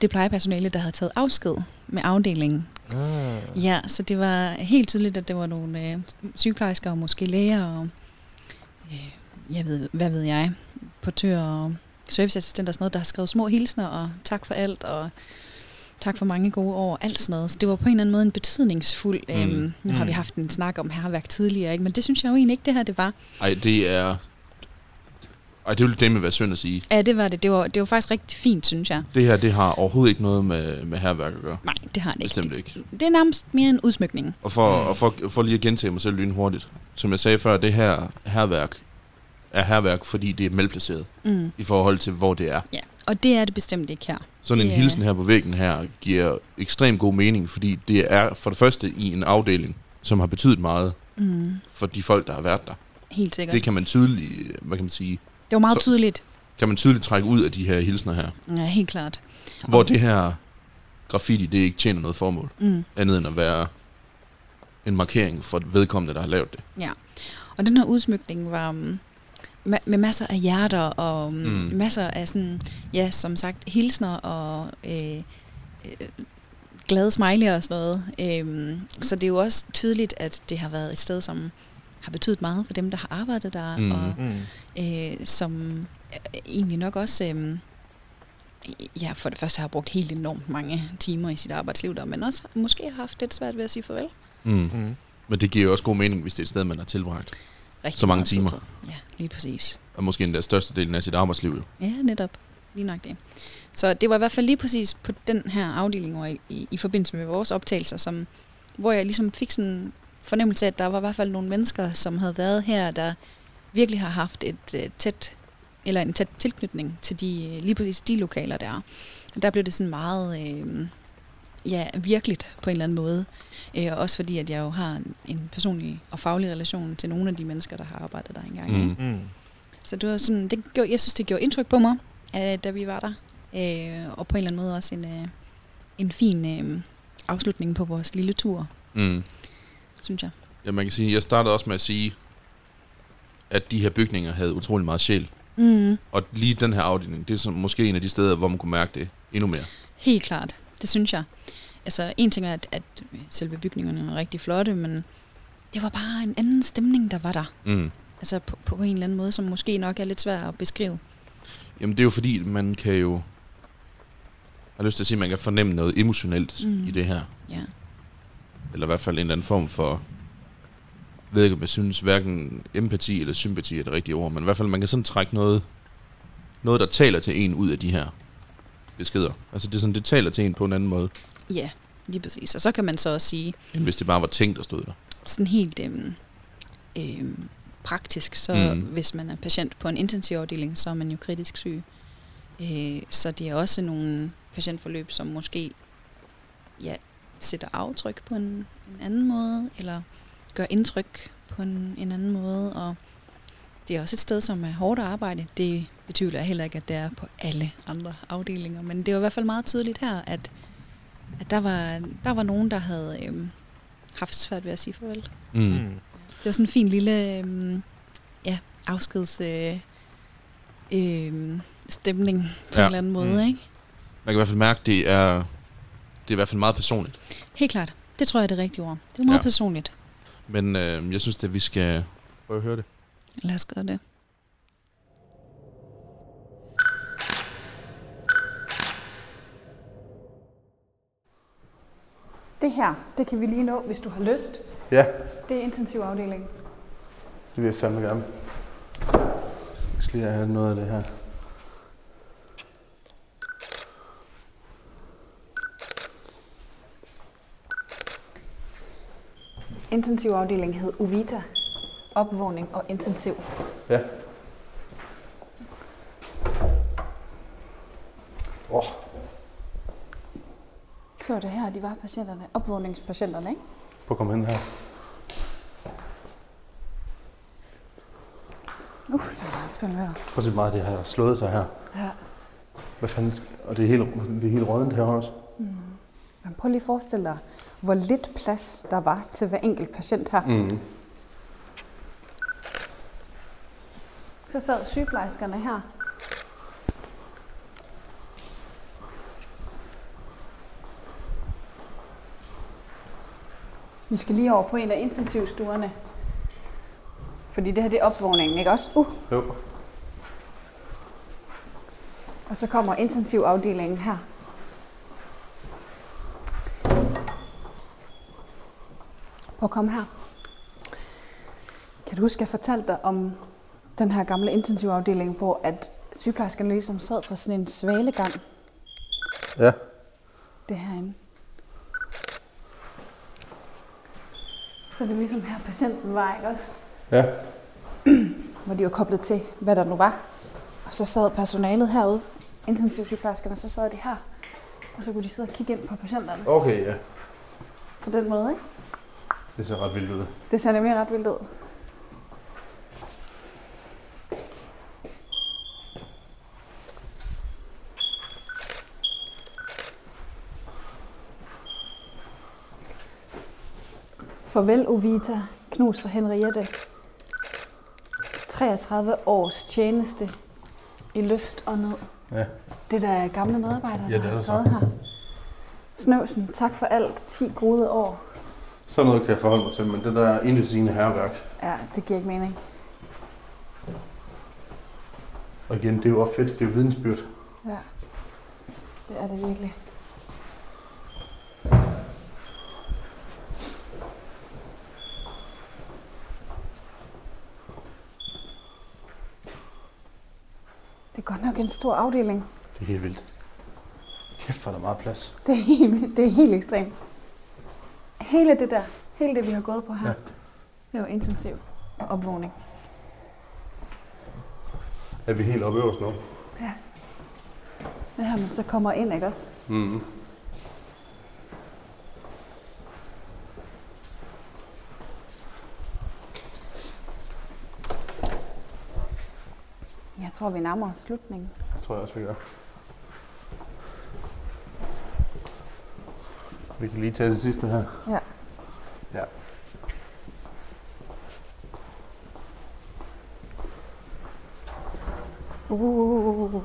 [SPEAKER 4] det plejepersonale, der havde taget afsked med afdelingen.
[SPEAKER 2] Ah.
[SPEAKER 4] Ja, så det var helt tydeligt, at det var nogle øh, sygeplejersker og måske læger og øh, jeg ved, hvad ved jeg, portører og serviceassistenter og sådan noget, der har skrevet små hilsner og tak for alt og tak for mange gode år, alt sådan noget. Så det var på en eller anden måde en betydningsfuld, øh,
[SPEAKER 1] Mm.
[SPEAKER 4] nu har vi
[SPEAKER 2] Mm.
[SPEAKER 4] haft en snak om herværk tidligere, ikke? men det synes jeg jo egentlig ikke, det her det var.
[SPEAKER 1] Ej, det er... Ej, det ville det med være synd at sige.
[SPEAKER 4] Ja, det var det. Det var, det var faktisk rigtig fint, synes jeg.
[SPEAKER 1] Det her, det har overhovedet ikke noget med, med herværk at gøre.
[SPEAKER 4] Nej, det har det ikke.
[SPEAKER 1] Bestemt ikke.
[SPEAKER 4] Det er nærmest mere en udsmykning.
[SPEAKER 1] Og for, og for, for lige at gentage mig selv lynhurtigt. Som jeg sagde før, det her herværk er herværk, fordi det er malplaceret
[SPEAKER 4] Mm.
[SPEAKER 1] i forhold til, hvor det er.
[SPEAKER 4] Ja, og det er det bestemt ikke her.
[SPEAKER 1] Sådan en
[SPEAKER 4] Det er-
[SPEAKER 1] hilsen her på væggen her giver ekstremt god mening, fordi det er for det første i en afdeling, som har betydet meget
[SPEAKER 4] Mm.
[SPEAKER 1] for de folk, der har været der.
[SPEAKER 4] Helt sikkert.
[SPEAKER 1] Det
[SPEAKER 4] Det,
[SPEAKER 1] kan man tydeligt, hvad kan man sige,
[SPEAKER 4] det var meget
[SPEAKER 1] så-
[SPEAKER 4] tydeligt.
[SPEAKER 1] kan man tydeligt trække ud af de her hilsner her.
[SPEAKER 4] Ja, helt klart.
[SPEAKER 1] Hvor det her graffiti, det ikke tjener noget formål,
[SPEAKER 4] Mm.
[SPEAKER 1] andet end at være en markering for vedkommende, der har lavet det.
[SPEAKER 4] Og den her udsmykning var um, ma- med masser af hjerter og um,
[SPEAKER 1] Mm.
[SPEAKER 4] mm. masser af sådan, ja, som sagt, hilsner og øh, øh, glade smiley og sådan noget. Øhm, så det er jo også tydeligt, at det har været et sted, som har betydet meget for dem, der har arbejdet der,
[SPEAKER 1] Mm.
[SPEAKER 4] mm. og
[SPEAKER 2] Mm.
[SPEAKER 4] øh, som øh, egentlig nok også øh, ja, for det første har brugt helt enormt mange timer i sit arbejdsliv der, men også måske har haft lidt svært ved at sige farvel.
[SPEAKER 1] Mm.
[SPEAKER 2] Mm.
[SPEAKER 1] Men det giver jo også god mening, hvis det er et sted, man har tilbragt.
[SPEAKER 4] Rigtig
[SPEAKER 1] Så mange
[SPEAKER 4] meget tid
[SPEAKER 1] timer.
[SPEAKER 4] på. Ja, lige præcis.
[SPEAKER 1] Og måske endda størstedelen af sit arbejdsliv. jo.
[SPEAKER 4] Ja, netop. Lige nok det. Så det var i hvert fald lige præcis på den her afdeling over i, i, i forbindelse med vores optagelser, som, hvor jeg ligesom fik sådan en fornemmelse af, at der var i hvert fald nogle mennesker, som havde været her, der virkelig har haft et øh, tæt eller en tæt tilknytning til de, øh, lige præcis de lokaler der. er. Og Der blev det sådan meget øh, ja, virkeligt på en eller anden måde. Øh, og også fordi, at jeg jo har en, en personlig og faglig relation til nogle af de mennesker, der har arbejdet der engang. ikke?
[SPEAKER 1] Mm.
[SPEAKER 2] Mm.
[SPEAKER 4] Så det var sådan, det gjorde, jeg synes, det gjorde indtryk på mig, øh, da vi var der. Øh, og på en eller anden måde også en, øh, en fin øh, afslutning på vores lille tur,
[SPEAKER 1] Mm.
[SPEAKER 4] synes jeg.
[SPEAKER 1] Ja, man kan sige, jeg startede også med at sige, at de her bygninger havde utrolig meget sjæl.
[SPEAKER 4] Mm.
[SPEAKER 1] Og lige den her afdeling, det er som måske en af de steder, hvor man kunne mærke det endnu mere.
[SPEAKER 4] Helt klart, det synes jeg. Altså, en ting er, at, at selve bygningerne er rigtig flotte, men det var bare en anden stemning, der var der.
[SPEAKER 1] Mm.
[SPEAKER 4] Altså på, på en eller anden måde, som måske nok er lidt svær at beskrive.
[SPEAKER 1] Jamen det er jo fordi, man kan jo... Jeg har lyst til at sige, at man kan fornemme noget emotionelt mm.
[SPEAKER 4] Mm.
[SPEAKER 1] i det her.
[SPEAKER 4] Ja.
[SPEAKER 1] Eller i hvert fald en eller anden form for... Jeg ved ikke, om jeg synes hverken empati eller sympati er det rigtige ord, men i hvert fald man kan sådan trække noget, noget der taler til en ud af de her beskeder. Altså det, er sådan, det taler til en på en anden måde,
[SPEAKER 4] Ja, lige præcis. Og så kan man så også sige,
[SPEAKER 1] end hvis det bare var ting, der stod der.
[SPEAKER 4] sådan helt øhm, øhm, praktisk, så
[SPEAKER 1] Mm.
[SPEAKER 4] mm. hvis man er patient på en intensivafdeling, så er man jo kritisk syg. Øh, så det er også nogle patientforløb, som måske ja, sætter aftryk på en, en anden måde, eller gør indtryk på en, en anden måde, og det er også et sted, som er hårdt at arbejde. Det betyder jeg heller ikke, at det er på alle andre afdelinger, men det var i hvert fald meget tydeligt her, at, at der, var, der var nogen, der havde øhm, haft svært ved at sige farvel.
[SPEAKER 1] Mm.
[SPEAKER 2] Mm.
[SPEAKER 4] Det var sådan en fin lille øhm, ja, afskeds øh, øhm, stemning på
[SPEAKER 1] Ja.
[SPEAKER 4] ja. en eller anden måde.
[SPEAKER 2] Mm.
[SPEAKER 4] Mm. Ikke?
[SPEAKER 1] Man kan i hvert fald mærke, det er, det er i hvert fald meget personligt.
[SPEAKER 4] Helt klart. Det tror jeg er det rigtige ord. Det er meget
[SPEAKER 1] Ja.
[SPEAKER 4] ja. personligt.
[SPEAKER 1] Men øh, jeg synes, at vi skal prøve at høre det.
[SPEAKER 4] Lad os gøre det.
[SPEAKER 3] Det her, det kan vi lige nå, hvis du har lyst.
[SPEAKER 5] Ja,
[SPEAKER 3] Det er intensivafdelingen.
[SPEAKER 5] det vil jeg fandme gerne. Jeg skal lige have noget af det her.
[SPEAKER 3] Intensivafdelingen hed Uvita. Opvågning og intensiv.
[SPEAKER 5] Ja. Åh, oh,
[SPEAKER 3] Så var det her, de var patienterne. Opvågningspatienterne, ikke?
[SPEAKER 5] prøv at komme hen her.
[SPEAKER 3] Uh, der var meget spændende vejr.
[SPEAKER 5] Prøv at se hvor meget, det har slået sig her.
[SPEAKER 3] Ja.
[SPEAKER 5] Hvad fanden? sk- Og det er helt, det er helt rådent her også.
[SPEAKER 3] Men prøv lige at forestille dig, hvor lidt plads der var til hver enkelt patient her.
[SPEAKER 5] Mm.
[SPEAKER 3] Så sad sygeplejerskerne her. Vi skal lige over på en af intensivstuerne. Fordi det her det er opvågningen, ikke også? Uh,
[SPEAKER 5] Jo.
[SPEAKER 3] og så kommer intensivafdelingen her. Prøv at komme her. Kan du huske, jeg fortalte dig om den her gamle intensivafdeling, hvor at sygeplejerskerne ligesom sad på sådan en svalegang.
[SPEAKER 5] Ja.
[SPEAKER 3] Det er herinde. Så det er ligesom her patienten var, ikke også?
[SPEAKER 5] Ja.
[SPEAKER 3] Hvor de var koblet til, hvad der nu var. Og så sad personalet herude, intensivsygeplejerskerne, så sad de her. Og så kunne de sidde og kigge ind på patienterne
[SPEAKER 5] Okay, ja.
[SPEAKER 3] på den måde, ikke?
[SPEAKER 5] Det ser ret vildt ud.
[SPEAKER 3] Det ser nemlig ret vildt ud. Farvel, Ovita. Knus for Henriette. 33 års tjeneste i lyst og nød.
[SPEAKER 5] Ja.
[SPEAKER 3] Det der er gamle medarbejdere,
[SPEAKER 5] Ja,
[SPEAKER 3] ja,
[SPEAKER 5] det
[SPEAKER 3] der
[SPEAKER 5] er
[SPEAKER 3] har
[SPEAKER 5] der så.
[SPEAKER 3] skrevet her. Snøvsen, tak for alt. 10 gode år.
[SPEAKER 5] Sådan noget kan jeg forholde mig til, men det der er intet sigende herværk.
[SPEAKER 3] Ja, det giver ikke mening.
[SPEAKER 5] Og igen, det er jo også fedt, det er jo vidensbyrd.
[SPEAKER 3] Ja. Det er det virkelig. Det er godt nok en stor afdeling.
[SPEAKER 5] Det er helt vildt. Kæft, hvor er der meget plads.
[SPEAKER 3] Det er helt, vildt. det er helt ekstremt. Hele det der, hele det vi har gået på her,
[SPEAKER 5] Ja.
[SPEAKER 3] ja. det var intensiv opvågning.
[SPEAKER 5] Er vi helt oppe øverst nu?
[SPEAKER 3] Det her, man så kommer ind, ikke også?
[SPEAKER 5] Mm.
[SPEAKER 3] Jeg tror, vi nærmer os slutningen.
[SPEAKER 5] Det tror jeg også, vi gør. Vi kan lige tage det sidste her.
[SPEAKER 3] Ja.
[SPEAKER 5] Ja.
[SPEAKER 3] Uh.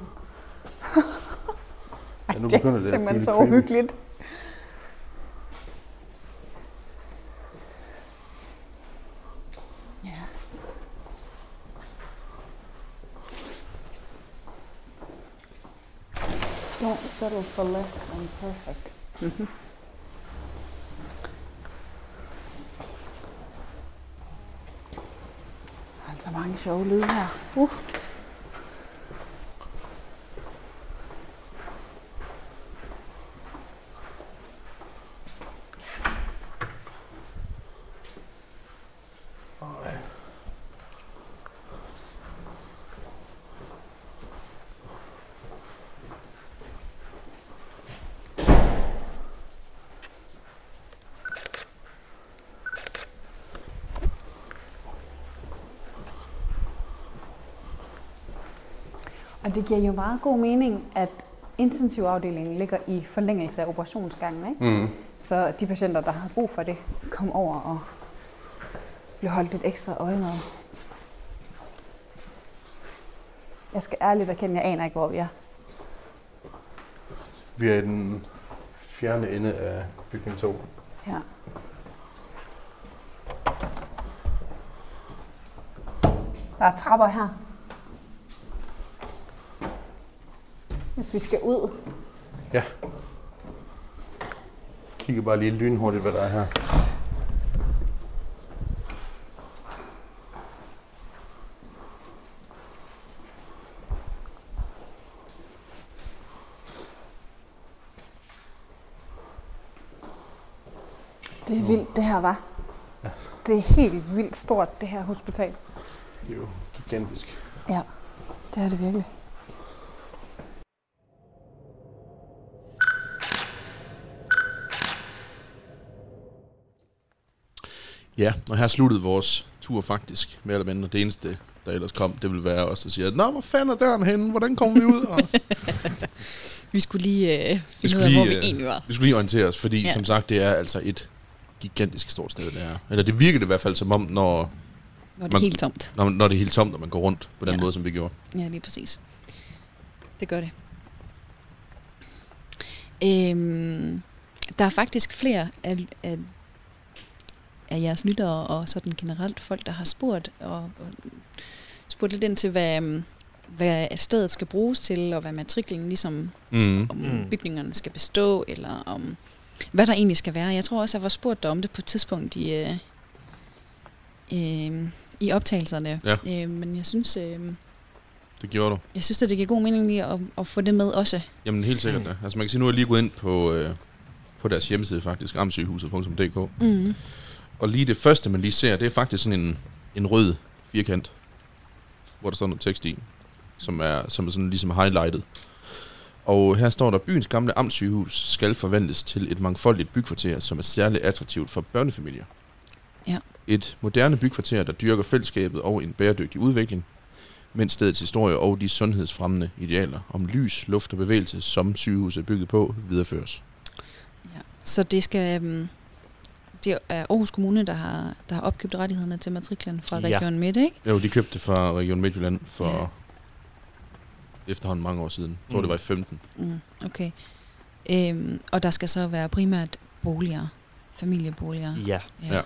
[SPEAKER 3] Ej,
[SPEAKER 5] Ja, nu
[SPEAKER 3] det
[SPEAKER 5] begynder
[SPEAKER 3] er
[SPEAKER 5] det at
[SPEAKER 3] simpelthen
[SPEAKER 5] blive
[SPEAKER 3] så
[SPEAKER 5] lidt creepy.
[SPEAKER 3] uhyggeligt. Ja.
[SPEAKER 6] Don't settle for less than perfect.
[SPEAKER 3] Der er så mange sjove lyde her. Uh. Og det giver jo meget god mening, at intensivafdelingen ligger i forlængelse af operationsgangen, ikke?
[SPEAKER 5] Mm.
[SPEAKER 3] Så de patienter, der havde brug for det, kom over og blev holdt lidt ekstra øje med. Jeg skal ærligt erkende, jeg aner ikke, hvor vi er.
[SPEAKER 5] Vi er i den fjerne ende af bygning 2.
[SPEAKER 3] Ja. Der er trapper her. Hvis vi skal ud.
[SPEAKER 5] Ja. Kigger bare lige lynhurtigt, hvad der er her.
[SPEAKER 3] Det er vildt, det her, var. Det er helt vildt stort, det her hospital.
[SPEAKER 5] Det er jo gigantisk.
[SPEAKER 3] Ja, det er det virkelig.
[SPEAKER 1] Ja, og her sluttede vores tur faktisk, mere eller mindre. Det eneste, der ellers kom, det ville være os, der siger, Nå, hvor fanden er døren henne? Hvordan kommer vi ud? Og
[SPEAKER 4] Vi skulle lige øh, finde ud
[SPEAKER 1] skulle
[SPEAKER 4] af, hvor
[SPEAKER 1] lige,
[SPEAKER 4] vi
[SPEAKER 1] øh,
[SPEAKER 4] egentlig var.
[SPEAKER 1] vi skulle lige orientere os, fordi ja.
[SPEAKER 4] Ja.
[SPEAKER 1] som sagt, det er altså et gigantisk stort sted, det er. Eller det virker det i hvert fald som om, når,
[SPEAKER 4] Når det er
[SPEAKER 1] man-
[SPEAKER 4] helt tomt.
[SPEAKER 1] når, når det er helt tomt, og man går rundt på den ja.
[SPEAKER 4] Ja.
[SPEAKER 1] måde, som vi gjorde.
[SPEAKER 4] Ja, lige præcis. Det gør det. Øhm, der er faktisk flere af, af, af jeres lyttere og sådan generelt folk, der har spurgt og, og spurgt lidt ind til, hvad, øhm, hvad stedet skal bruges til, og hvad matriklen ligesom,
[SPEAKER 1] Mm.
[SPEAKER 4] om
[SPEAKER 2] Mm.
[SPEAKER 4] mm. bygningerne skal bestå, eller om hvad der egentlig skal være. Jeg tror også, jeg var spurgt dig om det på et tidspunkt i, øh, øh, i optagelserne,
[SPEAKER 1] Ja.
[SPEAKER 4] øh, men jeg synes... Øh,
[SPEAKER 1] Det gjorde du.
[SPEAKER 4] jeg synes, at det giver god mening lige at, at få det med også.
[SPEAKER 1] Jamen helt sikkert, ja. Altså man kan sige, nu er jeg lige gået ind på, øh, på deres hjemmeside faktisk, amsygehuset.dk.
[SPEAKER 4] Mm.
[SPEAKER 1] Og lige det første, man lige ser, det er faktisk sådan en, en rød firkant, hvor der står noget tekst i, som er, som er sådan ligesom highlightet. Og her står der, byens gamle amtssygehus skal forvandles til et mangfoldigt bykvarter, som er særligt attraktivt for børnefamilier.
[SPEAKER 4] Ja.
[SPEAKER 1] Et moderne bykvarter, der dyrker fællesskabet og en bæredygtig udvikling, mens stedets historie og de sundhedsfremmende idealer om lys, luft og bevægelse, som sygehuset er bygget på, videreføres.
[SPEAKER 4] Så det skal... Um, det er Aarhus Kommune, der har, der har opkøbt rettighederne til matriklen fra
[SPEAKER 2] Ja.
[SPEAKER 4] Region Midt, ikke?
[SPEAKER 1] Jo, de købte det fra Region Midtjylland for
[SPEAKER 4] Ja.
[SPEAKER 1] ja. efterhånden mange år siden. Jeg tror, mm.
[SPEAKER 2] Mm.
[SPEAKER 1] det var i 15.
[SPEAKER 4] Mm, okay. Øhm, og der skal så være primært boliger, familieboliger.
[SPEAKER 2] Ja.
[SPEAKER 1] Ja.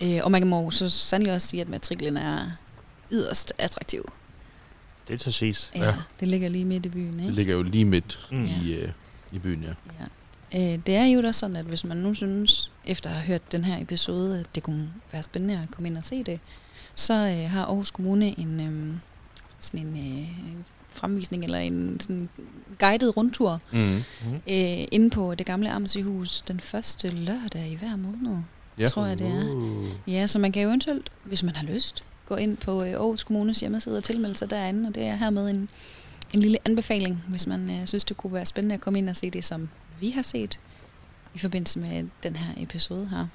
[SPEAKER 4] Øh, og man må jo så sandelig også sige, at matriklen er yderst attraktiv.
[SPEAKER 2] Det er så ses.
[SPEAKER 4] Ja,
[SPEAKER 1] Ja.
[SPEAKER 4] Det ligger lige midt i byen,
[SPEAKER 1] Det
[SPEAKER 4] ikke?
[SPEAKER 1] ligger jo lige midt
[SPEAKER 2] Mm.
[SPEAKER 4] Ja.
[SPEAKER 1] i, øh, i byen, ja.
[SPEAKER 4] Ja. Øh, det er jo da sådan, at hvis man nu synes, efter at have hørt den her episode, at det kunne være spændende at komme ind og se det, så øh, har Aarhus Kommune en øh, sådan en øh, fremvisning eller en sådan guided rundtur
[SPEAKER 1] Mm.
[SPEAKER 2] Mm.
[SPEAKER 4] øh, inde på det gamle Amtssygehus den første lørdag i hver måned,
[SPEAKER 1] Ja.
[SPEAKER 4] tror jeg det er.
[SPEAKER 2] Uh.
[SPEAKER 4] Ja, så man kan jo eventuelt, hvis man har lyst, gå ind på øh, Aarhus Kommunes hjemmeside og tilmelde sig derinde, og det er hermed en, en lille anbefaling, hvis man øh, synes, det kunne være spændende at komme ind og se det, som vi har set i forbindelse med den her episode her.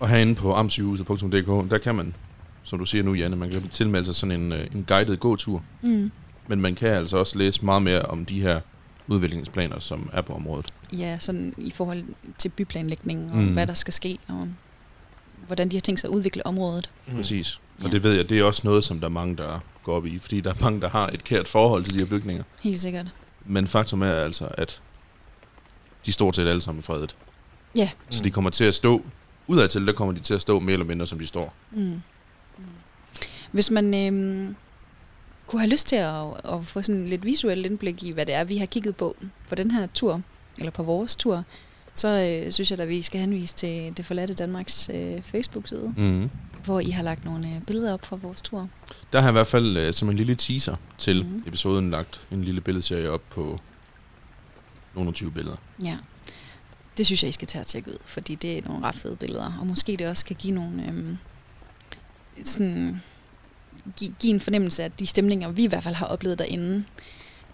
[SPEAKER 1] Og herinde på amtssygehuset.dk, der kan man, som du siger nu, Janne, man kan tilmelde sig sådan en, øh, en guided gåtur.
[SPEAKER 4] Mm.
[SPEAKER 1] Men man kan altså også læse meget mere om de her udviklingsplaner, som er på området.
[SPEAKER 4] Ja, sådan i forhold til byplanlægningen og mm.
[SPEAKER 1] Mm.
[SPEAKER 4] hvad der skal ske, og hvordan de har tænkt sig at udvikle området.
[SPEAKER 1] Mm. Præcis. Og
[SPEAKER 4] Ja.
[SPEAKER 1] det ved jeg, det er også noget, som der er mange, der går op i, fordi der er mange, der har et kært forhold til de her bygninger.
[SPEAKER 4] Helt sikkert.
[SPEAKER 1] Men faktum er altså, at de stort set alle sammen er fredet.
[SPEAKER 4] Ja.
[SPEAKER 2] Mm.
[SPEAKER 1] Så de kommer til at stå, udad til, der kommer de til at stå mere eller mindre, som de står.
[SPEAKER 4] Mm. Hvis man øhm, kunne have lyst til at, at få sådan lidt visuelt indblik i, hvad det er, vi har kigget på på den her tur, eller på vores tur, så øh, synes jeg da, vi skal henvise til Det Forladte Danmarks øh, Facebook-side,
[SPEAKER 1] Mm.
[SPEAKER 4] hvor I har lagt nogle øh, billeder op fra vores tur.
[SPEAKER 1] Der har jeg i hvert fald øh, som en lille teaser til
[SPEAKER 4] Mhm.
[SPEAKER 1] mm. episoden lagt en lille billedserie op på nogle 20 billeder.
[SPEAKER 4] Ja, det synes jeg, I skal tage og tjekke ud, fordi det er nogle ret fede billeder, og måske det også kan give nogle... Øhm, sådan, give, give en fornemmelse af de stemninger, vi i hvert fald har oplevet derinde.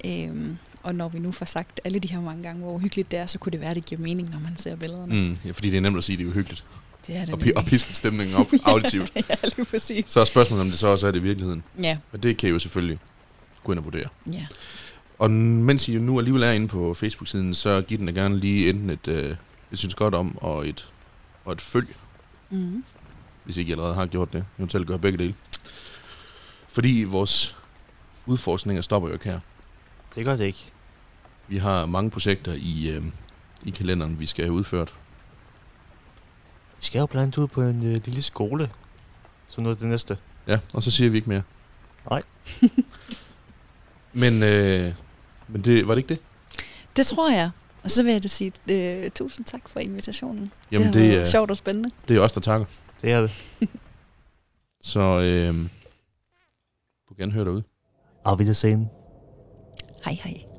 [SPEAKER 4] Øhm, og når vi nu får sagt alle de her mange gange, hvor hyggeligt det er, så kunne det være, det giver mening, når man ser billederne. Mm.
[SPEAKER 1] Mm. Ja, fordi det er nemt at sige, at det er uhyggeligt.
[SPEAKER 4] Det er det
[SPEAKER 1] Og, pi-
[SPEAKER 4] nemlig.
[SPEAKER 1] og piske stemningen op auditivt.
[SPEAKER 4] ja, lige præcis.
[SPEAKER 1] Så er spørgsmålet, om det så også er det i virkeligheden.
[SPEAKER 4] Ja,
[SPEAKER 1] Men det kan I jo selvfølgelig gå ind og vurdere.
[SPEAKER 4] ja.
[SPEAKER 1] Og n- mens I nu alligevel er inde på Facebook-siden, så giv den da gerne lige enten et, øh, et synes godt om og et, og et følg,
[SPEAKER 4] Mm.
[SPEAKER 1] hvis ikke I allerede har gjort det. Eventuelt gør begge dele. Fordi vores udforskninger stopper jo ikke her.
[SPEAKER 2] Det gør det ikke.
[SPEAKER 1] Vi har mange projekter i, øh, i kalenderen, vi skal have udført.
[SPEAKER 2] Vi skal jo blandt andet ud på en øh, lille skole. Så noget af det næste.
[SPEAKER 1] Ja, og så siger vi ikke mere.
[SPEAKER 2] Nej.
[SPEAKER 1] men øh, men det, var det ikke det?
[SPEAKER 4] Det tror jeg. Og så vil jeg da sige øh, tusind tak for invitationen.
[SPEAKER 1] Jamen,
[SPEAKER 4] det har
[SPEAKER 1] det
[SPEAKER 4] været
[SPEAKER 1] er-
[SPEAKER 4] sjovt og spændende.
[SPEAKER 1] Det er os, der takker.
[SPEAKER 2] Det er det.
[SPEAKER 1] Så øh, du kan gerne høre derude.
[SPEAKER 2] Og vi der scenen.
[SPEAKER 4] Hej hej.